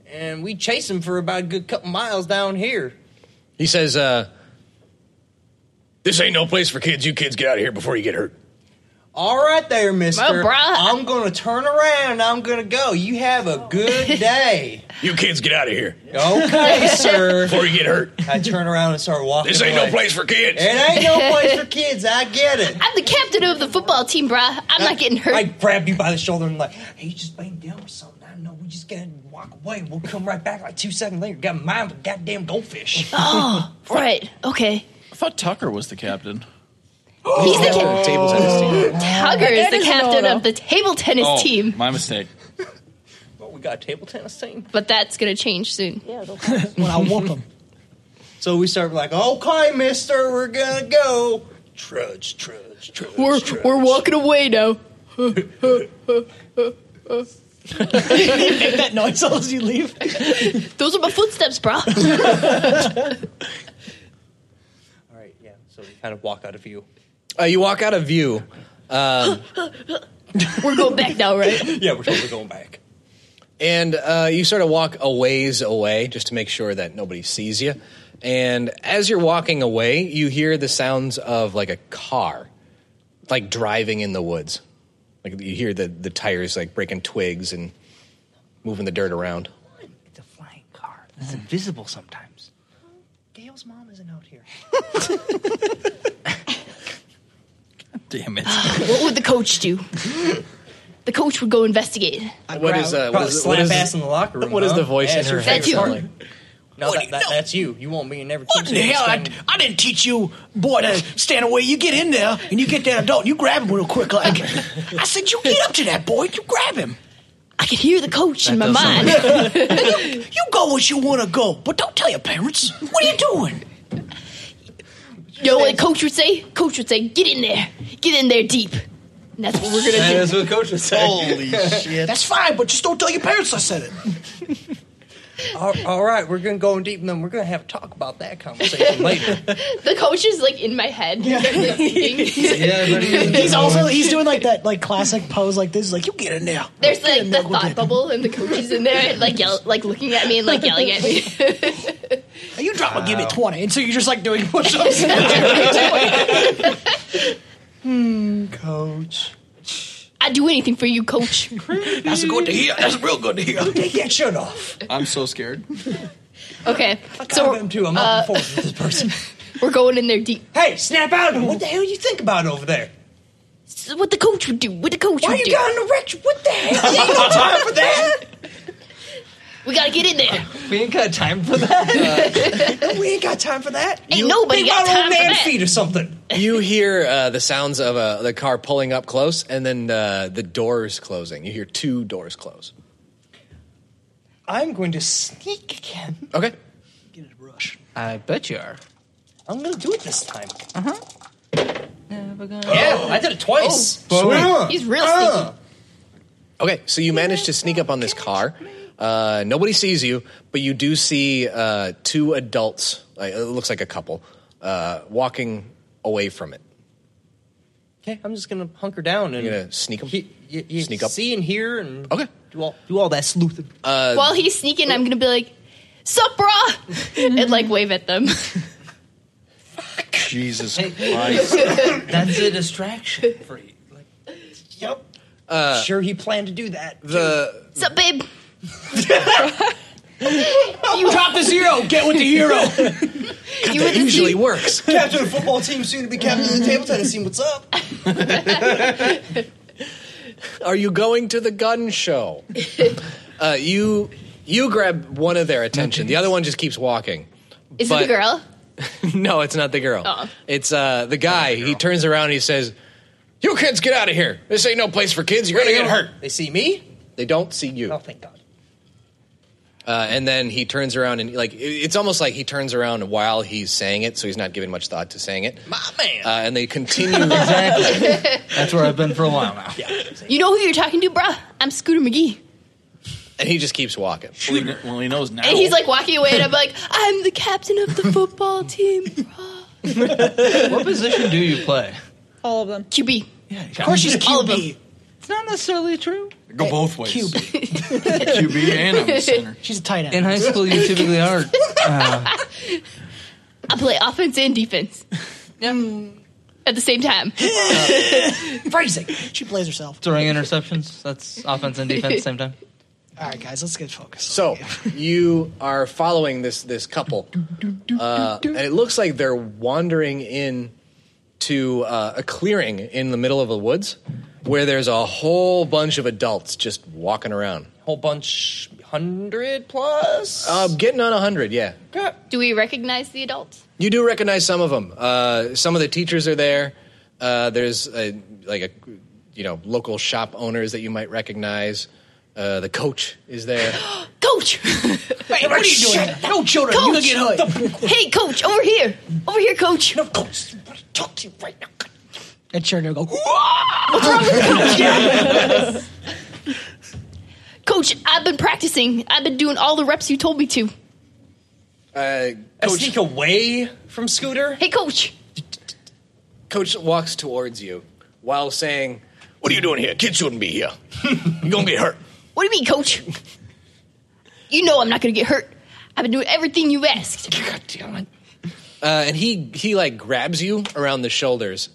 Speaker 8: and we chased him for about a good couple miles down here.
Speaker 16: He says, uh, "This ain't no place for kids. You kids get out of here before you get hurt."
Speaker 8: All right, there, Mister.
Speaker 16: Well, bruh.
Speaker 8: I'm gonna turn around. and I'm gonna go. You have a good day.
Speaker 16: You kids get out of here.
Speaker 8: Okay, sir.
Speaker 16: Before you get hurt.
Speaker 8: I turn around and start walking.
Speaker 16: This ain't
Speaker 8: away.
Speaker 16: no place for kids.
Speaker 8: It ain't no place for kids. I get it.
Speaker 1: I'm the captain of the football team, bruh. I'm not getting hurt.
Speaker 8: I grabbed you by the shoulder and like, hey, you just banged down or something. I don't know. We just gotta walk away. We'll come right back like two seconds later. Got mine with a goddamn goldfish.
Speaker 1: oh, right. Okay.
Speaker 3: I thought Tucker was the captain.
Speaker 1: He's the
Speaker 3: Oh.
Speaker 1: captain. Tugger is
Speaker 8: That
Speaker 1: the
Speaker 8: is
Speaker 1: captain
Speaker 8: not
Speaker 1: of the table tennis
Speaker 3: Oh,
Speaker 1: team,
Speaker 3: My mistake.
Speaker 8: Well, Oh, we got a table tennis team.
Speaker 1: but that's gonna change soon. Yeah.
Speaker 8: when I whoop them. So we start like, okay, mister, we're gonna go. Trudge, trudge, trudge.
Speaker 1: We're we're walking away now.
Speaker 9: Make that noise as you leave.
Speaker 1: Those are my footsteps, bruh.
Speaker 8: All right, yeah. So we kind of walk out of view.
Speaker 7: Uh, you walk out of view. Um,
Speaker 1: we're going back now, right?
Speaker 8: yeah, we're totally going back.
Speaker 7: And uh, you sort of walk a ways away just to make sure that nobody sees you. And as you're walking away, you hear the sounds of like a car, like driving in the woods. Like you hear the, the tires like breaking twigs and moving the dirt around.
Speaker 8: It's invisible sometimes. Gail's mom isn't out here.
Speaker 3: Damn it.
Speaker 1: what would the coach do? The coach would go investigate.
Speaker 7: What is, uh, what
Speaker 8: Probably
Speaker 7: is,
Speaker 8: slap
Speaker 7: what is,
Speaker 8: ass in the locker room.
Speaker 7: What is
Speaker 8: huh?
Speaker 7: the voice
Speaker 8: Yeah,
Speaker 7: in
Speaker 8: it's
Speaker 7: her
Speaker 8: your
Speaker 7: head?
Speaker 8: favorite part. No, that, that, that's you. You won't be in every.
Speaker 9: What in the hell? I, I didn't teach you, boy, to stand away. You get in there and you get that adult and you grab him real quick. Like I said, you get up to that boy, you grab him.
Speaker 1: I can hear the coach in my mind.
Speaker 9: you, you go as you want to go, but don't tell your parents. What are you doing?
Speaker 1: You know what the coach would say? Coach would say, "Get in there, get in there deep." And that's what we're gonna do.
Speaker 8: what the coach was
Speaker 9: Holy shit! That's fine, but just don't tell your parents I said it.
Speaker 8: all, all right, we're gonna go in deep, and then we're gonna have a talk about that conversation later.
Speaker 1: The coach is like in my head.
Speaker 8: Yeah, but
Speaker 9: he's also he's doing like that like classic pose like this like you get in there.
Speaker 1: There's like the thought bubble, and the coach is in there, like yell, like looking at me and like yelling at me.
Speaker 9: You drop a give me
Speaker 8: Wow.
Speaker 9: twenty, and so you're just like doing push-ups.
Speaker 8: hmm, coach.
Speaker 1: I'd do anything for you, coach.
Speaker 9: That's good to hear. That's real good to hear.
Speaker 8: Take that shirt off.
Speaker 3: I'm so scared.
Speaker 1: Okay,
Speaker 8: So him too. I'm
Speaker 1: uh,
Speaker 8: not looking forward to this person.
Speaker 1: we're going in there deep.
Speaker 8: Hey, snap out! of it. What the hell you think about over there?
Speaker 1: This is what the coach would do. What the coach
Speaker 8: Why
Speaker 1: would
Speaker 8: you
Speaker 1: do.
Speaker 8: got an erection? What the hell? Ain't no time for that.
Speaker 1: we gotta get in there.
Speaker 6: We ain't got time for that.
Speaker 8: Uh, we ain't got time for that.
Speaker 1: Ain't nobody
Speaker 8: Think
Speaker 1: got
Speaker 8: about
Speaker 1: time
Speaker 8: old
Speaker 1: for
Speaker 8: man
Speaker 1: that.
Speaker 8: feet or something.
Speaker 7: you hear uh, the sounds of uh, the car pulling up close and then uh, the doors closing. You hear two doors close.
Speaker 8: I'm going to sneak again.
Speaker 7: Okay.
Speaker 6: I bet you are.
Speaker 8: I'm going to do it this time.
Speaker 6: Uh-huh. Never gonna.
Speaker 8: Yeah, I did it twice. Sweet.
Speaker 1: He's real sneaky.
Speaker 7: Okay, so you manage to sneak up on this car. Uh, nobody sees you, but you do see uh, two adults. Like, it looks like a couple uh, walking away from it.
Speaker 8: Okay, I'm just going to hunker down and
Speaker 7: You're gonna sneak 'em?
Speaker 8: y- y-
Speaker 7: Sneak up.
Speaker 8: see and hear and
Speaker 7: Okay.
Speaker 8: do all do all that sleuthing.
Speaker 7: Uh,
Speaker 1: While he's sneaking, I'm gonna be like, "Sup, brah," and like wave at them.
Speaker 3: Jesus
Speaker 8: That's a distraction for you. Like, yep. sure, he planned to do that.
Speaker 7: Uh, the
Speaker 1: Sup, babe.
Speaker 9: You drop the zero. Get with the hero.
Speaker 1: You with the
Speaker 7: usually
Speaker 1: team?
Speaker 7: works.
Speaker 8: Captain of the football team, soon to be captain of the table tennis team. What's up?
Speaker 7: Are you going to the gun show? uh, you You grab one of their attention. The other one just keeps walking.
Speaker 1: Is it
Speaker 7: But-
Speaker 1: a girl?
Speaker 7: no, it's not the girl.
Speaker 1: Oh.
Speaker 7: It's uh, the guy. He turns around and he says, "You kids, get out of here. This ain't no place for kids. You're gonna get hurt."
Speaker 8: They see me.
Speaker 7: They don't see you.
Speaker 8: Oh, thank God.
Speaker 7: Uh, and then he turns around and like it- it's almost like he turns around while he's saying it, so he's not giving much thought to saying it. My man. Uh, and they continue. exactly. That's where I've been for a while now.
Speaker 1: Oh. You know who you're talking to, bruh? I'm Scooter McGee.
Speaker 7: And he just keeps walking. Well, he knows now.
Speaker 1: And he's like walking away, and I'm like, I'm the captain of the football team.
Speaker 6: what position do you play?
Speaker 17: All of them.
Speaker 1: QB.
Speaker 17: Yeah,
Speaker 6: Of course she's
Speaker 1: All of them.
Speaker 17: It's not necessarily true.
Speaker 6: Go both ways.
Speaker 9: QB
Speaker 6: and I'm the center.
Speaker 9: She's a tight end.
Speaker 6: In high school, you typically are. Uh,
Speaker 1: I play offense and defense. Mm. At the same time.
Speaker 9: Phrasing. She plays herself.
Speaker 6: throwing interceptions. That's offense and defense at the same time.
Speaker 9: All right, guys, let's get focused.
Speaker 7: So you are following this this couple, uh, and it looks like they're wandering in to uh, a clearing in the middle of the woods, where there's a whole bunch of adults just walking around.
Speaker 8: Whole bunch, hundred plus.
Speaker 7: Uh, getting on hundred, yeah.
Speaker 1: Do we recognize the adults?
Speaker 7: You do recognize some of them. Uh, some of the teachers are there. Uh, there's a, like a you know local shop owners that you might recognize. Uh, the coach is there.
Speaker 1: Coach!
Speaker 9: Hey, what are you doing? No children.
Speaker 1: Coach!
Speaker 9: You gonna get hurt.
Speaker 1: Hey, coach, over here. Over here, coach. No, coach.
Speaker 9: Talk to you right now. That children will go.
Speaker 1: What's wrong with coach? Coach, I've been practicing. I've been doing all the reps you told me to.
Speaker 7: Uh, coach, sneak away from Scooter.
Speaker 1: Hey, coach.
Speaker 7: Coach walks towards you while saying, "What are you doing here? Kids shouldn't be here. You're gonna get hurt."
Speaker 1: What do you mean, coach? You know I'm not going to get hurt. I've been doing everything you asked. God damn it.
Speaker 7: Uh, and he he like grabs you around the shoulders,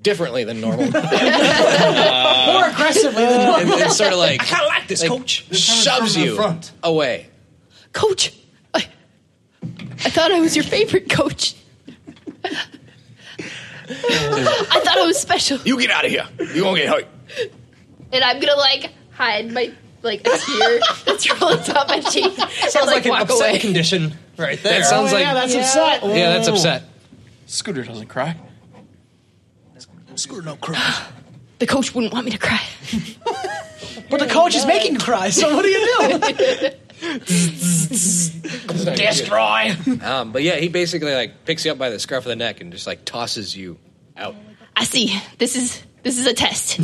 Speaker 7: differently than normal. Uh,
Speaker 9: More aggressively than
Speaker 7: and,
Speaker 9: normal.
Speaker 7: then sort of like
Speaker 9: I kinda like this, coach. This time it's
Speaker 7: shoves
Speaker 9: from the
Speaker 7: you
Speaker 9: front.
Speaker 7: away.
Speaker 1: Coach, I, I thought I was your favorite coach. I thought I was special.
Speaker 7: You get out of here. You won't get hurt.
Speaker 1: And I'm going to like hide my like a tear that's rolling down my cheek. Sounds and, like, walk away.
Speaker 8: condition right
Speaker 7: there. That sounds like-
Speaker 9: that's upset.
Speaker 7: Yeah, that's upset.
Speaker 3: Scooter doesn't cry.
Speaker 9: Scooter, no cry.
Speaker 1: The coach wouldn't want me to cry.
Speaker 9: But the coach is making you cry, so what do you do?
Speaker 7: Destroy. um, but yeah, he basically like picks you up by the scruff of the neck and just like tosses you out.
Speaker 1: I see. This is this is a test.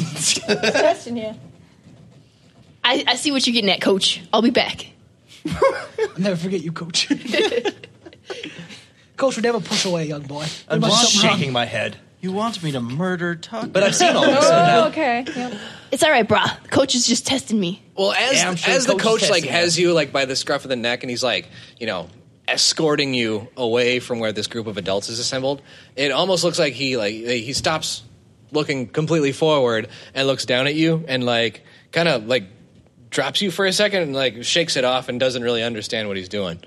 Speaker 17: Question here.
Speaker 1: I, I see what you're getting at, coach. I'll be back.
Speaker 9: I'll never forget you, coach. coach would never push away a young boy.
Speaker 3: I'm
Speaker 9: There must
Speaker 3: just
Speaker 9: be something
Speaker 3: shaking
Speaker 9: wrong.
Speaker 3: my head. You want me to murder Tuck?
Speaker 7: But I've seen all
Speaker 9: this. Oh,
Speaker 17: okay.
Speaker 1: It's all right, brah. The coach is just testing me.
Speaker 7: Well, as
Speaker 1: Yeah, I'm sure
Speaker 7: as the
Speaker 1: coach
Speaker 7: coach
Speaker 1: is
Speaker 7: like
Speaker 1: testing
Speaker 7: has you like by the scruff of the neck, and he's like, you know, escorting you away from where this group of adults is assembled. It almost looks like he like he stops looking completely forward and looks down at you and like kind of like drops you for a second and like shakes it off and doesn't really understand what he's doing.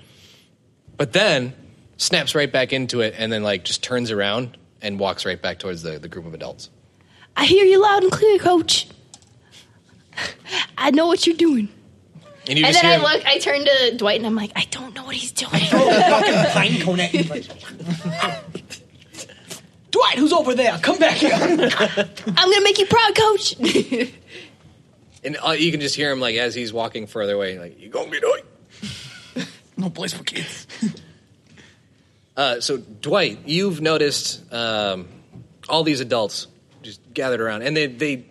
Speaker 7: But then snaps right back into it and then like just turns around and walks right back towards the, the group of adults.
Speaker 1: I hear you loud and clear, coach. I know what you're doing.
Speaker 7: And you
Speaker 1: and
Speaker 7: just
Speaker 1: then I
Speaker 7: hear Oh, him-
Speaker 1: look, I turn to Dwight and I'm like, I don't know what he's doing.
Speaker 9: Pine cone at you. Dwight, who's over there? Come back here.
Speaker 1: I'm gonna make you proud, coach.
Speaker 7: And uh, you can just hear him like as he's walking further away, like you gonna be doing.
Speaker 3: No place for kids.
Speaker 7: Uh, so Dwight, you've noticed um, all these adults just gathered around, and they they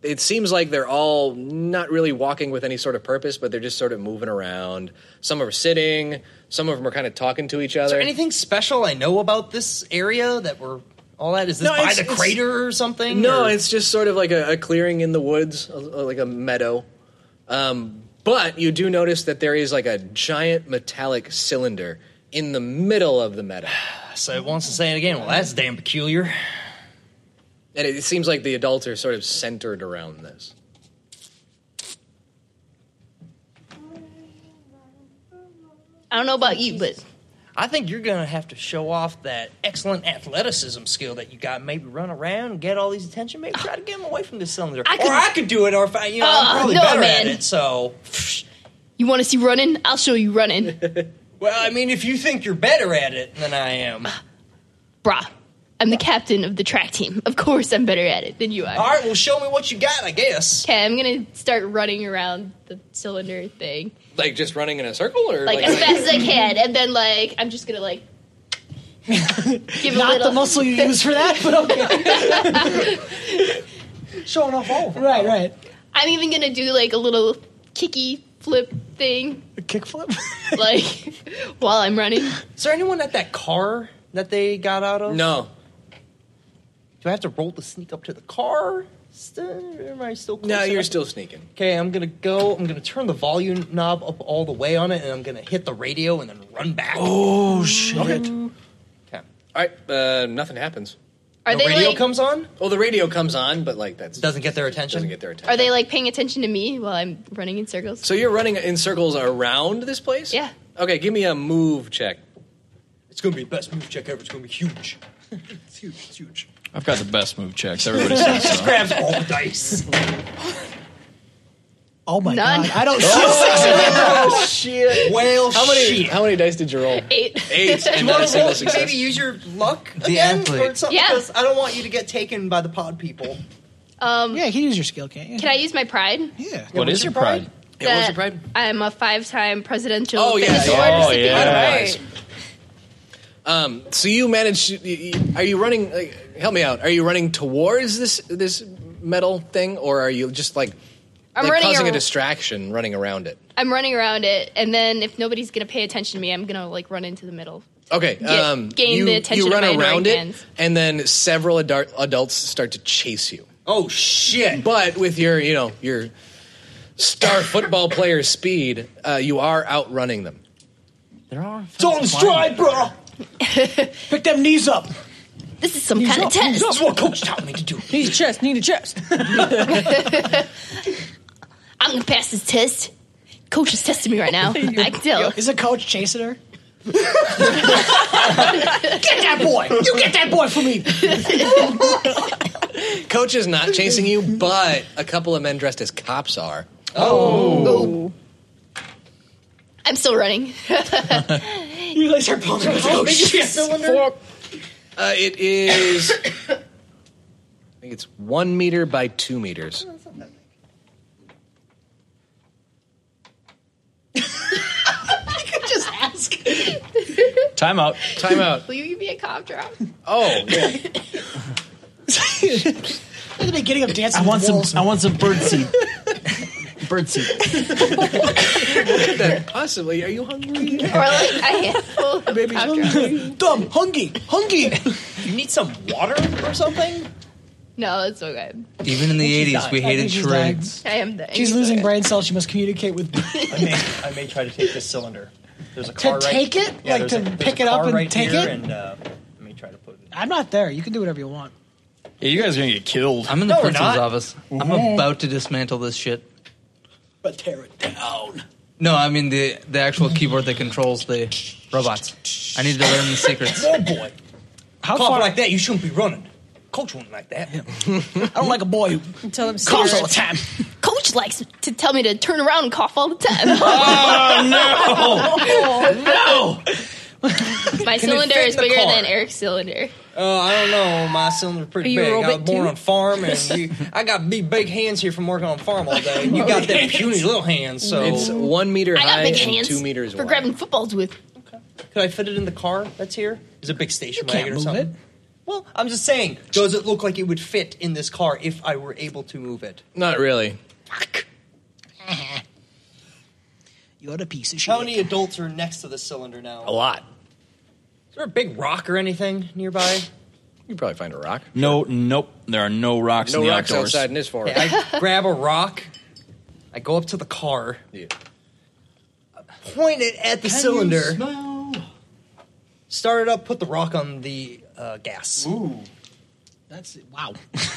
Speaker 7: it seems like they're all not really walking with any sort of purpose, but they're just sort of moving around. Some are sitting, some of them are kind of talking to each
Speaker 8: Is
Speaker 7: other.
Speaker 8: there anything special I know about this area that we're all at? Is this
Speaker 7: No,
Speaker 8: by
Speaker 7: it's-
Speaker 8: the
Speaker 7: it's-
Speaker 8: crater or something?
Speaker 7: No,
Speaker 8: or-
Speaker 7: it's just sort of like a, a clearing in the woods, a, a- like a meadow. Um, but you do notice that there is like a giant metallic cylinder in the middle of the meadow.
Speaker 8: so it wants to say it again. Well, that's damn peculiar.
Speaker 7: And it, it seems like the adults are sort of centered around this.
Speaker 1: I don't know about you, but
Speaker 8: I think you're gonna have to show off that excellent athleticism skill that you got. Maybe run around and get all these attention. Maybe try to get them away from this cylinder.
Speaker 1: I could-
Speaker 8: or I could do it, or if I, you know,
Speaker 1: Uh,
Speaker 8: I'm probably
Speaker 1: no,
Speaker 8: better
Speaker 1: man.
Speaker 8: at it. So
Speaker 1: You want to see running? I'll show you running.
Speaker 8: Well, I mean, if you think you're better at it than I am.
Speaker 1: Brah. I'm the captain of the track team. Of course I'm better at it than you are.
Speaker 8: All right, well, show me what you got, I guess.
Speaker 1: Okay, I'm going to start running around the cylinder thing.
Speaker 7: Like just running in a circle, or
Speaker 1: Like, as fast as I can. And then, like, I'm just going to, like, give
Speaker 9: Not
Speaker 1: a little.
Speaker 9: the muscle you use for that, but okay. Showing off all. Right, right.
Speaker 1: I'm even going to do, like, a little kicky flip thing.
Speaker 9: A kickflip?
Speaker 1: like, while I'm running.
Speaker 8: Is there anyone at that car that they got out of?
Speaker 7: No.
Speaker 8: Do I have to roll to sneak up to the car? Still, or am I still close
Speaker 7: No, you're
Speaker 8: enough?
Speaker 7: still sneaking.
Speaker 8: Okay, I'm gonna go. I'm gonna turn the volume knob up all the way on it, and I'm gonna hit the radio and then run back.
Speaker 7: Oh, shit.
Speaker 8: Okay.
Speaker 7: All right, uh, nothing happens.
Speaker 1: Are
Speaker 7: the
Speaker 1: they,
Speaker 7: radio
Speaker 1: like-
Speaker 8: comes on?
Speaker 7: Oh, the radio comes on, but like that
Speaker 8: doesn't get their attention.
Speaker 7: Doesn't get their attention.
Speaker 1: Are they, like, paying attention to me while I'm running in circles?
Speaker 7: So you're running in circles around this place?
Speaker 1: Yeah.
Speaker 7: Okay, give me a move check.
Speaker 8: It's gonna be the best move check ever. It's gonna be huge.
Speaker 9: it's huge. It's huge.
Speaker 3: I've got the best move checks. Everybody says so.
Speaker 8: Just grabs all the dice.
Speaker 9: Oh my
Speaker 1: None.
Speaker 9: god! I don't.
Speaker 1: Oh,
Speaker 8: shit! Whale
Speaker 18: how many,
Speaker 8: shit.
Speaker 18: How many dice did you roll?
Speaker 1: Eight.
Speaker 18: Eight.
Speaker 8: Do you
Speaker 18: And
Speaker 8: want
Speaker 18: not a
Speaker 8: to roll,
Speaker 18: single
Speaker 8: maybe
Speaker 18: success.
Speaker 8: use your luck
Speaker 18: The
Speaker 8: again or
Speaker 18: athlete.
Speaker 8: something?
Speaker 1: Yeah.
Speaker 8: Because I don't want you to get taken by the pod people.
Speaker 1: Um,
Speaker 9: yeah, you can use your skill, can't you?
Speaker 1: Can I use my pride?
Speaker 9: Yeah.
Speaker 3: What is your pride?
Speaker 1: Yeah, what's your pride? I'm a five-time presidential.
Speaker 7: Oh yeah,
Speaker 1: fitness
Speaker 7: yeah.
Speaker 1: award
Speaker 7: Oh
Speaker 1: recipient.
Speaker 7: yeah. Um, so you manage? y- y- Are you running? Like, help me out. Are you running towards this this metal thing, or are you just like,
Speaker 1: I'm
Speaker 7: like
Speaker 1: running
Speaker 7: causing a
Speaker 1: ar-
Speaker 7: distraction, running around it?
Speaker 1: I'm running around it, and then if nobody's gonna pay attention to me, I'm gonna like run into the middle.
Speaker 7: Okay.
Speaker 1: Get-
Speaker 7: um,
Speaker 1: gain
Speaker 7: you,
Speaker 1: the attention
Speaker 7: You
Speaker 1: of
Speaker 7: run
Speaker 1: my annoying
Speaker 7: around it,
Speaker 1: fans.
Speaker 7: and then several adult, adults start to chase you.
Speaker 8: Oh shit!
Speaker 7: But with your, you know, your star football player speed, uh, you are outrunning them.
Speaker 10: There are.
Speaker 9: Don't stride, bro. Pick them knees up.
Speaker 1: This is some
Speaker 9: Knees
Speaker 1: kind
Speaker 9: up,
Speaker 1: of test.
Speaker 9: knees up.
Speaker 8: That's what Coach taught me to do.
Speaker 9: Need a chest. Need a chest.
Speaker 1: I'm gonna pass this test. Coach is testing me right now. I can tell.
Speaker 9: Is a coach chasing her? get that boy. You get that boy for me.
Speaker 7: Coach is not chasing you, but a couple of men dressed as cops are.
Speaker 1: Oh. I'm still running.
Speaker 9: you guys are both.
Speaker 7: Oh, shit.
Speaker 9: cylinder?
Speaker 7: Uh, it is. I think it's one meter by two meters.
Speaker 9: I could just ask.
Speaker 3: Time out.
Speaker 7: Time out.
Speaker 1: Will you be a cop drop?
Speaker 7: Oh, yeah.
Speaker 9: At the beginning of dancing,
Speaker 10: I want
Speaker 9: with
Speaker 10: some.
Speaker 9: Wolves.
Speaker 10: I want some birdseed. birdseed.
Speaker 7: Possibly. Are you hungry?
Speaker 1: Or like a handful of
Speaker 9: Baby's
Speaker 1: cop drops.
Speaker 9: hungry. Dumb, hungry, hungry.
Speaker 8: You need some water or something?
Speaker 1: No, it's okay.
Speaker 6: Even in the
Speaker 9: She's
Speaker 6: 80s,
Speaker 9: dying.
Speaker 6: we
Speaker 9: I think
Speaker 6: hated
Speaker 9: she's
Speaker 6: charades.
Speaker 1: I am the
Speaker 9: She's losing brain cells. She must communicate with
Speaker 8: I may, I may try to take this cylinder. There's a
Speaker 9: to
Speaker 8: car right
Speaker 9: take it,
Speaker 8: Yeah,
Speaker 9: like
Speaker 8: there's
Speaker 9: to
Speaker 8: a- there's a
Speaker 9: pick it up
Speaker 8: car
Speaker 9: and
Speaker 8: right
Speaker 9: take
Speaker 8: here
Speaker 9: it.
Speaker 8: And, uh, let me try to put
Speaker 9: I'm not there. You can do whatever you want.
Speaker 3: Yeah, you guys are gonna get killed.
Speaker 6: I'm in the
Speaker 9: No, we're
Speaker 6: principal's
Speaker 9: not.
Speaker 6: office. I'm
Speaker 9: Mhm.
Speaker 6: about to dismantle this shit.
Speaker 9: But tear it down.
Speaker 6: No, I mean the the actual keyboard that controls the robots. I need to learn the secrets.
Speaker 8: Oh boy!
Speaker 9: How
Speaker 8: Cough
Speaker 9: far-
Speaker 8: like that? You shouldn't be running. Coach wouldn't like that.
Speaker 9: I don't like a boy who
Speaker 4: Tell them
Speaker 9: coughs all the time.
Speaker 1: Coach likes to tell me to turn around and cough all the time.
Speaker 8: Oh.
Speaker 1: Oh.
Speaker 9: no!
Speaker 1: My
Speaker 8: Can it
Speaker 1: cylinder
Speaker 8: fit
Speaker 1: is
Speaker 8: in the
Speaker 1: bigger
Speaker 8: car?
Speaker 1: than Eric's cylinder.
Speaker 8: Oh, I don't know. My cylinder's
Speaker 1: Are
Speaker 8: pretty
Speaker 1: you
Speaker 8: big. I was
Speaker 1: aerobic
Speaker 8: born
Speaker 1: too?
Speaker 8: on farm, and you, I got big, big hands here from working on farm all day. And you got them puny little hands. So
Speaker 7: It's one meter
Speaker 1: I got
Speaker 7: high
Speaker 1: big
Speaker 7: and
Speaker 1: hands
Speaker 7: two meters
Speaker 1: for
Speaker 7: wide.
Speaker 1: grabbing footballs with.
Speaker 8: could I fit it in the car that's here? Is it a big station
Speaker 9: can't
Speaker 8: wagon or
Speaker 9: move
Speaker 8: something? Well, I'm just saying. Does it look like it would fit in this car if I were able to move it?
Speaker 7: Not really.
Speaker 9: You're a piece of shit.
Speaker 8: How many adults are next to the cylinder now?
Speaker 7: A lot.
Speaker 8: Is there a big rock or anything nearby?
Speaker 7: You probably find a rock.
Speaker 3: No, nope. There are no rocks
Speaker 7: No
Speaker 3: in the
Speaker 7: rocks
Speaker 3: outdoors.
Speaker 7: outside in this forest.
Speaker 8: Okay, I grab a rock. I go up to the car. Point it at the cylinder. Start it up. Put the rock on the uh, gas. Ooh.
Speaker 9: That's wow.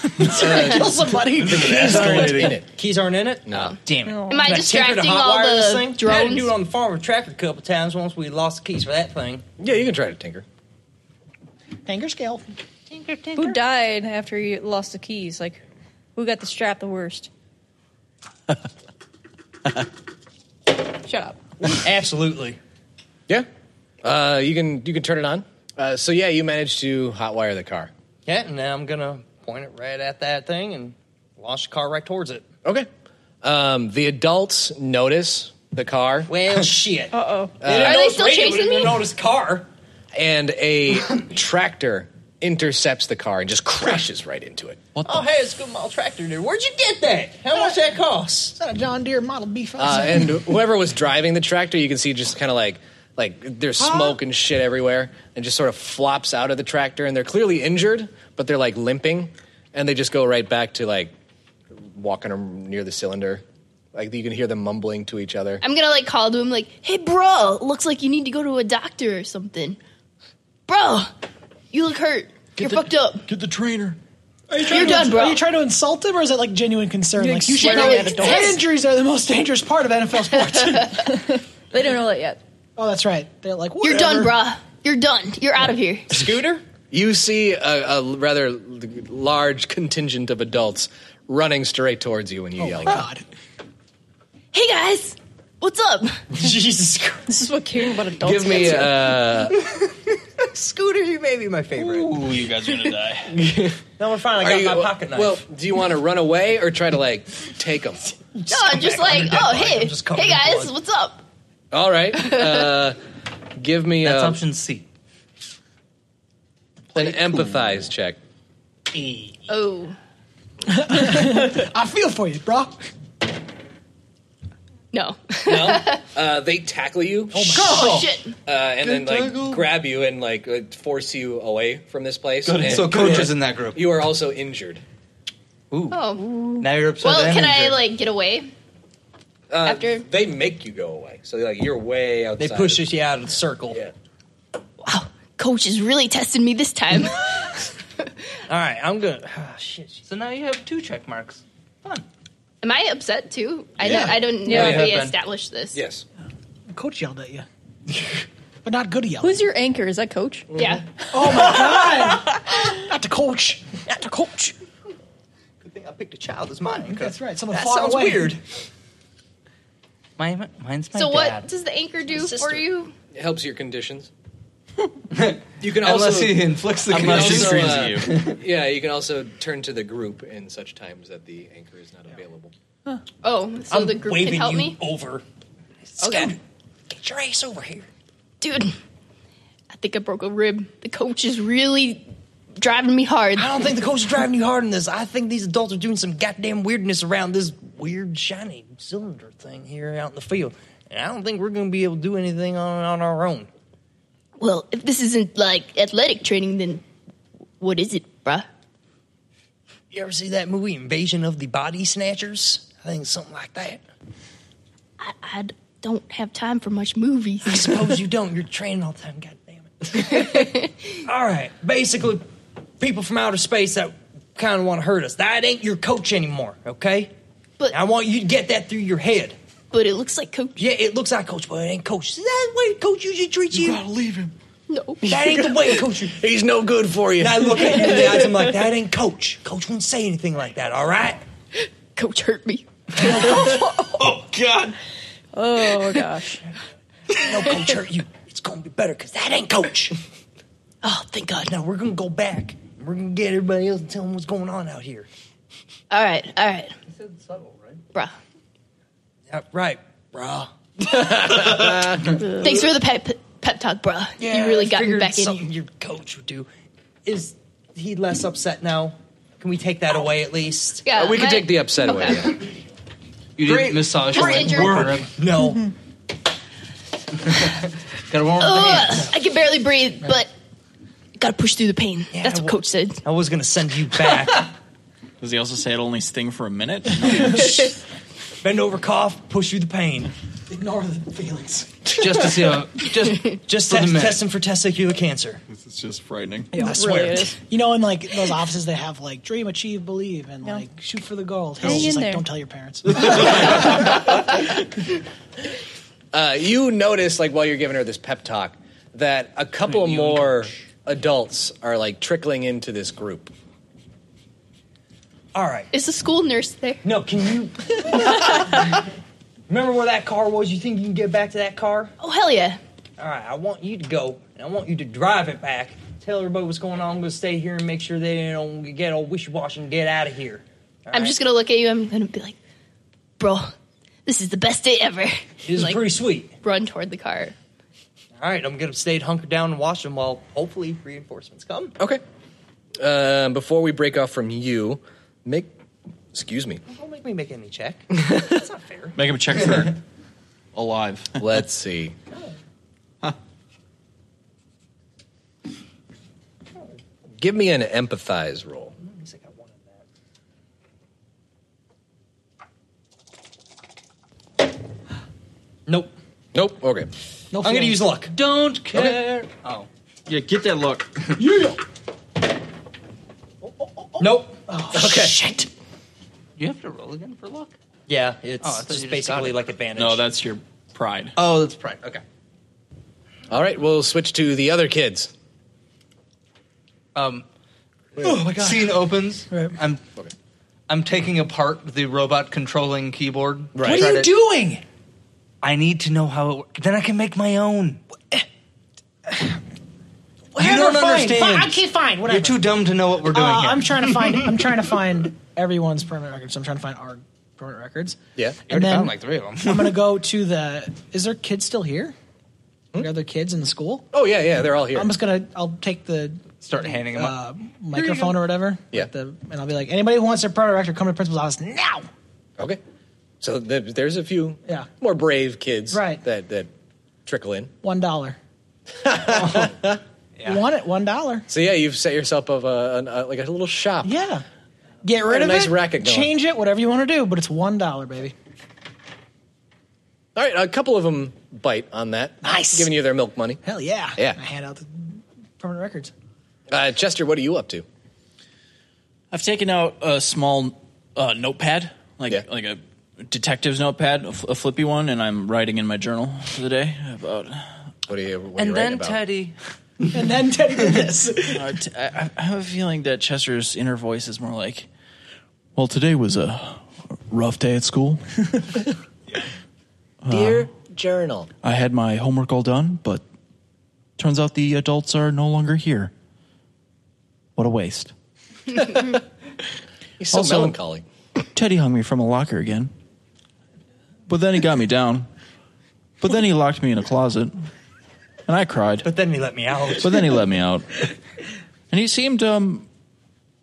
Speaker 8: Kill somebody.
Speaker 7: Keys aren't in it.
Speaker 8: Keys aren't in it.
Speaker 7: No.
Speaker 8: Damn it.
Speaker 1: Am I
Speaker 8: Can tinker to
Speaker 1: distracting
Speaker 8: hotwire
Speaker 1: all the
Speaker 8: this thing? I had to
Speaker 1: drones?
Speaker 8: do it on the farm with tracker a couple times. Once we lost the keys for that thing.
Speaker 7: Yeah, you can try to tinker.
Speaker 9: Finger scale.
Speaker 4: Who died after you lost the keys? Like, who got the strap the worst?
Speaker 8: Absolutely.
Speaker 7: Yeah. Uh, you can you can turn it on. Uh, so yeah, you managed to hotwire the car.
Speaker 8: Yeah, and now I'm gonna point it right at that thing and launch the car right towards it.
Speaker 7: Okay. Um, the adults notice the car.
Speaker 8: Well, shit.
Speaker 7: Uh,
Speaker 14: Uh-oh.
Speaker 8: Are they still chasing me? Noticed car.
Speaker 7: And a tractor intercepts the car and just crashes right into it. What
Speaker 8: Oh, hey, it's a good model tractor, dude. Where'd you get that? How much that cost? It's
Speaker 9: not a John Deere Model B five.
Speaker 7: Uh, and whoever was driving the tractor, you can see just kind of like like there's smoke and shit everywhere, and just sort of flops out of the tractor. And they're clearly injured, but they're like limping, and they just go right back to like walking ar- near the cylinder. Like you can hear them mumbling to each other.
Speaker 1: I'm gonna like call to him like, "Hey, bro, looks like you need to go to a doctor or something, bro. You look hurt. You're fucked up.
Speaker 19: Get the trainer.
Speaker 9: Are you,
Speaker 1: You're
Speaker 9: trying to,
Speaker 1: done, bro.
Speaker 9: are you trying to insult him, or is it like genuine concern? Like you should
Speaker 14: swear
Speaker 9: know
Speaker 14: at
Speaker 9: that
Speaker 14: adults.
Speaker 9: head injuries are the most dangerous part of NFL sports.
Speaker 14: They don't know that yet.
Speaker 9: oh, that's right. They're like,
Speaker 1: You're
Speaker 9: whatever.
Speaker 1: done, bruh. You're done. You're out of here."
Speaker 7: Scooter? You see a, a rather l- large contingent of adults running straight towards you when
Speaker 8: Oh
Speaker 7: you
Speaker 9: Oh,
Speaker 7: yell. God.
Speaker 1: Hey guys, what's up?
Speaker 7: Jesus Christ.
Speaker 14: This is what caring about adults
Speaker 7: Give me
Speaker 14: gets you.
Speaker 7: uh,
Speaker 8: Scooter, you may be my favorite.
Speaker 19: Ooh, you guys are gonna die.
Speaker 8: No, we're fine.
Speaker 7: Are
Speaker 8: I got
Speaker 7: you-
Speaker 8: my pocket knife.
Speaker 7: Well, do you want to run away or try to like take them?
Speaker 1: no, I'm just
Speaker 8: back. I'm
Speaker 1: like,
Speaker 8: a dead
Speaker 1: oh
Speaker 8: body.
Speaker 1: hey,
Speaker 8: I'm just covered
Speaker 1: hey
Speaker 8: in
Speaker 1: guys,
Speaker 8: blood.
Speaker 1: what's up?
Speaker 7: All right. Uh, give me
Speaker 6: That's
Speaker 7: a,
Speaker 6: option C.
Speaker 7: an empathize check.
Speaker 8: E.
Speaker 1: Oh
Speaker 9: I feel for you, bro.
Speaker 1: no,
Speaker 7: No. Uh, they tackle you.
Speaker 1: my Oh, God. shit.
Speaker 7: Uh, and
Speaker 1: Good
Speaker 7: then like
Speaker 1: tackle.
Speaker 7: grab you and like uh, force you away from this place.
Speaker 6: Good.
Speaker 7: And
Speaker 6: So coach is in that group.
Speaker 7: You are also injured.
Speaker 6: Ooh.
Speaker 1: oh.
Speaker 6: Now you're upside
Speaker 1: well,
Speaker 6: down.
Speaker 1: can I
Speaker 6: injured.
Speaker 1: like get away?
Speaker 7: Uh, After they make you go away, so like you're way outside.
Speaker 8: they push you out of the circle.
Speaker 1: Coach is really testing me this time.
Speaker 8: All right, I'm gonna. ah, shit.
Speaker 6: So now you have two check marks.
Speaker 1: Am I upset too? I
Speaker 6: Yeah.
Speaker 1: don't. I don't
Speaker 6: Yeah,
Speaker 1: know
Speaker 6: you
Speaker 1: if
Speaker 6: have
Speaker 1: we
Speaker 6: been.
Speaker 1: established this.
Speaker 7: Yes.
Speaker 9: Coach yelled at you, but not good yell.
Speaker 14: Who's your anchor? Is that Coach?
Speaker 1: Yeah.
Speaker 9: Oh my god! not to coach. Not to coach.
Speaker 8: Good thing I picked a child as mine.
Speaker 9: That's right. Someone
Speaker 8: That
Speaker 9: far
Speaker 8: sounds
Speaker 9: away.
Speaker 8: weird.
Speaker 6: Mine, mine's my
Speaker 1: so
Speaker 6: dad.
Speaker 1: what does the anchor do for you?
Speaker 7: It helps your conditions. you can also
Speaker 6: Unless he inflicts the
Speaker 7: Unless
Speaker 6: condition.
Speaker 7: also, uh, yeah, you can also turn to the group in such times that the anchor is not available.
Speaker 1: Oh, so
Speaker 8: I'm
Speaker 1: the group
Speaker 8: waving
Speaker 1: can help
Speaker 8: you
Speaker 1: me.
Speaker 8: over.
Speaker 1: Okay,
Speaker 8: Get your ass over here.
Speaker 1: dude. I think I broke a rib. The coach is really driving me hard.
Speaker 8: I don't think the coach is driving you hard in this. I think these adults are doing some goddamn weirdness around this weird shiny cylinder thing here out in the field. And I don't think we're going to be able to do anything on, on our own.
Speaker 1: Well, if this isn't like athletic training, then what is it, bruh?
Speaker 8: You ever see that movie Invasion of the Body Snatchers? I think it's something like that.
Speaker 1: I, I d- don't have time for much movies.
Speaker 8: I suppose you don't. You're training all the time. God damn it. all right. Basically, people from outer space that kind of want to hurt us. That ain't your coach anymore, okay?
Speaker 1: But-
Speaker 8: I want you to get that through your head.
Speaker 1: But it looks like coach.
Speaker 8: Yeah, it looks like coach, but it ain't coach. Is that the way coach usually treats you?
Speaker 19: leave him.
Speaker 1: No.
Speaker 8: That ain't the way coach.
Speaker 7: He's no good for you.
Speaker 8: And I look at him in the eyes. I'm like, that ain't coach. Coach wouldn't say anything like that. All right.
Speaker 1: Coach hurt me.
Speaker 19: Oh God.
Speaker 14: Oh gosh.
Speaker 8: No coach hurt you. It's gonna be better because that ain't coach.
Speaker 1: Oh, thank God.
Speaker 8: Now we're gonna go back. We're gonna get everybody else and tell them what's going on out here.
Speaker 1: All right, all right, bruh.
Speaker 8: Yeah, right, brah.
Speaker 1: Thanks for the pep pep talk, bruh. you really
Speaker 8: I
Speaker 1: got me
Speaker 8: figured
Speaker 1: back in
Speaker 8: something
Speaker 1: here.
Speaker 8: Your coach would do. Is he less upset now? Can we take that away at least?
Speaker 1: Yeah,
Speaker 7: Uh, we can
Speaker 1: my-
Speaker 7: take the upset away.
Speaker 1: Okay.
Speaker 7: yeah.
Speaker 6: You
Speaker 8: Great.
Speaker 6: didn't massage your
Speaker 1: Just
Speaker 6: leg.
Speaker 1: injured.
Speaker 6: Work.
Speaker 8: No.
Speaker 6: Gotta warm up the
Speaker 1: Ugh,
Speaker 6: hands.
Speaker 1: I can barely breathe, but gotta push through the pain.
Speaker 8: Yeah,
Speaker 1: That's what
Speaker 8: well-
Speaker 1: Coach said.
Speaker 8: I was gonna send you back.
Speaker 19: Does he also say it only sting for a minute?
Speaker 8: Bend over, cough, push through the pain.
Speaker 9: Ignore the feelings.
Speaker 6: Just to see how. Just
Speaker 8: Just
Speaker 6: For the
Speaker 8: test,
Speaker 6: minute.
Speaker 8: testing for testicular cancer.
Speaker 19: this is just frightening.
Speaker 9: Yeah, I
Speaker 8: swear.
Speaker 14: is.
Speaker 9: You know, in like those offices, they have like dream, achieve, believe, and like shoot for the gold.
Speaker 14: Hang
Speaker 9: It's just
Speaker 14: in
Speaker 9: like
Speaker 14: there.
Speaker 9: don't tell your parents.
Speaker 7: Uh, you notice, like while you're giving her this pep talk, that a couple more adults are like trickling into this group.
Speaker 8: All right.
Speaker 1: Is the school nurse there?
Speaker 8: No, can you? Remember where that car was? You think you can get back to that car?
Speaker 1: Oh, hell yeah.
Speaker 8: All right, I want you to go, and I want you to drive it back. Tell everybody what's going on. I'm going to stay here and make sure they don't get all wishy washy and get out of here.
Speaker 1: I'm just gonna look at you. I'm gonna be like, bro, this is the best day ever.
Speaker 8: It is
Speaker 1: Like,
Speaker 8: pretty sweet.
Speaker 1: Run toward the car.
Speaker 8: All right, I'm going to stay hunkered down and watch them while hopefully reinforcements come.
Speaker 7: Okay. Um, before we break off from you, make. Excuse me.
Speaker 8: Don't make me make any check.
Speaker 7: Make him check for alive. Let's see. Give me an empathize roll.
Speaker 8: Nope.
Speaker 7: Nope. Okay.
Speaker 8: I'm going to use luck. Don't care. Oh.
Speaker 20: Yeah, get that look.
Speaker 8: Nope.
Speaker 19: Oh,
Speaker 20: okay.
Speaker 8: Shit.
Speaker 6: You have to roll again for luck.
Speaker 8: Yeah, it's
Speaker 6: Oh, I thought you
Speaker 8: just
Speaker 6: just got
Speaker 8: basically
Speaker 6: it.
Speaker 8: like advantage.
Speaker 20: No, that's your pride.
Speaker 7: Oh, that's pride.
Speaker 6: Okay.
Speaker 7: All right, we'll switch to the other kids.
Speaker 6: Um, oh my god! Scene opens. I'm I'm taking apart the robot controlling keyboard.
Speaker 8: Right. What are you doing?
Speaker 6: I need to know how it works. Then I can make my own. you
Speaker 9: Whatever,
Speaker 6: don't
Speaker 9: fine,
Speaker 6: understand.
Speaker 9: Fine, okay, fine. Whatever.
Speaker 6: You're too dumb to know what we're doing
Speaker 9: Uh,
Speaker 6: here.
Speaker 9: I'm trying to find. I'm trying to find everyone's permanent records. So I'm trying to find our permanent records.
Speaker 7: Yeah,
Speaker 9: And then
Speaker 6: three of them.
Speaker 9: I'm gonna go to the. Is there kids still here? Are there other kids in the school?
Speaker 7: Hmm? Oh yeah, yeah, they're all here.
Speaker 9: I'm just gonna. I'll take the
Speaker 6: Start handing them
Speaker 9: uh,
Speaker 6: up.
Speaker 9: microphone or whatever,
Speaker 7: Yeah.
Speaker 9: and I'll be like, anybody who wants their permanent record, come to the principal's office now.
Speaker 7: Okay. So th- there's a few
Speaker 9: Yeah.
Speaker 7: more brave kids
Speaker 9: Right.
Speaker 7: that that trickle in.
Speaker 9: One dollar. You want it? One dollar.
Speaker 7: So yeah, you've set yourself up a, an- a like a little shop.
Speaker 9: Yeah. Get
Speaker 7: Got
Speaker 9: rid
Speaker 7: a
Speaker 9: of
Speaker 7: nice
Speaker 9: it.
Speaker 7: racket going.
Speaker 9: Change it, whatever you want to do, but it's one dollar, baby.
Speaker 7: All right, a couple of them bite on that.
Speaker 9: Nice.
Speaker 7: giving you their milk money.
Speaker 9: Hell yeah.
Speaker 7: Yeah.
Speaker 9: I hand out the permanent records.
Speaker 7: Uh, Chester, what are you up to?
Speaker 3: I've taken out a small uh, notepad, like like a detective's notepad, a, fl- a flippy one, and I'm writing in my journal for the day about.
Speaker 7: What are you? What
Speaker 3: are
Speaker 8: and
Speaker 3: you
Speaker 8: then
Speaker 3: writing about?
Speaker 8: Teddy.
Speaker 9: and then Teddy did this.
Speaker 3: Uh, t- I, I have a feeling that Chester's inner voice is more like, "Well, today was a rough day at school. Uh,
Speaker 7: Dear journal.
Speaker 3: I had my homework all done, but turns out the adults are no longer here. What a waste."
Speaker 7: He's so
Speaker 3: Also-
Speaker 7: melancholy.
Speaker 3: Teddy hung me from a locker again. But then he got me down. But then he locked me in a closet. And I cried. But
Speaker 8: then he let me out.
Speaker 3: But then he let me out. And he seemed um,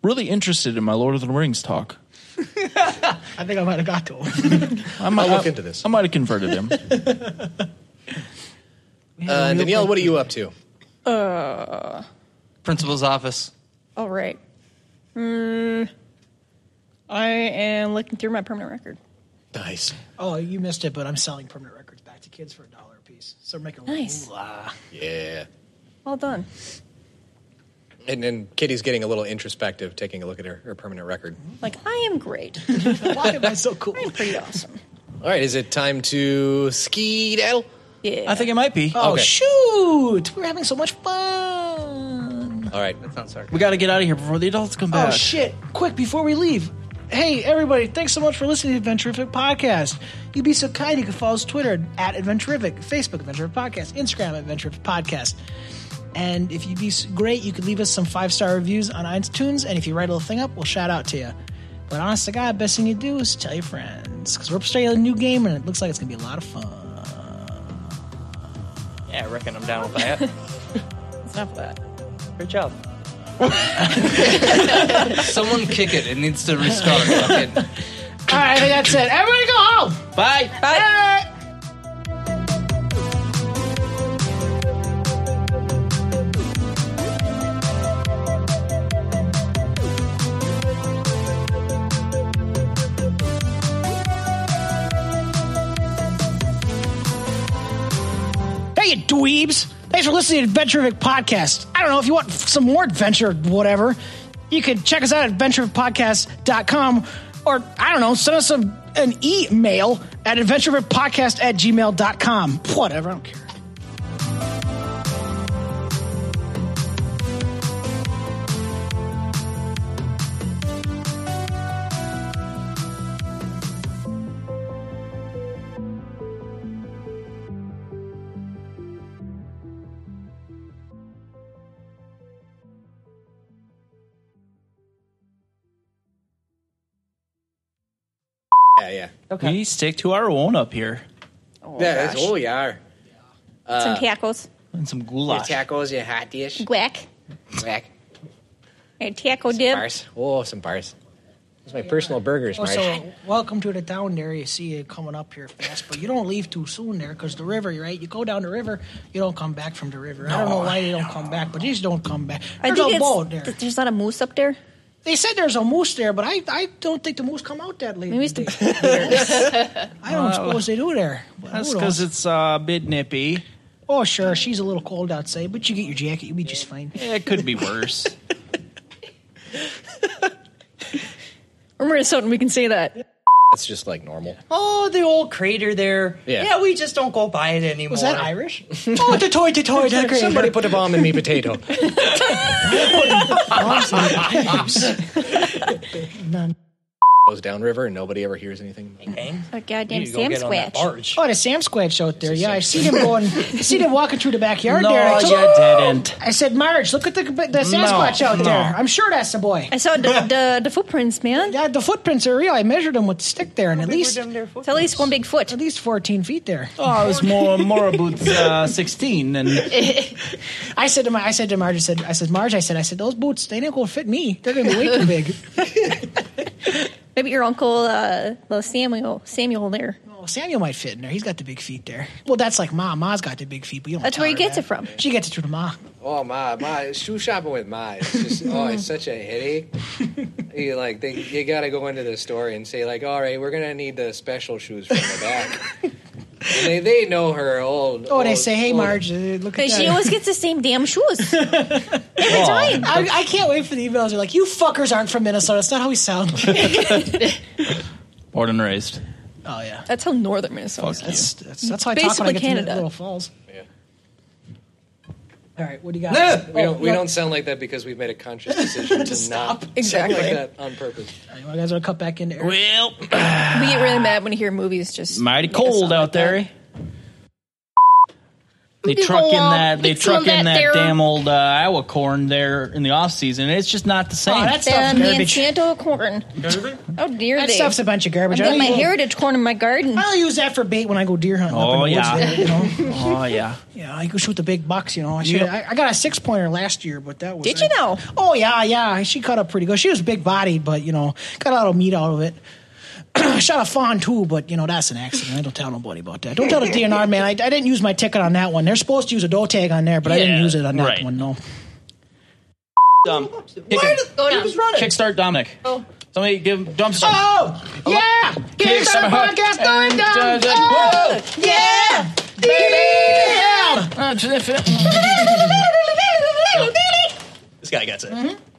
Speaker 3: really interested in my Lord of the Rings talk.
Speaker 9: I think I might have got to him.
Speaker 3: I might,
Speaker 7: I'll look
Speaker 3: I-
Speaker 7: into this.
Speaker 3: I might have converted him.
Speaker 7: Uh, Danielle, what are you up to?
Speaker 4: Uh,
Speaker 6: Principal's office.
Speaker 4: all right. Mm, I am looking through my permanent record.
Speaker 7: Nice.
Speaker 9: Oh, you missed it, but I'm selling permanent records back to kids for a dollar a piece. So make a
Speaker 4: Nice.
Speaker 9: moolah.
Speaker 7: uh, Yeah.
Speaker 4: Well done.
Speaker 7: And then Kitty's getting a little introspective, taking a look at her, her permanent record.
Speaker 4: Like I am great.
Speaker 9: Why am I so cool?
Speaker 4: I'm pretty awesome.
Speaker 7: All right, is it time to ski daddle?
Speaker 4: Yeah.
Speaker 3: I think it might be.
Speaker 9: Oh
Speaker 7: Okay.
Speaker 9: shoot! We're having so much fun.
Speaker 7: All right.
Speaker 6: That sounds hard.
Speaker 3: We got to get out of here before the adults come back.
Speaker 9: Oh shit! Quick before we leave. Hey everybody! Thanks so much for listening to Adventurific Podcast. You'd be so kind. You can follow us Twitter at Adventurific, Facebook Adventurific Podcast, Instagram Adventurific Podcast. And if you'd be s- great, you could leave us some five star reviews on iTunes. And if you write a little thing up, we'll shout out to you. But honest to God, best thing you do is tell your friends because we're starting a new game, and it looks like it's gonna be a lot of fun.
Speaker 8: Yeah, I reckon I'm down with that.
Speaker 4: Enough of that.
Speaker 8: Good job.
Speaker 6: Someone kick it. It needs to restart. Okay.
Speaker 9: All right, I think that's it. Everybody, go home.
Speaker 6: Bye.
Speaker 9: Bye. Hey, you dweebs! Thanks for listening to Adventurific Podcast. I don't know if you want f- some more adventure, whatever. You can check us out at adventurificpodcast.com or, I don't know, send us a, an email at adventurificpodcast at gmail.com. Whatever, I don't care.
Speaker 7: Yeah, yeah.
Speaker 5: Okay.
Speaker 3: We stick to our own up here.
Speaker 7: Oh, yeah, that's- oh, yeah.
Speaker 4: Some
Speaker 7: Uh,
Speaker 4: tacos.
Speaker 3: And some
Speaker 7: Your
Speaker 3: goulash.
Speaker 7: tacos, your hot dish.
Speaker 4: Guac.
Speaker 7: Whack.
Speaker 4: A taco dip.
Speaker 7: Bars. Oh, some bars. Those are my personal burgers,
Speaker 8: Oh,
Speaker 7: Marsh.
Speaker 9: Also, Oh, welcome to the town there. You see you coming up here fast, but you don't leave too soon there because the river, right? You go down the river, you don't come back from the river. I don't know why they don't come back, but these don't come back.
Speaker 4: I
Speaker 9: There's
Speaker 4: think
Speaker 9: a
Speaker 4: it's-
Speaker 9: boat there.
Speaker 4: th- there's not a moose up there.
Speaker 9: They said there's a moose there, but I, I don't think the moose come out that late. Maybe it's I don't
Speaker 3: Well,
Speaker 9: suppose they do there. but
Speaker 3: That's
Speaker 9: who
Speaker 3: because
Speaker 9: knows?
Speaker 3: it's uh, bit nippy.
Speaker 9: Oh, sure, she's a little cold outside, but you get your jacket, you'll be just fine.
Speaker 3: Yeah, it could be worse.
Speaker 14: We're Minnesotan, we can say that.
Speaker 7: That's just like normal.
Speaker 8: Oh, the old crater there.
Speaker 7: Yeah.
Speaker 8: we just don't go by it anymore.
Speaker 9: Was that Irish?
Speaker 8: oh, the toy, the toy, the crater.
Speaker 7: Somebody put a bomb in me potato. Goes downriver and nobody ever hears anything.
Speaker 4: A goddamn
Speaker 7: You go get on that
Speaker 4: Samsquatch.
Speaker 9: Oh, the Sam Squatch out there. Yeah, I see them going. I see them walking through the backyard there. I, told-
Speaker 3: didn't.
Speaker 9: I said, Marge, look at the the Sasquatch out
Speaker 4: no.
Speaker 9: there. I'm sure that's the boy.
Speaker 4: I saw the, the, the footprints, man.
Speaker 9: Yeah, the footprints are real. I measured them with the stick there, and at least
Speaker 4: it's at least one big foot.
Speaker 9: At least 14 feet there.
Speaker 3: Oh, I was more more about uh, sixteen and
Speaker 9: I said to my, I said to Marge, I said, I said, Marge, I said, I said, those boots, they ain't gonna fit me. They're gonna be way too big.
Speaker 4: Maybe your uncle, uh, little Samuel, Samuel there.
Speaker 9: Oh, Samuel might fit in there. He's got the big feet there. Well, that's like Ma. Ma's got the big feet, but you don't.
Speaker 4: That's
Speaker 9: tell
Speaker 4: where he
Speaker 9: her
Speaker 4: gets
Speaker 9: that.
Speaker 4: it from.
Speaker 9: She gets it through the Ma.
Speaker 7: Oh my my shoe shopping with my it's just oh it's such a headache. You like they, you gotta go into the store and say like all right we're gonna need the special shoes from the back. and they they know her old.
Speaker 9: Oh, they
Speaker 7: old-
Speaker 9: say, hey,
Speaker 7: old-
Speaker 9: Marge, uh, look at
Speaker 4: Because
Speaker 9: that.
Speaker 4: she always gets the same damn shoes.
Speaker 9: I, I can't wait for the emails. They're like, you fuckers aren't from Minnesota. It's not how we sound.
Speaker 3: born and raised.
Speaker 9: oh yeah,
Speaker 14: that's how northern Minnesota. is.
Speaker 9: That's, that's, that's how I talk when
Speaker 14: Basically
Speaker 9: I get to
Speaker 14: Canada.
Speaker 9: Little Falls. Yeah. All right, what do you got?
Speaker 7: No, we don't we
Speaker 9: Oh,
Speaker 7: don't sound like that because we've made a conscious decision to not
Speaker 14: Exactly.
Speaker 7: sound like that on purpose.
Speaker 9: You guys want to cut back in there?
Speaker 3: Well,
Speaker 14: we get really mad when you hear movies just
Speaker 3: Mighty
Speaker 14: make us
Speaker 3: cold
Speaker 14: sound
Speaker 3: out
Speaker 14: like that.
Speaker 3: there. They
Speaker 14: People
Speaker 3: truck in
Speaker 14: want-
Speaker 3: that. They
Speaker 14: it's
Speaker 3: truck
Speaker 14: on that
Speaker 3: in that
Speaker 14: there.
Speaker 3: damn old uh, Iowa corn there in the off season. It's just not the same.
Speaker 4: the Monsanto corn. Oh dear,
Speaker 9: That
Speaker 4: they.
Speaker 9: stuff's a bunch of
Speaker 4: I've
Speaker 9: garbage. I
Speaker 4: got
Speaker 9: don't
Speaker 4: my
Speaker 9: even-
Speaker 4: heritage corn in my garden.
Speaker 9: I'll use that for bait when I go deer hunting. up in
Speaker 3: Oh
Speaker 9: the woods
Speaker 3: yeah.
Speaker 9: there, you know?
Speaker 3: Oh yeah.
Speaker 9: Yeah, I go shoot the big bucks, you know. I, should,
Speaker 3: Yeah.
Speaker 9: I, I got a six pointer last year, but that was.
Speaker 14: Did you know?
Speaker 9: Oh, yeah, yeah. She cut up pretty good. She was big bodied, but, you know, got a lot of meat out of it. Shot a fawn too, but, you know, that's an accident. I don't tell nobody about that. Don't tell the DNR, man. I, I didn't use my ticket on that one. They're supposed to use a doe tag on there, but I didn't
Speaker 3: Yeah,
Speaker 9: use it on that
Speaker 3: right.
Speaker 9: one, no.
Speaker 3: Dumb. Where
Speaker 4: Go down.
Speaker 3: Um, Kickstart Dominic. Oh. Somebody give him dump start.
Speaker 9: Oh, yeah! Get
Speaker 3: Kick
Speaker 9: it on
Speaker 3: some
Speaker 9: the
Speaker 3: hard-
Speaker 9: podcast going down!
Speaker 3: and-
Speaker 9: Oh, yeah!
Speaker 3: Uh, Oh,
Speaker 9: Yeah!
Speaker 3: This guy gets it.